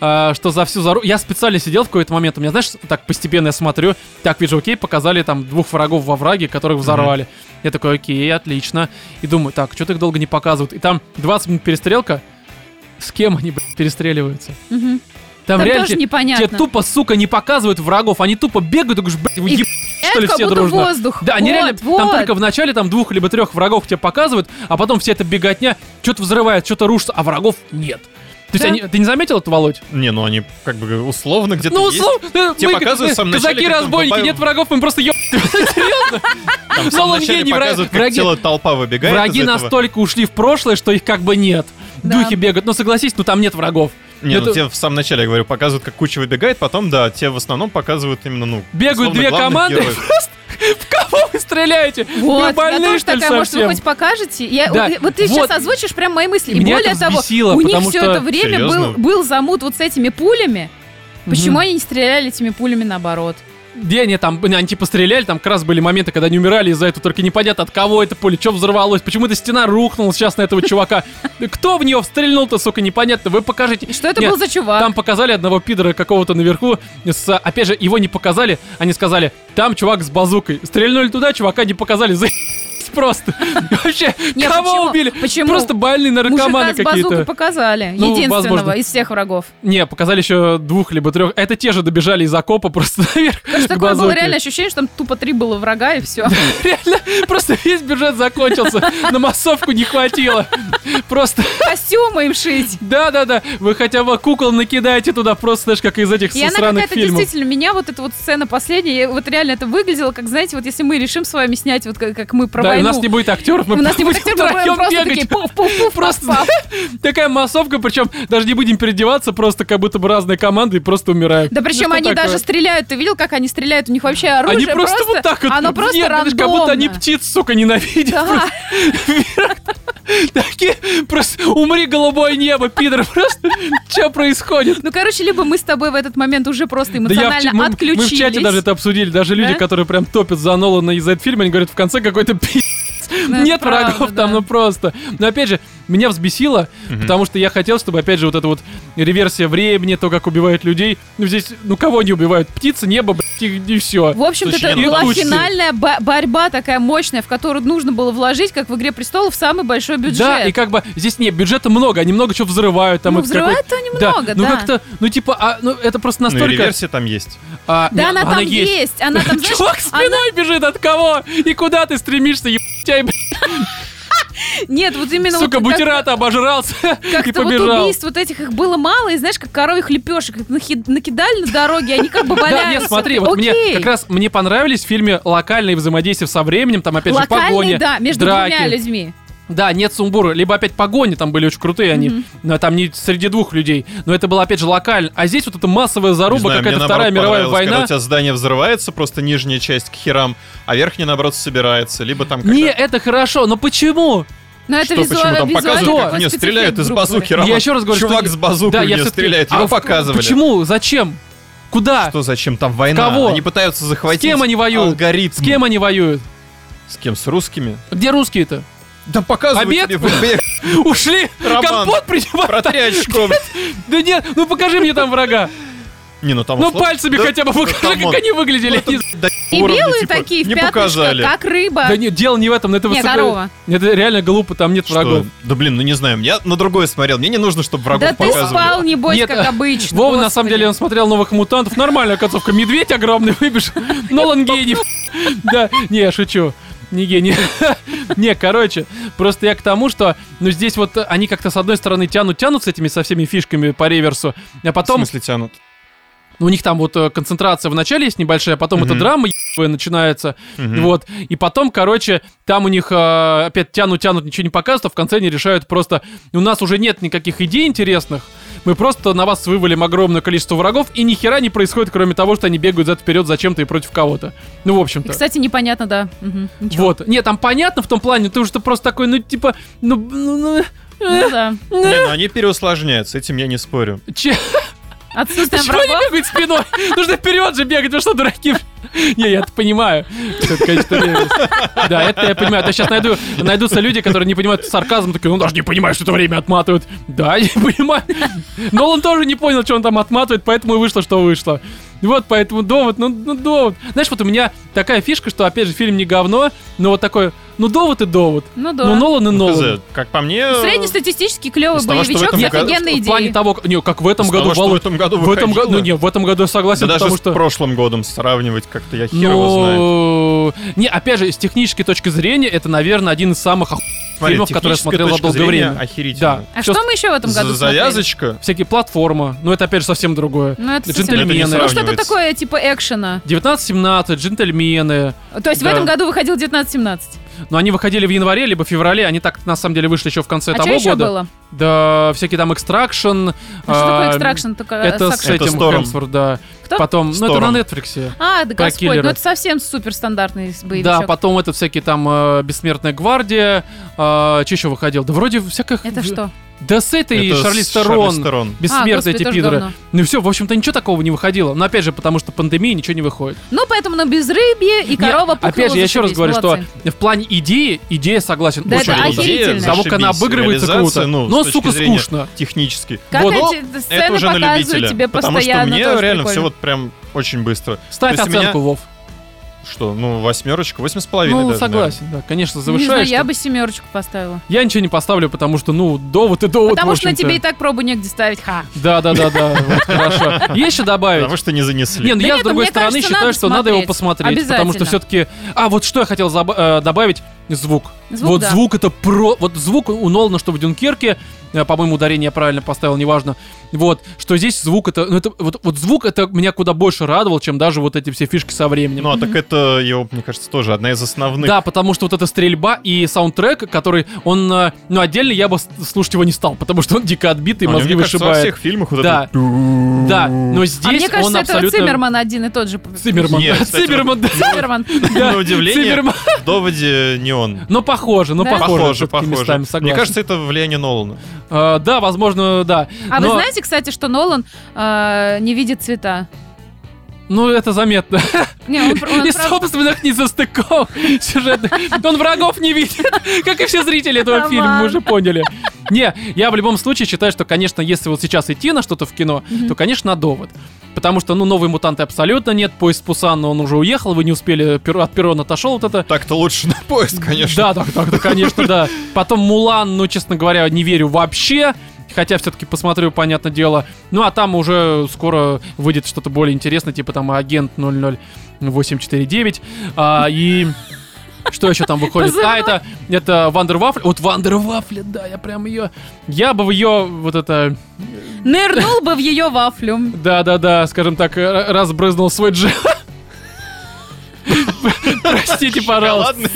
[SPEAKER 1] А, что за всю зару... Я специально сидел в какой-то момент, у меня, знаешь, так постепенно я смотрю, так, вижу, окей, показали там двух врагов во враге, которых взорвали. Я такой, окей, отлично. И думаю, так, что-то их долго не показывают. И там 20 минут перестрелка, с кем они, блядь, перестреливаются?
[SPEAKER 3] Мгм.
[SPEAKER 1] Там,
[SPEAKER 3] Там
[SPEAKER 1] реально
[SPEAKER 3] тоже
[SPEAKER 1] те-
[SPEAKER 3] непонятно.
[SPEAKER 1] тебе тупо, сука, не показывают врагов, они тупо бегают, и говоришь, блядь, вы
[SPEAKER 3] И
[SPEAKER 1] еб- что ли,
[SPEAKER 3] Это как
[SPEAKER 1] все
[SPEAKER 3] будто
[SPEAKER 1] дружно?
[SPEAKER 3] воздух.
[SPEAKER 1] Да, они
[SPEAKER 3] Вот,
[SPEAKER 1] реально,
[SPEAKER 3] вот.
[SPEAKER 1] там только в начале там двух либо трех врагов тебе показывают, а потом вся эта беготня что-то взрывает, что-то рушится, а врагов нет. То есть
[SPEAKER 3] Да.
[SPEAKER 1] они- ты не заметил это, Володь?
[SPEAKER 2] не, ну они как бы условно где-то
[SPEAKER 1] Ну,
[SPEAKER 2] есть.
[SPEAKER 1] условно, э,
[SPEAKER 2] Тебе
[SPEAKER 1] мы,
[SPEAKER 2] показывают в самом
[SPEAKER 1] э, казаки,
[SPEAKER 2] начале, как там
[SPEAKER 1] разбойники,
[SPEAKER 2] попали-
[SPEAKER 1] нет врагов, мы просто еб... Серьезно?
[SPEAKER 2] Там в
[SPEAKER 1] Нолан
[SPEAKER 2] самом начале
[SPEAKER 1] гений, вра-
[SPEAKER 2] показывают, как
[SPEAKER 1] враги-
[SPEAKER 2] целая толпа выбегает
[SPEAKER 1] Враги
[SPEAKER 2] из этого.
[SPEAKER 1] настолько ушли в прошлое, что их как бы нет.
[SPEAKER 3] Да.
[SPEAKER 1] Духи бегают, но согласись, ну там нет врагов.
[SPEAKER 2] Не,
[SPEAKER 1] Это-
[SPEAKER 2] ну тебе в самом начале, я говорю, показывают, как куча выбегает, потом, да, тебе в основном показывают именно, ну,
[SPEAKER 1] Бегают
[SPEAKER 2] условно,
[SPEAKER 1] две
[SPEAKER 2] главных
[SPEAKER 1] команды, *laughs*
[SPEAKER 2] героев. Ну,
[SPEAKER 1] просто в кого вы стреляете? Вы
[SPEAKER 3] Вот, я
[SPEAKER 1] больные,
[SPEAKER 3] тоже
[SPEAKER 1] что ли,
[SPEAKER 3] такая, может, вы
[SPEAKER 1] совсем?
[SPEAKER 3] хоть покажете? Я,
[SPEAKER 1] Да,
[SPEAKER 3] вот, вот ты
[SPEAKER 1] вот.
[SPEAKER 3] сейчас озвучишь прям мои мысли.
[SPEAKER 1] И
[SPEAKER 3] И
[SPEAKER 1] меня
[SPEAKER 3] более
[SPEAKER 1] это
[SPEAKER 3] того,
[SPEAKER 1] взбесило,
[SPEAKER 3] у них
[SPEAKER 1] потому
[SPEAKER 3] все
[SPEAKER 1] что-
[SPEAKER 3] это время
[SPEAKER 2] Серьезно?
[SPEAKER 3] был, был замут вот с этими пулями. Почему
[SPEAKER 1] Мгм.
[SPEAKER 3] они не стреляли этими пулями наоборот?
[SPEAKER 1] Где они там, они типа стреляли, там как раз были моменты, когда они умирали из-за этого, только непонятно от кого это пуля, что взорвалось, почему эта стена рухнула сейчас на этого чувака. *laughs* Кто в нее стрельнул-то, сука, непонятно, вы покажите.
[SPEAKER 3] И Что это
[SPEAKER 1] Нет,
[SPEAKER 3] был за чувак?
[SPEAKER 1] Там показали одного пидора какого-то наверху. С, опять же, его не показали. Они сказали, там чувак с базукой. Стрельнули туда, чувака не показали. *laughs* За просто. Вообще,
[SPEAKER 3] Не, а
[SPEAKER 1] кого
[SPEAKER 3] почему?
[SPEAKER 1] убили?
[SPEAKER 3] Почему?
[SPEAKER 1] Просто больные наркоманы
[SPEAKER 3] Мужика с базукой
[SPEAKER 1] какие-то.
[SPEAKER 3] показали.
[SPEAKER 1] Ну,
[SPEAKER 3] единственного
[SPEAKER 1] возможно.
[SPEAKER 3] из всех врагов.
[SPEAKER 1] Не, показали еще двух либо трех. Это те же добежали из окопа просто *laughs* наверх.
[SPEAKER 3] Потому что
[SPEAKER 1] к
[SPEAKER 3] такое было
[SPEAKER 1] базуке.
[SPEAKER 3] реально ощущение, что там тупо три было врага и все.
[SPEAKER 1] Реально, просто весь бюджет закончился. На массовку не хватило. Просто,
[SPEAKER 3] *laughs* Костюмы им шить.
[SPEAKER 1] да-да-да, вы хотя бы кукол накидаете туда, просто, знаешь, как из этих
[SPEAKER 3] И она
[SPEAKER 1] сраных
[SPEAKER 3] какая-то
[SPEAKER 1] фильмов.
[SPEAKER 3] действительно, меня вот эта вот сцена последняя, я- вот реально это выглядело, как, знаете, вот если мы решим с вами снять, вот как, как мы про
[SPEAKER 1] Да, и у
[SPEAKER 3] войну.
[SPEAKER 1] нас не будет актеров, мы
[SPEAKER 3] У нас не будет
[SPEAKER 1] будем
[SPEAKER 3] актеров, мы будем
[SPEAKER 1] втроем
[SPEAKER 3] просто
[SPEAKER 1] бегать.
[SPEAKER 3] такие пуф-пуф-пуф,
[SPEAKER 1] Просто такая массовка, причем даже не будем переодеваться, просто как будто бы разные команды и просто умираем.
[SPEAKER 3] Да причем
[SPEAKER 1] что
[SPEAKER 3] они
[SPEAKER 1] такое?
[SPEAKER 3] даже стреляют, ты видел, как они стреляют? У них вообще оружие
[SPEAKER 1] Они просто, вот так вот.
[SPEAKER 3] Оно просто
[SPEAKER 1] Нет, это ж как будто они
[SPEAKER 3] рандомно.
[SPEAKER 1] птиц, сука, ненавидят.
[SPEAKER 3] Да.
[SPEAKER 1] *laughs* Такие, просто умри, голубое небо, пидор, *laughs* просто что происходит?
[SPEAKER 3] Ну, короче, либо мы с тобой в этот момент уже просто
[SPEAKER 1] Да я в
[SPEAKER 3] эмоционально
[SPEAKER 1] ч- мы, мы
[SPEAKER 3] отключились.
[SPEAKER 1] в чате даже это обсудили, даже люди,
[SPEAKER 3] Да?
[SPEAKER 1] которые прям топят за Нолана и за этот фильм, они говорят, в конце какой-то пи***ц.
[SPEAKER 3] Ну,
[SPEAKER 1] Нет
[SPEAKER 3] это правда,
[SPEAKER 1] врагов
[SPEAKER 3] да.
[SPEAKER 1] там, ну просто. Но опять же, меня взбесило,
[SPEAKER 2] Мгм.
[SPEAKER 1] потому что я хотел, чтобы, опять же, вот эта вот реверсия времени, то, как убивают людей. Ну здесь, ну кого не убивают? Птицы, небо, блядь, и все.
[SPEAKER 3] В общем-то,
[SPEAKER 2] Слушай,
[SPEAKER 3] это
[SPEAKER 2] я
[SPEAKER 3] была
[SPEAKER 1] научился.
[SPEAKER 3] финальная бо- борьба такая мощная, в которую нужно было вложить, как в «Игре престолов», самый большой бюджет.
[SPEAKER 1] Да, и как бы здесь нет, бюджета много, они много чего взрывают. Там
[SPEAKER 3] ну,
[SPEAKER 1] их какой-
[SPEAKER 3] взрывает-то немного, да.
[SPEAKER 1] ну как-то, ну типа, а, ну это просто
[SPEAKER 2] Ну, и
[SPEAKER 1] настолько...
[SPEAKER 2] версия там есть.
[SPEAKER 1] а,
[SPEAKER 3] Да,
[SPEAKER 1] не,
[SPEAKER 3] она, там есть. она
[SPEAKER 1] *laughs*
[SPEAKER 3] там, знаешь,
[SPEAKER 1] Чувак спиной бежит, от кого? И куда ты стремишься, ебать тебя, блядь,
[SPEAKER 3] она- Нет, вот именно
[SPEAKER 1] сука,
[SPEAKER 3] вот как-
[SPEAKER 1] бутерата обожрался *laughs* и
[SPEAKER 3] Как-то вот
[SPEAKER 1] побежал.
[SPEAKER 3] убийств вот этих их было мало, и знаешь, как коровьих лепешек их нахи- накидали на дороге, они как
[SPEAKER 1] *laughs*
[SPEAKER 3] бы
[SPEAKER 1] Да,
[SPEAKER 3] валяются.
[SPEAKER 1] нет, смотри, вот мне
[SPEAKER 3] Окей.
[SPEAKER 1] как раз мне понравились в фильме локальные взаимодействия со временем, там опять же
[SPEAKER 3] Локальный,
[SPEAKER 1] погони,
[SPEAKER 3] да, между
[SPEAKER 1] драки.
[SPEAKER 3] двумя людьми.
[SPEAKER 1] Да, нет сумбура, либо опять погони там были очень крутые, они
[SPEAKER 3] Мгм.
[SPEAKER 1] но там не среди двух людей, но это было опять же локально. А здесь вот эта массовая
[SPEAKER 2] Не
[SPEAKER 1] заруба,
[SPEAKER 2] знаю, мне
[SPEAKER 1] какая-то
[SPEAKER 2] наоборот
[SPEAKER 1] вторая мировая
[SPEAKER 2] понравилось, Когда
[SPEAKER 1] война.
[SPEAKER 2] у тебя здание взрывается, просто нижняя часть к херам, а верхняя, наоборот, собирается. Либо там
[SPEAKER 1] Не,
[SPEAKER 2] когда-
[SPEAKER 1] это хорошо, но почему?
[SPEAKER 3] Но это
[SPEAKER 2] Что,
[SPEAKER 3] визуально
[SPEAKER 2] почему там показывают, как в
[SPEAKER 3] визуально
[SPEAKER 2] неё стреляют из
[SPEAKER 3] спецэффект, грубо
[SPEAKER 2] базуки,
[SPEAKER 3] говоря.
[SPEAKER 2] Роман?
[SPEAKER 1] Я еще раз говорю, что
[SPEAKER 2] Чувак
[SPEAKER 1] не-
[SPEAKER 2] с базукой
[SPEAKER 1] Да,
[SPEAKER 2] в
[SPEAKER 1] я
[SPEAKER 2] неё
[SPEAKER 1] всё-таки-
[SPEAKER 2] стреляет,
[SPEAKER 1] А
[SPEAKER 2] его
[SPEAKER 1] в-
[SPEAKER 2] показывали.
[SPEAKER 1] Почему? Зачем? Куда?
[SPEAKER 2] Что, зачем? Там война.
[SPEAKER 1] Кого?
[SPEAKER 2] Они пытаются захватить
[SPEAKER 1] С кем они воюют?
[SPEAKER 2] алгоритм.
[SPEAKER 1] С кем они воюют?
[SPEAKER 2] С кем? С русскими?
[SPEAKER 1] Где русские-то?
[SPEAKER 2] Да показывают
[SPEAKER 1] Обед?
[SPEAKER 2] тебе в- бе-
[SPEAKER 1] Ушли!
[SPEAKER 2] Роман,
[SPEAKER 1] Компот принимают! *laughs*
[SPEAKER 2] про три очка.
[SPEAKER 1] Да нет, ну покажи мне там врага.
[SPEAKER 2] Не, ну там
[SPEAKER 1] Ну
[SPEAKER 2] условно-
[SPEAKER 1] пальцами
[SPEAKER 2] Да,
[SPEAKER 1] хотя бы покажи,
[SPEAKER 2] камон.
[SPEAKER 1] как они выглядели.
[SPEAKER 2] Ну, да,
[SPEAKER 1] а
[SPEAKER 3] И
[SPEAKER 2] уровня,
[SPEAKER 3] белые
[SPEAKER 2] типа,
[SPEAKER 3] такие в
[SPEAKER 2] Не
[SPEAKER 3] пятнышко,
[SPEAKER 2] показали.
[SPEAKER 3] как рыба.
[SPEAKER 1] Да нет, дело не в этом, но это
[SPEAKER 3] Не,
[SPEAKER 1] высоко-
[SPEAKER 3] корова.
[SPEAKER 1] Это реально глупо, там нет
[SPEAKER 2] Что?
[SPEAKER 1] врагов.
[SPEAKER 2] Да блин, ну не знаю, я на другое смотрел, мне не нужно, чтобы
[SPEAKER 3] Да
[SPEAKER 2] врагов
[SPEAKER 3] ты спал,
[SPEAKER 2] показывали.
[SPEAKER 3] небось,
[SPEAKER 1] Нет,
[SPEAKER 3] как обычно.
[SPEAKER 1] Вова, на самом
[SPEAKER 3] господи.
[SPEAKER 1] деле, он смотрел «Новых мутантов». Нормальная концовка. Медведь огромный выбежал. Нолан гений. Да, не, шучу. Не гений. *laughs* Не, короче, просто я к тому, что, ну, здесь вот они как-то с одной стороны тянут-тянут с этими со всеми фишками по реверсу, а
[SPEAKER 2] В
[SPEAKER 1] потом,
[SPEAKER 2] смысле тянут?
[SPEAKER 1] ну, у них там вот э, концентрация в начале есть небольшая, а потом эта
[SPEAKER 2] Мгм.
[SPEAKER 1] драма ебаная начинается,
[SPEAKER 2] Мгм.
[SPEAKER 1] вот, и потом, короче, там у них э, опять тянут-тянут, ничего не показывают, а в конце они решают просто, у нас уже нет никаких идей интересных, мы просто на вас вывалим огромное количество врагов, и нихера не происходит, кроме того, что они бегают зад вперед зачем-то и против кого-то. Ну, в
[SPEAKER 3] И,
[SPEAKER 1] общем-то.
[SPEAKER 3] кстати, непонятно, да. Мгм, Ну ничего.
[SPEAKER 1] Вот. Нет, там понятно в том плане, ты что просто такой, ну, типа, ну, ну, ну,
[SPEAKER 3] Ну да.
[SPEAKER 2] Не, ну они переусложняют, с этим я не спорю.
[SPEAKER 1] че-
[SPEAKER 3] Отсутствие
[SPEAKER 1] Почему они
[SPEAKER 3] врагов.
[SPEAKER 1] бегают спиной? *laughs* Нужно вперед же бегать, вы что, дураки? *laughs* Не, я это понимаю. Что это, конечно, реверс. Да, это я понимаю. Это сейчас найду, найдутся люди, которые не понимают сарказм, такие, ну даже не понимаю, что это время отматывают. Да, *laughs* я не понимаю. Но он тоже не понял, что он там отматывает, поэтому и вышло, что вышло. Вот, поэтому довод, ну, ну, довод. Знаешь, вот у меня такая фишка, что, опять же, фильм не говно, но вот такой, ну, довод и довод.
[SPEAKER 3] Ну
[SPEAKER 1] Ну, э,
[SPEAKER 3] да.
[SPEAKER 1] Нолан и Нолан.
[SPEAKER 2] Хз, Как по мне...
[SPEAKER 3] Среднестатистический клевый
[SPEAKER 2] Из того, что в
[SPEAKER 3] боевичок
[SPEAKER 2] этом
[SPEAKER 3] с
[SPEAKER 2] году-
[SPEAKER 3] офигенной
[SPEAKER 1] В плане
[SPEAKER 3] идеей.
[SPEAKER 1] того, не, как в этом
[SPEAKER 2] Из
[SPEAKER 1] году,
[SPEAKER 2] того, что
[SPEAKER 1] Володь,
[SPEAKER 2] в этом году
[SPEAKER 1] в этом году, ну
[SPEAKER 2] выходило.
[SPEAKER 1] не, в этом году я
[SPEAKER 2] Да
[SPEAKER 1] согласен,
[SPEAKER 2] даже
[SPEAKER 1] потому
[SPEAKER 2] с
[SPEAKER 1] что...
[SPEAKER 2] прошлым годом сравнивать как-то я хер его знаю.
[SPEAKER 1] Ну, не, опять же, с технической точки зрения, это, наверное, один из самых оху-
[SPEAKER 2] Смотри,
[SPEAKER 1] фильмов, которые я
[SPEAKER 2] техническая
[SPEAKER 1] смотрел за
[SPEAKER 2] точка
[SPEAKER 1] долгое
[SPEAKER 2] зрения
[SPEAKER 1] время.
[SPEAKER 2] Охерительно.
[SPEAKER 1] Да.
[SPEAKER 3] А
[SPEAKER 1] Всё
[SPEAKER 3] что мы еще в этом году
[SPEAKER 2] За-
[SPEAKER 3] смотрели?
[SPEAKER 2] Завязочка.
[SPEAKER 1] Всякие платформы, ну это опять же совсем другое.
[SPEAKER 3] Ну, это совсем-
[SPEAKER 2] Это не
[SPEAKER 1] джентльмены.
[SPEAKER 3] Ну,
[SPEAKER 2] сравнивается.
[SPEAKER 3] что-то такое типа экшена.
[SPEAKER 1] 1917, джентльмены.
[SPEAKER 3] То есть в
[SPEAKER 1] Да.
[SPEAKER 3] этом году выходил 1917.
[SPEAKER 1] Но они выходили в январе, либо в феврале. Они так на самом деле вышли еще в конце
[SPEAKER 3] А что
[SPEAKER 1] того
[SPEAKER 3] еще
[SPEAKER 1] года.
[SPEAKER 3] было?
[SPEAKER 1] Да, всякие там экстракшн.
[SPEAKER 3] А что такое экстракшн? Только, э,
[SPEAKER 1] Это с
[SPEAKER 3] Suction?
[SPEAKER 2] Это
[SPEAKER 1] этим
[SPEAKER 2] с Тором.
[SPEAKER 1] Хемсворт, да.
[SPEAKER 3] Кто?
[SPEAKER 1] Потом,
[SPEAKER 2] С
[SPEAKER 1] ну это
[SPEAKER 2] Тором.
[SPEAKER 1] на Нетфликсе.
[SPEAKER 3] А, да
[SPEAKER 1] про
[SPEAKER 3] господь,
[SPEAKER 1] киллера.
[SPEAKER 3] ну это совсем суперстандартный
[SPEAKER 1] Да,
[SPEAKER 3] боевичок.
[SPEAKER 1] потом это всякие там э, Бессмертная гвардия. Э, че еще выходил? Да вроде всяких...
[SPEAKER 3] Это что?
[SPEAKER 1] Да с этой
[SPEAKER 2] Это
[SPEAKER 1] Шарли
[SPEAKER 2] с Шарлиз
[SPEAKER 1] Стерон.
[SPEAKER 2] Терон.
[SPEAKER 1] Бессмертные
[SPEAKER 3] А, господи,
[SPEAKER 1] эти
[SPEAKER 3] тоже
[SPEAKER 1] пидоры.
[SPEAKER 3] давно.
[SPEAKER 1] Ну и все, в общем-то, ничего такого не выходило. Но опять же, потому что пандемия ничего не выходит.
[SPEAKER 3] Ну, поэтому на безрыбье и корова
[SPEAKER 1] Не, Опять же, я еще раз говорю, что в плане идеи, идея согласен.
[SPEAKER 3] Да,
[SPEAKER 1] очень
[SPEAKER 3] это
[SPEAKER 1] круто.
[SPEAKER 3] охеренно.
[SPEAKER 2] Идея,
[SPEAKER 1] Того, как она
[SPEAKER 2] зашибись.
[SPEAKER 1] обыгрывается
[SPEAKER 2] Реализация,
[SPEAKER 1] круто.
[SPEAKER 2] ну,
[SPEAKER 1] Но,
[SPEAKER 2] с точки
[SPEAKER 1] сука,
[SPEAKER 2] зрения
[SPEAKER 1] скучно.
[SPEAKER 2] Технически.
[SPEAKER 3] Как
[SPEAKER 2] Вот, но
[SPEAKER 3] эти
[SPEAKER 2] это
[SPEAKER 3] сцены
[SPEAKER 2] уже на
[SPEAKER 3] показывают
[SPEAKER 2] любителя.
[SPEAKER 3] тебе
[SPEAKER 2] потому что
[SPEAKER 3] постоянно,
[SPEAKER 2] мне
[SPEAKER 3] тоже
[SPEAKER 2] реально
[SPEAKER 3] прикольно.
[SPEAKER 2] все вот прям очень быстро.
[SPEAKER 1] Ставь
[SPEAKER 2] То есть у
[SPEAKER 1] оценку, Вов.
[SPEAKER 2] Что, ну, восьмерочка, восемь с половиной
[SPEAKER 1] Ну,
[SPEAKER 2] даже,
[SPEAKER 1] согласен, да. Конечно,
[SPEAKER 3] Не знаю,
[SPEAKER 1] завышаешь.
[SPEAKER 3] я
[SPEAKER 1] там.
[SPEAKER 3] бы семерочку поставила.
[SPEAKER 1] Я ничего не поставлю, потому что, ну, довод и довод,
[SPEAKER 3] Потому
[SPEAKER 1] в
[SPEAKER 3] что на
[SPEAKER 1] общем-то.
[SPEAKER 3] тебе и так пробу негде ставить, ха.
[SPEAKER 1] Да, да, да, да. вот, Хорошо. Есть что
[SPEAKER 2] наверное.
[SPEAKER 1] добавить?
[SPEAKER 2] Потому что не занесли.
[SPEAKER 1] Не, ну
[SPEAKER 3] Да
[SPEAKER 1] я
[SPEAKER 3] нет,
[SPEAKER 1] с другой
[SPEAKER 3] мне
[SPEAKER 1] стороны
[SPEAKER 3] кажется,
[SPEAKER 1] считаю,
[SPEAKER 3] надо
[SPEAKER 1] что надо его
[SPEAKER 3] смотреть.
[SPEAKER 1] посмотреть, потому что
[SPEAKER 3] Обязательно.
[SPEAKER 1] все-таки. А вот что я хотел заб- э, добавить: звук.
[SPEAKER 3] Звук,
[SPEAKER 1] вот
[SPEAKER 3] да.
[SPEAKER 1] звук это про, вот звук у Нолана, что в Дюнкерке, э, по-моему, ударение я правильно поставил, неважно. Вот что здесь звук это, ну это вот, вот звук это меня куда больше радовал, чем даже вот эти все фишки со временем.
[SPEAKER 2] Ну, а так это, его, мне кажется, тоже одна из основных. А
[SPEAKER 1] Да, потому что вот эта стрельба и саундтрек, который он, э, ну отдельно я бы с- слушать его не стал, потому что он дико отбитый,
[SPEAKER 2] Ну,
[SPEAKER 1] мозги
[SPEAKER 2] мне кажется, во
[SPEAKER 1] вышибает.
[SPEAKER 2] всех фильмах вот
[SPEAKER 1] Да.
[SPEAKER 2] это... вот-
[SPEAKER 1] Да, но здесь
[SPEAKER 3] а мне
[SPEAKER 1] он
[SPEAKER 3] кажется, это
[SPEAKER 1] абсолютно.
[SPEAKER 3] Циммерман один и тот же.
[SPEAKER 1] Циммерман.
[SPEAKER 2] Нет,
[SPEAKER 1] да,
[SPEAKER 2] кстати,
[SPEAKER 1] Циммерман, да.
[SPEAKER 3] *laughs* Циммерман.
[SPEAKER 1] Да,
[SPEAKER 2] На удивление,
[SPEAKER 1] Циммерман.
[SPEAKER 2] в доводе не он.
[SPEAKER 1] Но Ну, похоже, но
[SPEAKER 3] Да.
[SPEAKER 1] похоже,
[SPEAKER 2] Похоже,
[SPEAKER 1] всё-таки
[SPEAKER 2] похоже.
[SPEAKER 1] местами, согласен.
[SPEAKER 2] Мне кажется, это влияние Нолана.
[SPEAKER 1] А, да, возможно, да.
[SPEAKER 3] А
[SPEAKER 1] Но-
[SPEAKER 3] вы знаете, кстати, что Нолан э, не видит цвета?
[SPEAKER 1] Ну, это заметно.
[SPEAKER 3] Не, он, пр-
[SPEAKER 1] *laughs*
[SPEAKER 3] он
[SPEAKER 1] Из
[SPEAKER 3] прав-
[SPEAKER 1] собственных несостыков сюжетных. Он врагов не видит, *laughs* как и все зрители этого
[SPEAKER 3] Роман.
[SPEAKER 1] фильма, мы уже поняли. Не, я в любом случае считаю, что, конечно, если вот сейчас идти на что-то в кино, то, конечно, на довод. Потому что, ну, новые мутанты абсолютно нет, поезд Пусана, он уже уехал, вы не успели, пер- от перрона отошел вот это.
[SPEAKER 2] Так-то лучше на поезд, конечно.
[SPEAKER 1] Да, так, так, да, конечно, да. Потом Мулан, ну, честно говоря, не верю вообще. Хотя все-таки посмотрю, понятное дело. Ну, а там уже скоро выйдет что-то более интересное, типа там агент 00849. А, и что еще там выходит? А, это, это Вандер Вафля. Вот Вандер Вафля, да, я прям ее... Я бы в ее вот это...
[SPEAKER 3] Нырнул бы в ее вафлю.
[SPEAKER 1] Да-да-да, скажем так, э, разбрызнул свой джем. *laughs* Простите, пожалуйста. *laughs*
[SPEAKER 2] Ладно,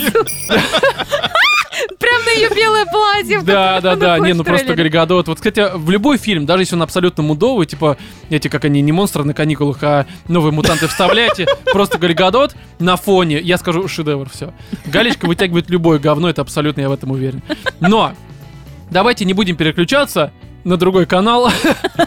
[SPEAKER 3] Прям на ее белое платье. в *laughs*
[SPEAKER 1] Да, да,
[SPEAKER 3] котором
[SPEAKER 1] да.
[SPEAKER 3] она
[SPEAKER 1] Не,
[SPEAKER 3] ходит
[SPEAKER 1] ну
[SPEAKER 3] в
[SPEAKER 1] просто
[SPEAKER 3] трейлере.
[SPEAKER 1] Григодот. Вот, кстати, в любой фильм, даже если он абсолютно мудовый, типа эти, как они, не монстры на каникулах, а новые мутанты вставляете, *laughs* просто Григодот на фоне, я скажу, шедевр, все. Галечка вытягивает любое говно, это абсолютно, я в этом уверен. Но давайте не будем переключаться на другой канал, *laughs*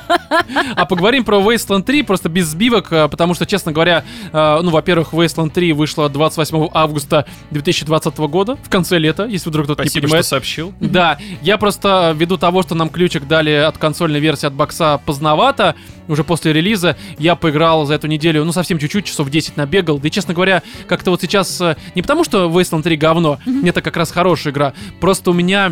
[SPEAKER 1] а поговорим про Wasteland 3, просто без сбивок, э, потому что, честно говоря, э, ну, во-первых, Wasteland 3 вышла 28 августа 2020 года, в конце лета, если вдруг кто-то не
[SPEAKER 2] Спасибо, что
[SPEAKER 1] понимает.
[SPEAKER 2] сообщил.
[SPEAKER 1] Да, я просто э, ввиду того, что нам ключик дали от консольной версии от бокса поздновато, уже после релиза, я поиграл за эту неделю, ну, совсем чуть-чуть, часов 10 набегал. Да и, честно говоря, как-то вот сейчас... э, Не потому, что Wasteland 3 говно, это как раз хорошая игра, просто у меня...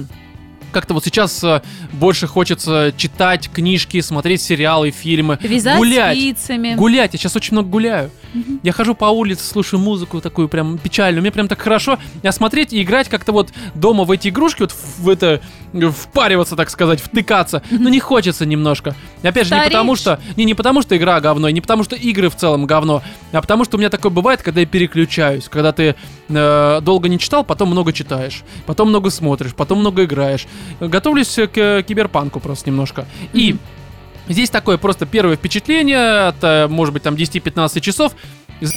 [SPEAKER 1] Как-то вот сейчас э, больше хочется читать книжки, смотреть сериалы, фильмы,
[SPEAKER 3] Вязать
[SPEAKER 1] гулять.
[SPEAKER 3] спицами.
[SPEAKER 1] Гулять, я сейчас очень много гуляю. Я хожу по улице, слушаю музыку такую прям печальную. Мне прям так хорошо. А смотреть и играть как-то вот дома в эти игрушки, вот в это э, впариваться, так сказать, втыкаться. Ну не хочется немножко. И Опять же, не
[SPEAKER 3] Стареешь.
[SPEAKER 1] потому что. Не, не потому что игра говно, и не потому что игры в целом говно, а потому что у меня такое бывает, когда я переключаюсь, когда ты э, долго не читал, потом много читаешь, потом много смотришь, потом много играешь. Готовлюсь э, к э, киберпанку просто немножко. И. Здесь такое просто первое впечатление от, э, может быть, там 10-15 часов. И за-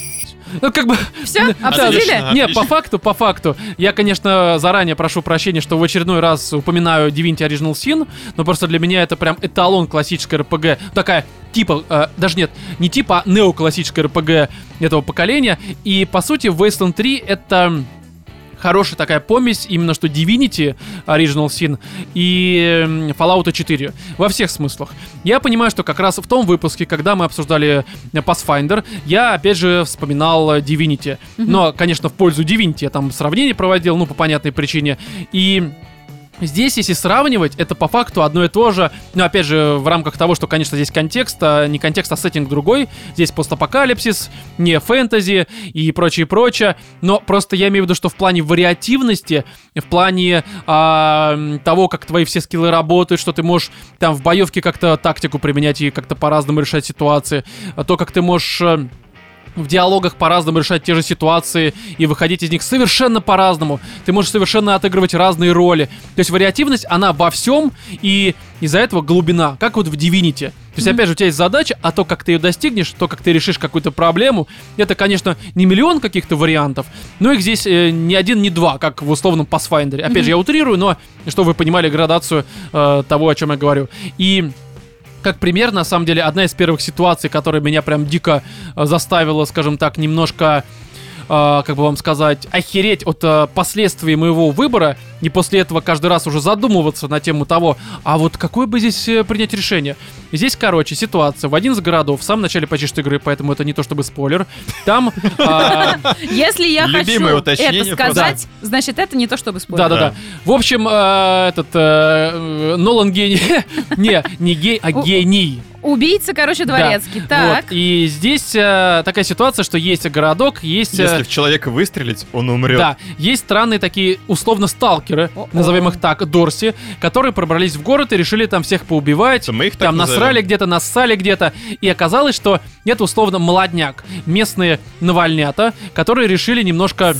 [SPEAKER 1] Ну, как бы...
[SPEAKER 3] Все, обсудили?
[SPEAKER 2] Отлично.
[SPEAKER 1] Не, по факту, по факту. Я, конечно, заранее прошу прощения, что в очередной раз упоминаю Divinity Original Sin, но просто для меня это прям эталон классической РПГ. Такая типа, э, даже нет, не типа, а неоклассической РПГ этого поколения. И, по сути, Wasteland 3 это хорошая такая помесь, именно что Divinity Original Sin и м, Fallout 4 во всех смыслах. Я понимаю, что как раз в том выпуске, когда мы обсуждали э, Pathfinder, я опять же вспоминал э, Divinity. Но, конечно, в пользу Divinity я там сравнение проводил, ну, по понятной причине. И Здесь, если сравнивать, это по факту одно и то же. Но опять же, в рамках того, что, конечно, здесь контекст, а не контекст, а сеттинг другой. Здесь постапокалипсис, не фэнтези и прочее, прочее. Но просто я имею в виду, что в плане вариативности, в плане а, м, того, как твои все скиллы работают, что ты можешь там в боевке как-то тактику применять и как-то по-разному решать ситуации, а то, как ты можешь... э, в диалогах по-разному решать те же ситуации и выходить из них совершенно по-разному. Ты можешь совершенно отыгрывать разные роли. То есть вариативность, она во всем, и из-за этого глубина, как вот в Divinity. То есть, опять же, у тебя есть задача, а то, как ты ее достигнешь, то, как ты решишь какую-то проблему, это, конечно, не миллион каких-то вариантов, но их здесь э, ни один, ни два, как в условном Pathfinder. Опять же, я утрирую, но чтобы вы понимали градацию э, того, о чем я говорю. И как пример, на самом деле, одна из первых ситуаций, которая меня прям дико э, заставила, скажем так, немножко, э, как бы вам сказать, охереть от э, последствий моего выбора, и после этого каждый раз уже задумываться на тему того, а вот какое бы здесь э, принять решение. Здесь, короче, ситуация в один из городов, в самом начале почти что игры, поэтому это не то чтобы спойлер, там... э,
[SPEAKER 3] Если я
[SPEAKER 2] Любимое
[SPEAKER 3] хочу
[SPEAKER 2] уточнение
[SPEAKER 3] это сказать, значит, это не то, чтобы спорить.
[SPEAKER 1] Да, да, да. В общем, э, этот э, э, Нолан гений. *laughs* Не, не гей, а
[SPEAKER 3] У-
[SPEAKER 1] гений.
[SPEAKER 3] Убийца, короче,
[SPEAKER 1] Да.
[SPEAKER 3] дворецкий. Так.
[SPEAKER 1] Вот, и здесь э, такая ситуация, что есть городок, есть... э,
[SPEAKER 2] Если в человека выстрелить, он умрет.
[SPEAKER 1] да, есть странные такие, условно, сталкеры,
[SPEAKER 3] О-о.
[SPEAKER 1] назовем их так, Дорси, которые пробрались в город и решили там всех поубивать,
[SPEAKER 2] Это мы их так
[SPEAKER 1] там
[SPEAKER 2] назовем?
[SPEAKER 1] насрали где-то, нассали где-то, и оказалось, что это условно молодняк, местные навальнята, которые решили немножко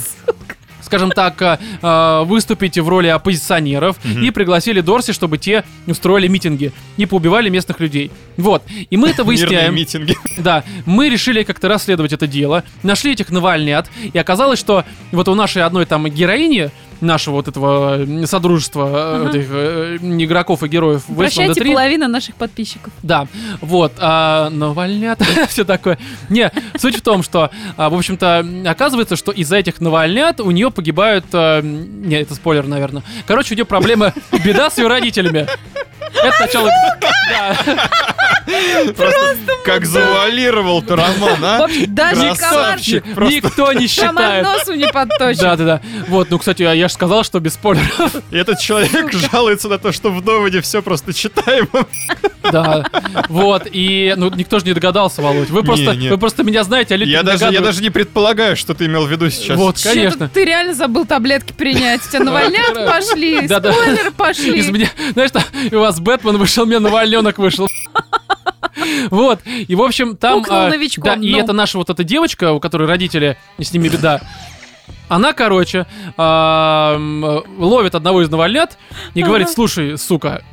[SPEAKER 1] скажем так, э, э, выступить в роли оппозиционеров и пригласили Дорси, чтобы те устроили митинги и поубивали местных людей. Вот. И мы это
[SPEAKER 2] Мирные
[SPEAKER 1] выясняем.
[SPEAKER 2] митинги.
[SPEAKER 1] Да, мы решили как-то расследовать это дело, нашли этих навальнят, и оказалось, что вот у нашей одной там героини нашего вот этого м, содружества э,
[SPEAKER 3] Ага.
[SPEAKER 1] этих э, игроков и героев в Wasteland
[SPEAKER 3] Прощайте
[SPEAKER 1] 3.
[SPEAKER 3] половина наших подписчиков.
[SPEAKER 1] Да, вот, а, но *laughs* вольнят, все такое. Не, суть в том, что, а, в общем-то, оказывается, что из-за этих навальнят у нее погибают... а, не, это спойлер, наверное. Короче, у нее проблема, *laughs* беда с ее родителями. Это начало... Да.
[SPEAKER 2] Как завуалировал ты, Роман,
[SPEAKER 3] В
[SPEAKER 2] а?
[SPEAKER 3] общем, даже комар...
[SPEAKER 2] Красавчик.
[SPEAKER 1] Ни-
[SPEAKER 2] просто.
[SPEAKER 1] Никто не
[SPEAKER 3] Комар
[SPEAKER 1] считает.
[SPEAKER 3] носу не подточит.
[SPEAKER 1] Да, да, да. Вот, ну, кстати, а я же сказал, что без спойлеров.
[SPEAKER 2] И этот человек жалуется на то, что в доводе все просто читаемо.
[SPEAKER 1] Да. Вот, и... Ну, никто же не догадался, Володь. Вы
[SPEAKER 2] Не,
[SPEAKER 1] просто,
[SPEAKER 2] не.
[SPEAKER 1] вы просто меня знаете, а люди
[SPEAKER 2] Я
[SPEAKER 1] не
[SPEAKER 2] даже, я
[SPEAKER 1] догадываются.
[SPEAKER 2] даже не предполагаю, что ты имел в виду сейчас.
[SPEAKER 1] Вот,
[SPEAKER 3] Чё-то
[SPEAKER 1] конечно.
[SPEAKER 3] Ты реально забыл таблетки принять. У тебя навальнят пошли,
[SPEAKER 1] Да-да.
[SPEAKER 3] спойлеры
[SPEAKER 1] Из
[SPEAKER 3] пошли.
[SPEAKER 1] меня, знаешь, там, у вас Бэтмен вышел, у меня Навальненок вышел. Вот, и в общем там...
[SPEAKER 3] Пукнул
[SPEAKER 1] а,
[SPEAKER 3] новичком,
[SPEAKER 1] Да, и
[SPEAKER 3] ну.
[SPEAKER 1] это наша вот эта девочка, у которой родители, и с ними беда. Она, короче, а, м, э, ловит одного из навальнят и говорит, слушай, сука,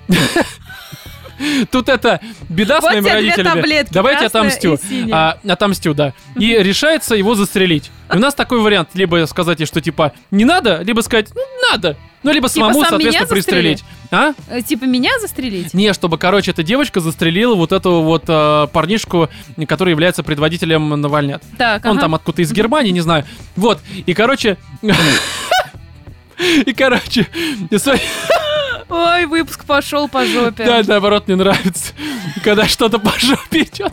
[SPEAKER 1] тут это беда с
[SPEAKER 3] Вот
[SPEAKER 1] моими
[SPEAKER 3] тебе две
[SPEAKER 1] родителями.
[SPEAKER 3] таблетки,
[SPEAKER 1] Давайте я
[SPEAKER 3] красная
[SPEAKER 1] отомстю.
[SPEAKER 3] и синяя.
[SPEAKER 1] А, отомстю, да. И решается его застрелить. И у нас такой вариант, либо сказать ей, что типа не надо, либо сказать, ну надо. Ну, либо
[SPEAKER 3] Типа,
[SPEAKER 1] самому,
[SPEAKER 3] сам
[SPEAKER 1] соответственно,
[SPEAKER 3] меня застрели?
[SPEAKER 1] пристрелить. А?
[SPEAKER 3] Э, Типа меня застрелить?
[SPEAKER 1] Не, чтобы, короче, эта девочка застрелила вот этого вот э, парнишку, который является предводителем Навальнят.
[SPEAKER 3] Так,
[SPEAKER 1] Он
[SPEAKER 3] ага.
[SPEAKER 1] там откуда-то из Германии, не знаю. Вот, и, короче... *laughs* И, короче, и с-
[SPEAKER 3] Ой, выпуск пошел по жопе.
[SPEAKER 1] да, наоборот, мне нравится, когда что-то по жопе идет.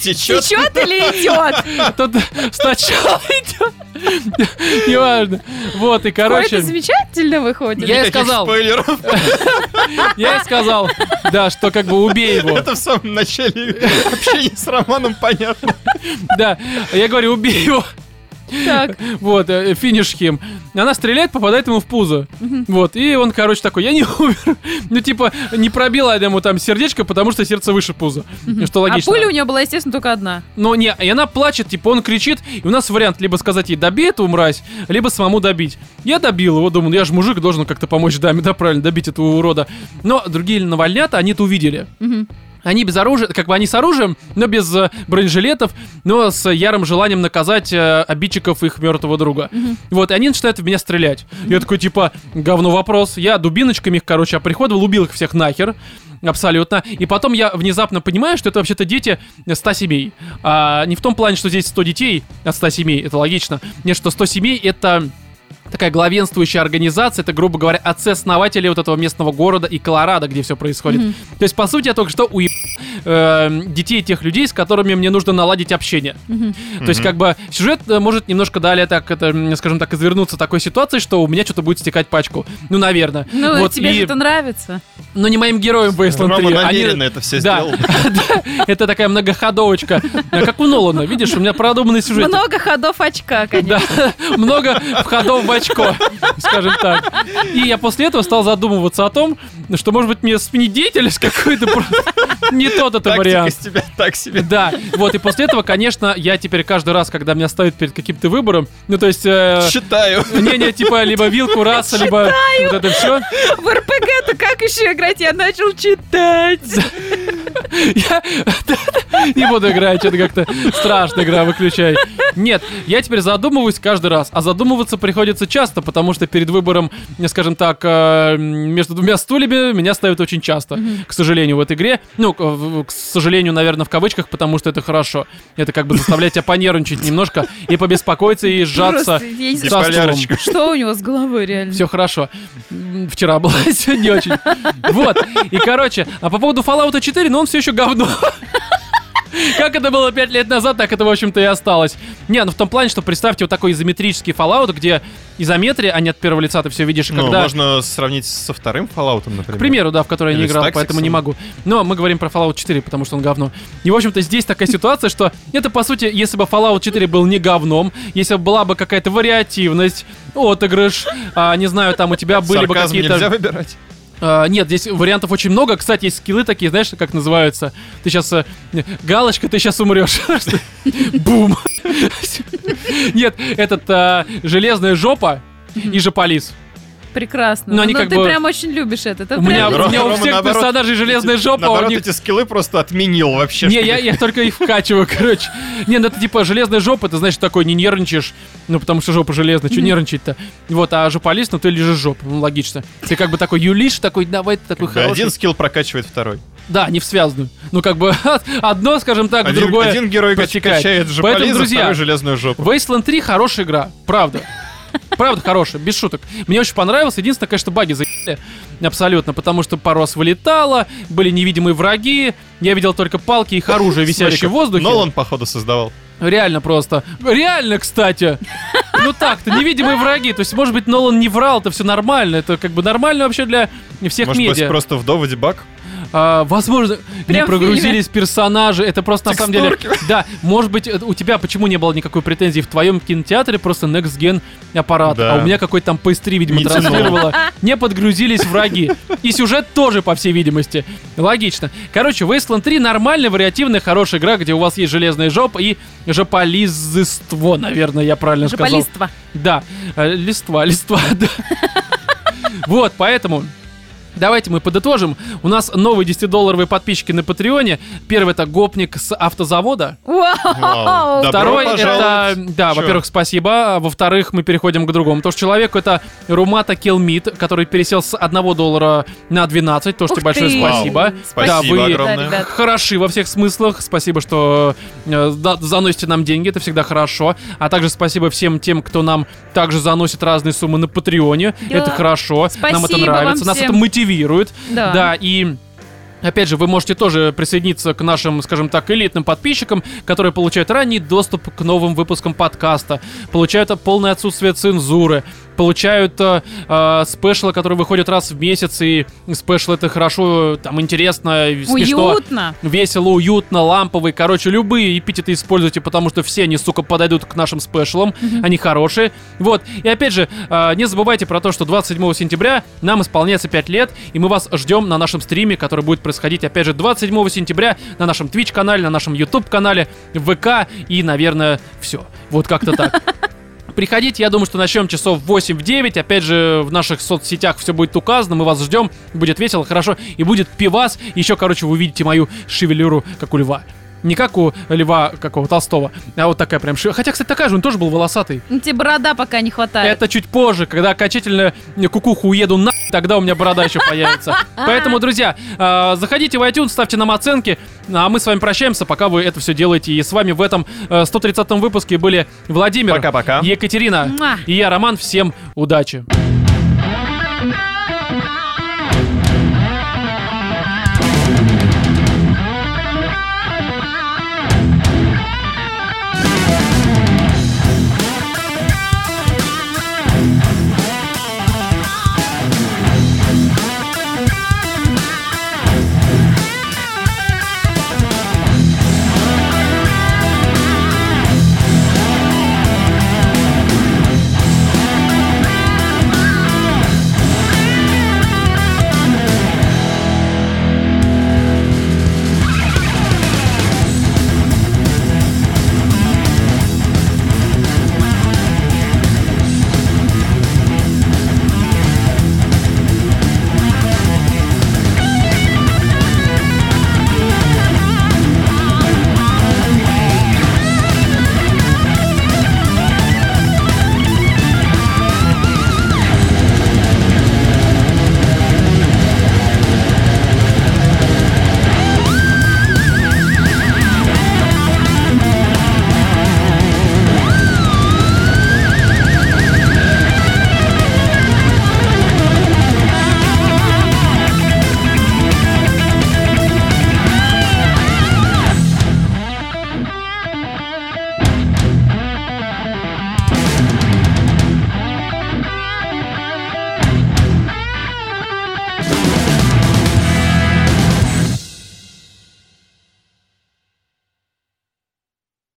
[SPEAKER 2] Течет.
[SPEAKER 3] Течет или идет?
[SPEAKER 1] Тут сначала *laughs* идет, неважно. Вот, и,
[SPEAKER 3] Короче,
[SPEAKER 1] *laughs*
[SPEAKER 3] это
[SPEAKER 1] короче,
[SPEAKER 3] замечательно выходит.
[SPEAKER 1] Я и
[SPEAKER 2] Никаких
[SPEAKER 1] сказал.
[SPEAKER 2] спойлеров.
[SPEAKER 1] я ей сказал, да, что как бы убей его.
[SPEAKER 2] *laughs* Это в самом начале общения с Романом понятно.
[SPEAKER 1] Да, я говорю, убей его.
[SPEAKER 3] Так,
[SPEAKER 1] Вот, э, финиш хим. Она стреляет, попадает ему в пузо. Вот, и он, короче, такой, я не *laughs* умер. Ну, типа, не пробила ему там сердечко, потому что сердце выше пуза. Что *laughs*
[SPEAKER 3] а
[SPEAKER 1] логично.
[SPEAKER 3] пуля у нее была, естественно, только одна.
[SPEAKER 1] Но не, и она плачет, типа, он кричит, и у нас вариант либо сказать ей, добей эту мразь, либо самому добить. Я добил его, думаю, «Ну, я же мужик, должен как-то помочь даме, да, правильно, добить этого урода. Но другие навальнята, они это увидели.
[SPEAKER 3] Мгм.
[SPEAKER 1] Они без оружия, как бы они с оружием, но без э, бронежилетов, но с ярым желанием наказать э, обидчиков их мертвого друга. Вот, и они начинают в меня стрелять. Я такой, типа, говно вопрос. Я дубиночками их, короче, оприходовал, убил их всех нахер. Абсолютно. И потом я внезапно понимаю, что это вообще-то дети 100 семей. А, не в том плане, что здесь 100 детей от 100 семей, это логично. Нет, что 100 семей это такая главенствующая организация, это, грубо говоря, отцы-основатели вот этого местного города и Колорадо, где все происходит. То есть, по сути, я только что уеб э, детей тех людей, с которыми мне нужно наладить общение. То есть, как бы, сюжет э, может немножко далее так, это, м, скажем так, извернуться такой ситуации, что у меня что-то будет стекать пачку. Ну, наверное.
[SPEAKER 3] Ну,
[SPEAKER 1] вот,
[SPEAKER 3] тебе
[SPEAKER 1] и-
[SPEAKER 3] же это нравится.
[SPEAKER 1] Но не моим героем в Wasteland 3.
[SPEAKER 2] Рома
[SPEAKER 1] Они-
[SPEAKER 2] намеренно это все
[SPEAKER 1] Да. *laughs*
[SPEAKER 2] сделал.
[SPEAKER 1] Это такая многоходовочка. А Как у Нолана, видишь, у меня продуманный сюжет.
[SPEAKER 3] Много ходов очка, конечно.
[SPEAKER 1] Да, много входов в очко, скажем так. И я после этого стал задумываться о том, что, может быть, мне сменить деятельность какую-то просто. Не тот это
[SPEAKER 2] Тактика
[SPEAKER 1] вариант.
[SPEAKER 2] с тебя так себе.
[SPEAKER 1] Да, вот, и после этого, конечно, я теперь каждый раз, когда меня ставят перед каким-то выбором, ну, то есть, э,
[SPEAKER 2] Считаю.
[SPEAKER 1] мнение, типа, либо вилку, раса, либо вот это все,
[SPEAKER 3] В РПГ-то как еще играть? Я начал читать.
[SPEAKER 1] я *laughs* не буду играть, это как-то страшно, игра, выключай. Нет, я теперь задумываюсь каждый раз, а задумываться приходится часто, потому что перед выбором, э, скажем так, э, между двумя стульями меня ставят очень часто, к сожалению, в этой игре. Ну, к- в- к сожалению, наверное, в кавычках, потому что это хорошо. Это как бы заставляет тебя понервничать немножко и побеспокоиться, и сжаться.
[SPEAKER 3] Просто я не
[SPEAKER 1] Да.
[SPEAKER 3] знаю,
[SPEAKER 2] Биполярочка.
[SPEAKER 3] Что у него с головой реально?
[SPEAKER 1] Все хорошо. М, Вчера было, *laughs* сегодня не очень. Вот. И, короче, а по поводу Fallout 4, ну он все еще говно. Как это было 5 лет назад, так это, в общем-то, и осталось. Не, ну в том плане, что представьте вот такой изометрический Fallout, где изометрия, а не от первого лица ты все видишь,
[SPEAKER 2] Ну,
[SPEAKER 1] когда...
[SPEAKER 2] можно сравнить со вторым Fallout, например.
[SPEAKER 1] К примеру, да, в который я не
[SPEAKER 2] Или с
[SPEAKER 1] играл,
[SPEAKER 2] Тактиксом.
[SPEAKER 1] поэтому не могу. Но мы говорим про Fallout 4, потому что он говно. И, в общем-то, здесь такая ситуация, что это, по сути, если бы Fallout 4 был не говном, если бы была бы какая-то вариативность, отыгрыш, а, не знаю, там у тебя были бы
[SPEAKER 2] Сарказм
[SPEAKER 1] какие-то...
[SPEAKER 2] нельзя выбирать.
[SPEAKER 1] А, нет, здесь вариантов очень много. Кстати, есть скиллы такие, знаешь, как называются? Ты сейчас... галочка, ты сейчас *laughs* умрешь. Бум. *laughs* э, Нет, этот а, железная жопа и жополис.
[SPEAKER 3] прекрасно.
[SPEAKER 1] Ну, они
[SPEAKER 3] Ну,
[SPEAKER 1] как
[SPEAKER 3] ты
[SPEAKER 1] бы-
[SPEAKER 3] прям очень любишь это. Это
[SPEAKER 1] У меня,
[SPEAKER 3] прям-
[SPEAKER 1] у меня у
[SPEAKER 2] Ну, Рома,
[SPEAKER 1] всех
[SPEAKER 2] наоборот,
[SPEAKER 1] персонажей железная жопа, а у
[SPEAKER 2] Наоборот,
[SPEAKER 1] них
[SPEAKER 2] эти скиллы просто отменил вообще.
[SPEAKER 1] Не,
[SPEAKER 2] чтобы-
[SPEAKER 1] я, я только их вкачиваю, *laughs* короче. Не, ну это типа железная жопа, ты знаешь, такой не нервничаешь. Ну, потому что жопа железная, что нервничать-то? Вот, а жополист, ну ты лежишь жопу, ну логично. Ты как бы такой юлишь, такой, давай, ты такой
[SPEAKER 2] Как бы
[SPEAKER 1] хороший.
[SPEAKER 2] Один скилл прокачивает второй.
[SPEAKER 1] Да, не в связанную. Ну, как бы *laughs* одно, скажем так,
[SPEAKER 2] Один,
[SPEAKER 1] другое.
[SPEAKER 2] один герой
[SPEAKER 1] протекает.
[SPEAKER 2] качает же
[SPEAKER 1] Поэтому, друзья,
[SPEAKER 2] второй железную жопу.
[SPEAKER 1] Wasteland 3 хорошая игра, правда. Правда хорошая, без шуток. Мне очень понравилось. Единственное, конечно, баги заебали абсолютно, потому что пару раз вылетало, были невидимые враги, я видел только палки и их оружие, висящие в воздухе.
[SPEAKER 2] Нолан, походу, создавал.
[SPEAKER 1] Реально просто. Реально, кстати. Ну так-то, невидимые враги. То есть, может быть, Нолан не врал, это все нормально. Это как бы нормально вообще для всех
[SPEAKER 2] Может быть,
[SPEAKER 1] медиа.
[SPEAKER 2] просто в доводе баг?
[SPEAKER 1] А, возможно,
[SPEAKER 3] Прям
[SPEAKER 1] не
[SPEAKER 3] в фильме.
[SPEAKER 1] прогрузились персонажи. Это просто на самом деле... Да, может быть, это у тебя почему не было никакой претензии? В твоем кинотеатре просто Next Gen аппарат.
[SPEAKER 2] Да.
[SPEAKER 1] А у меня какой-то там PS3, видимо,
[SPEAKER 2] Не тянуло.
[SPEAKER 1] транслировало. Не подгрузились враги. И сюжет тоже, по всей видимости. Логично. Короче, Wasteland 3 нормальная, вариативная, хорошая игра, где у вас есть железная жопа и жополизство, наверное, я правильно сказал.
[SPEAKER 3] Жополиство.
[SPEAKER 1] Да, э, листва, *laughs* листва, да. Вот, поэтому... Давайте мы подытожим. У нас новые 10-долларовые подписчики на Патреоне. Первый это гопник с автозавода.
[SPEAKER 2] Вау.
[SPEAKER 3] Вау.
[SPEAKER 2] Да. Добро
[SPEAKER 1] Второй это...
[SPEAKER 2] пожаловать.
[SPEAKER 1] Да,
[SPEAKER 2] Чё?
[SPEAKER 1] во-первых, спасибо. а Во-вторых, мы переходим к другому. Потому что человеку это Румата Келмит, который пересел с 1 доллара на 12. Тоже
[SPEAKER 3] Ух
[SPEAKER 1] тебе большое
[SPEAKER 3] ты.
[SPEAKER 1] спасибо.
[SPEAKER 2] Спасибо
[SPEAKER 1] Да, вы-
[SPEAKER 2] огромное.
[SPEAKER 3] Да, ребят.
[SPEAKER 1] Хороши во всех смыслах. Спасибо, что э, да- заносите нам деньги, это всегда хорошо. А также спасибо всем тем, кто нам также заносит разные суммы на Патреоне.
[SPEAKER 3] Да.
[SPEAKER 1] Это хорошо. нам это
[SPEAKER 3] Спасибо вам
[SPEAKER 1] нравится. Нас
[SPEAKER 3] всем.
[SPEAKER 1] это мотивирует.
[SPEAKER 3] Да.
[SPEAKER 1] Да, и... Опять же, вы можете тоже присоединиться к нашим, скажем так, элитным подписчикам, которые получают ранний доступ к новым выпускам подкаста, получают э, полное отсутствие цензуры, получают э, э, спешлы, которые выходят раз в месяц, и спешлы это хорошо, э, там интересно, и смешно.
[SPEAKER 3] Уютно.
[SPEAKER 1] Весело, уютно, ламповый. Короче, любые эпитеты используйте, потому что все они, сука, подойдут к нашим спешлам. Они хорошие. Вот. И опять же, э, не забывайте про то, что 27 сентября нам исполняется 5 лет, и мы вас ждем на нашем стриме, который будет происходить, опять же, 27 сентября на нашем Twitch-канале, на нашем YouTube-канале, в ВК и, наверное, все. Вот как-то так. Приходите, я думаю, что начнем часов в 8 в 9. Опять же, в наших соцсетях все будет указано. Мы вас ждем. Будет весело, хорошо. И будет пивас. Еще, короче, вы увидите мою шевелюру, как у льва. Не как у льва какого Толстого, а вот такая прям шевелюра. Хотя, кстати, такая же, он тоже был волосатый.
[SPEAKER 3] Ну, Тебе борода пока не хватает.
[SPEAKER 1] Это чуть позже, когда окончательно кукуху уеду на, *laughs* тогда у меня борода еще появится. Поэтому, друзья, э, заходите в iTunes, ставьте нам оценки, а мы с вами прощаемся, пока вы это все делаете. И с вами в этом э, 130-м выпуске были Владимир,
[SPEAKER 2] Пока-пока.
[SPEAKER 1] Екатерина
[SPEAKER 3] Муа.
[SPEAKER 1] и я, Роман. Всем удачи!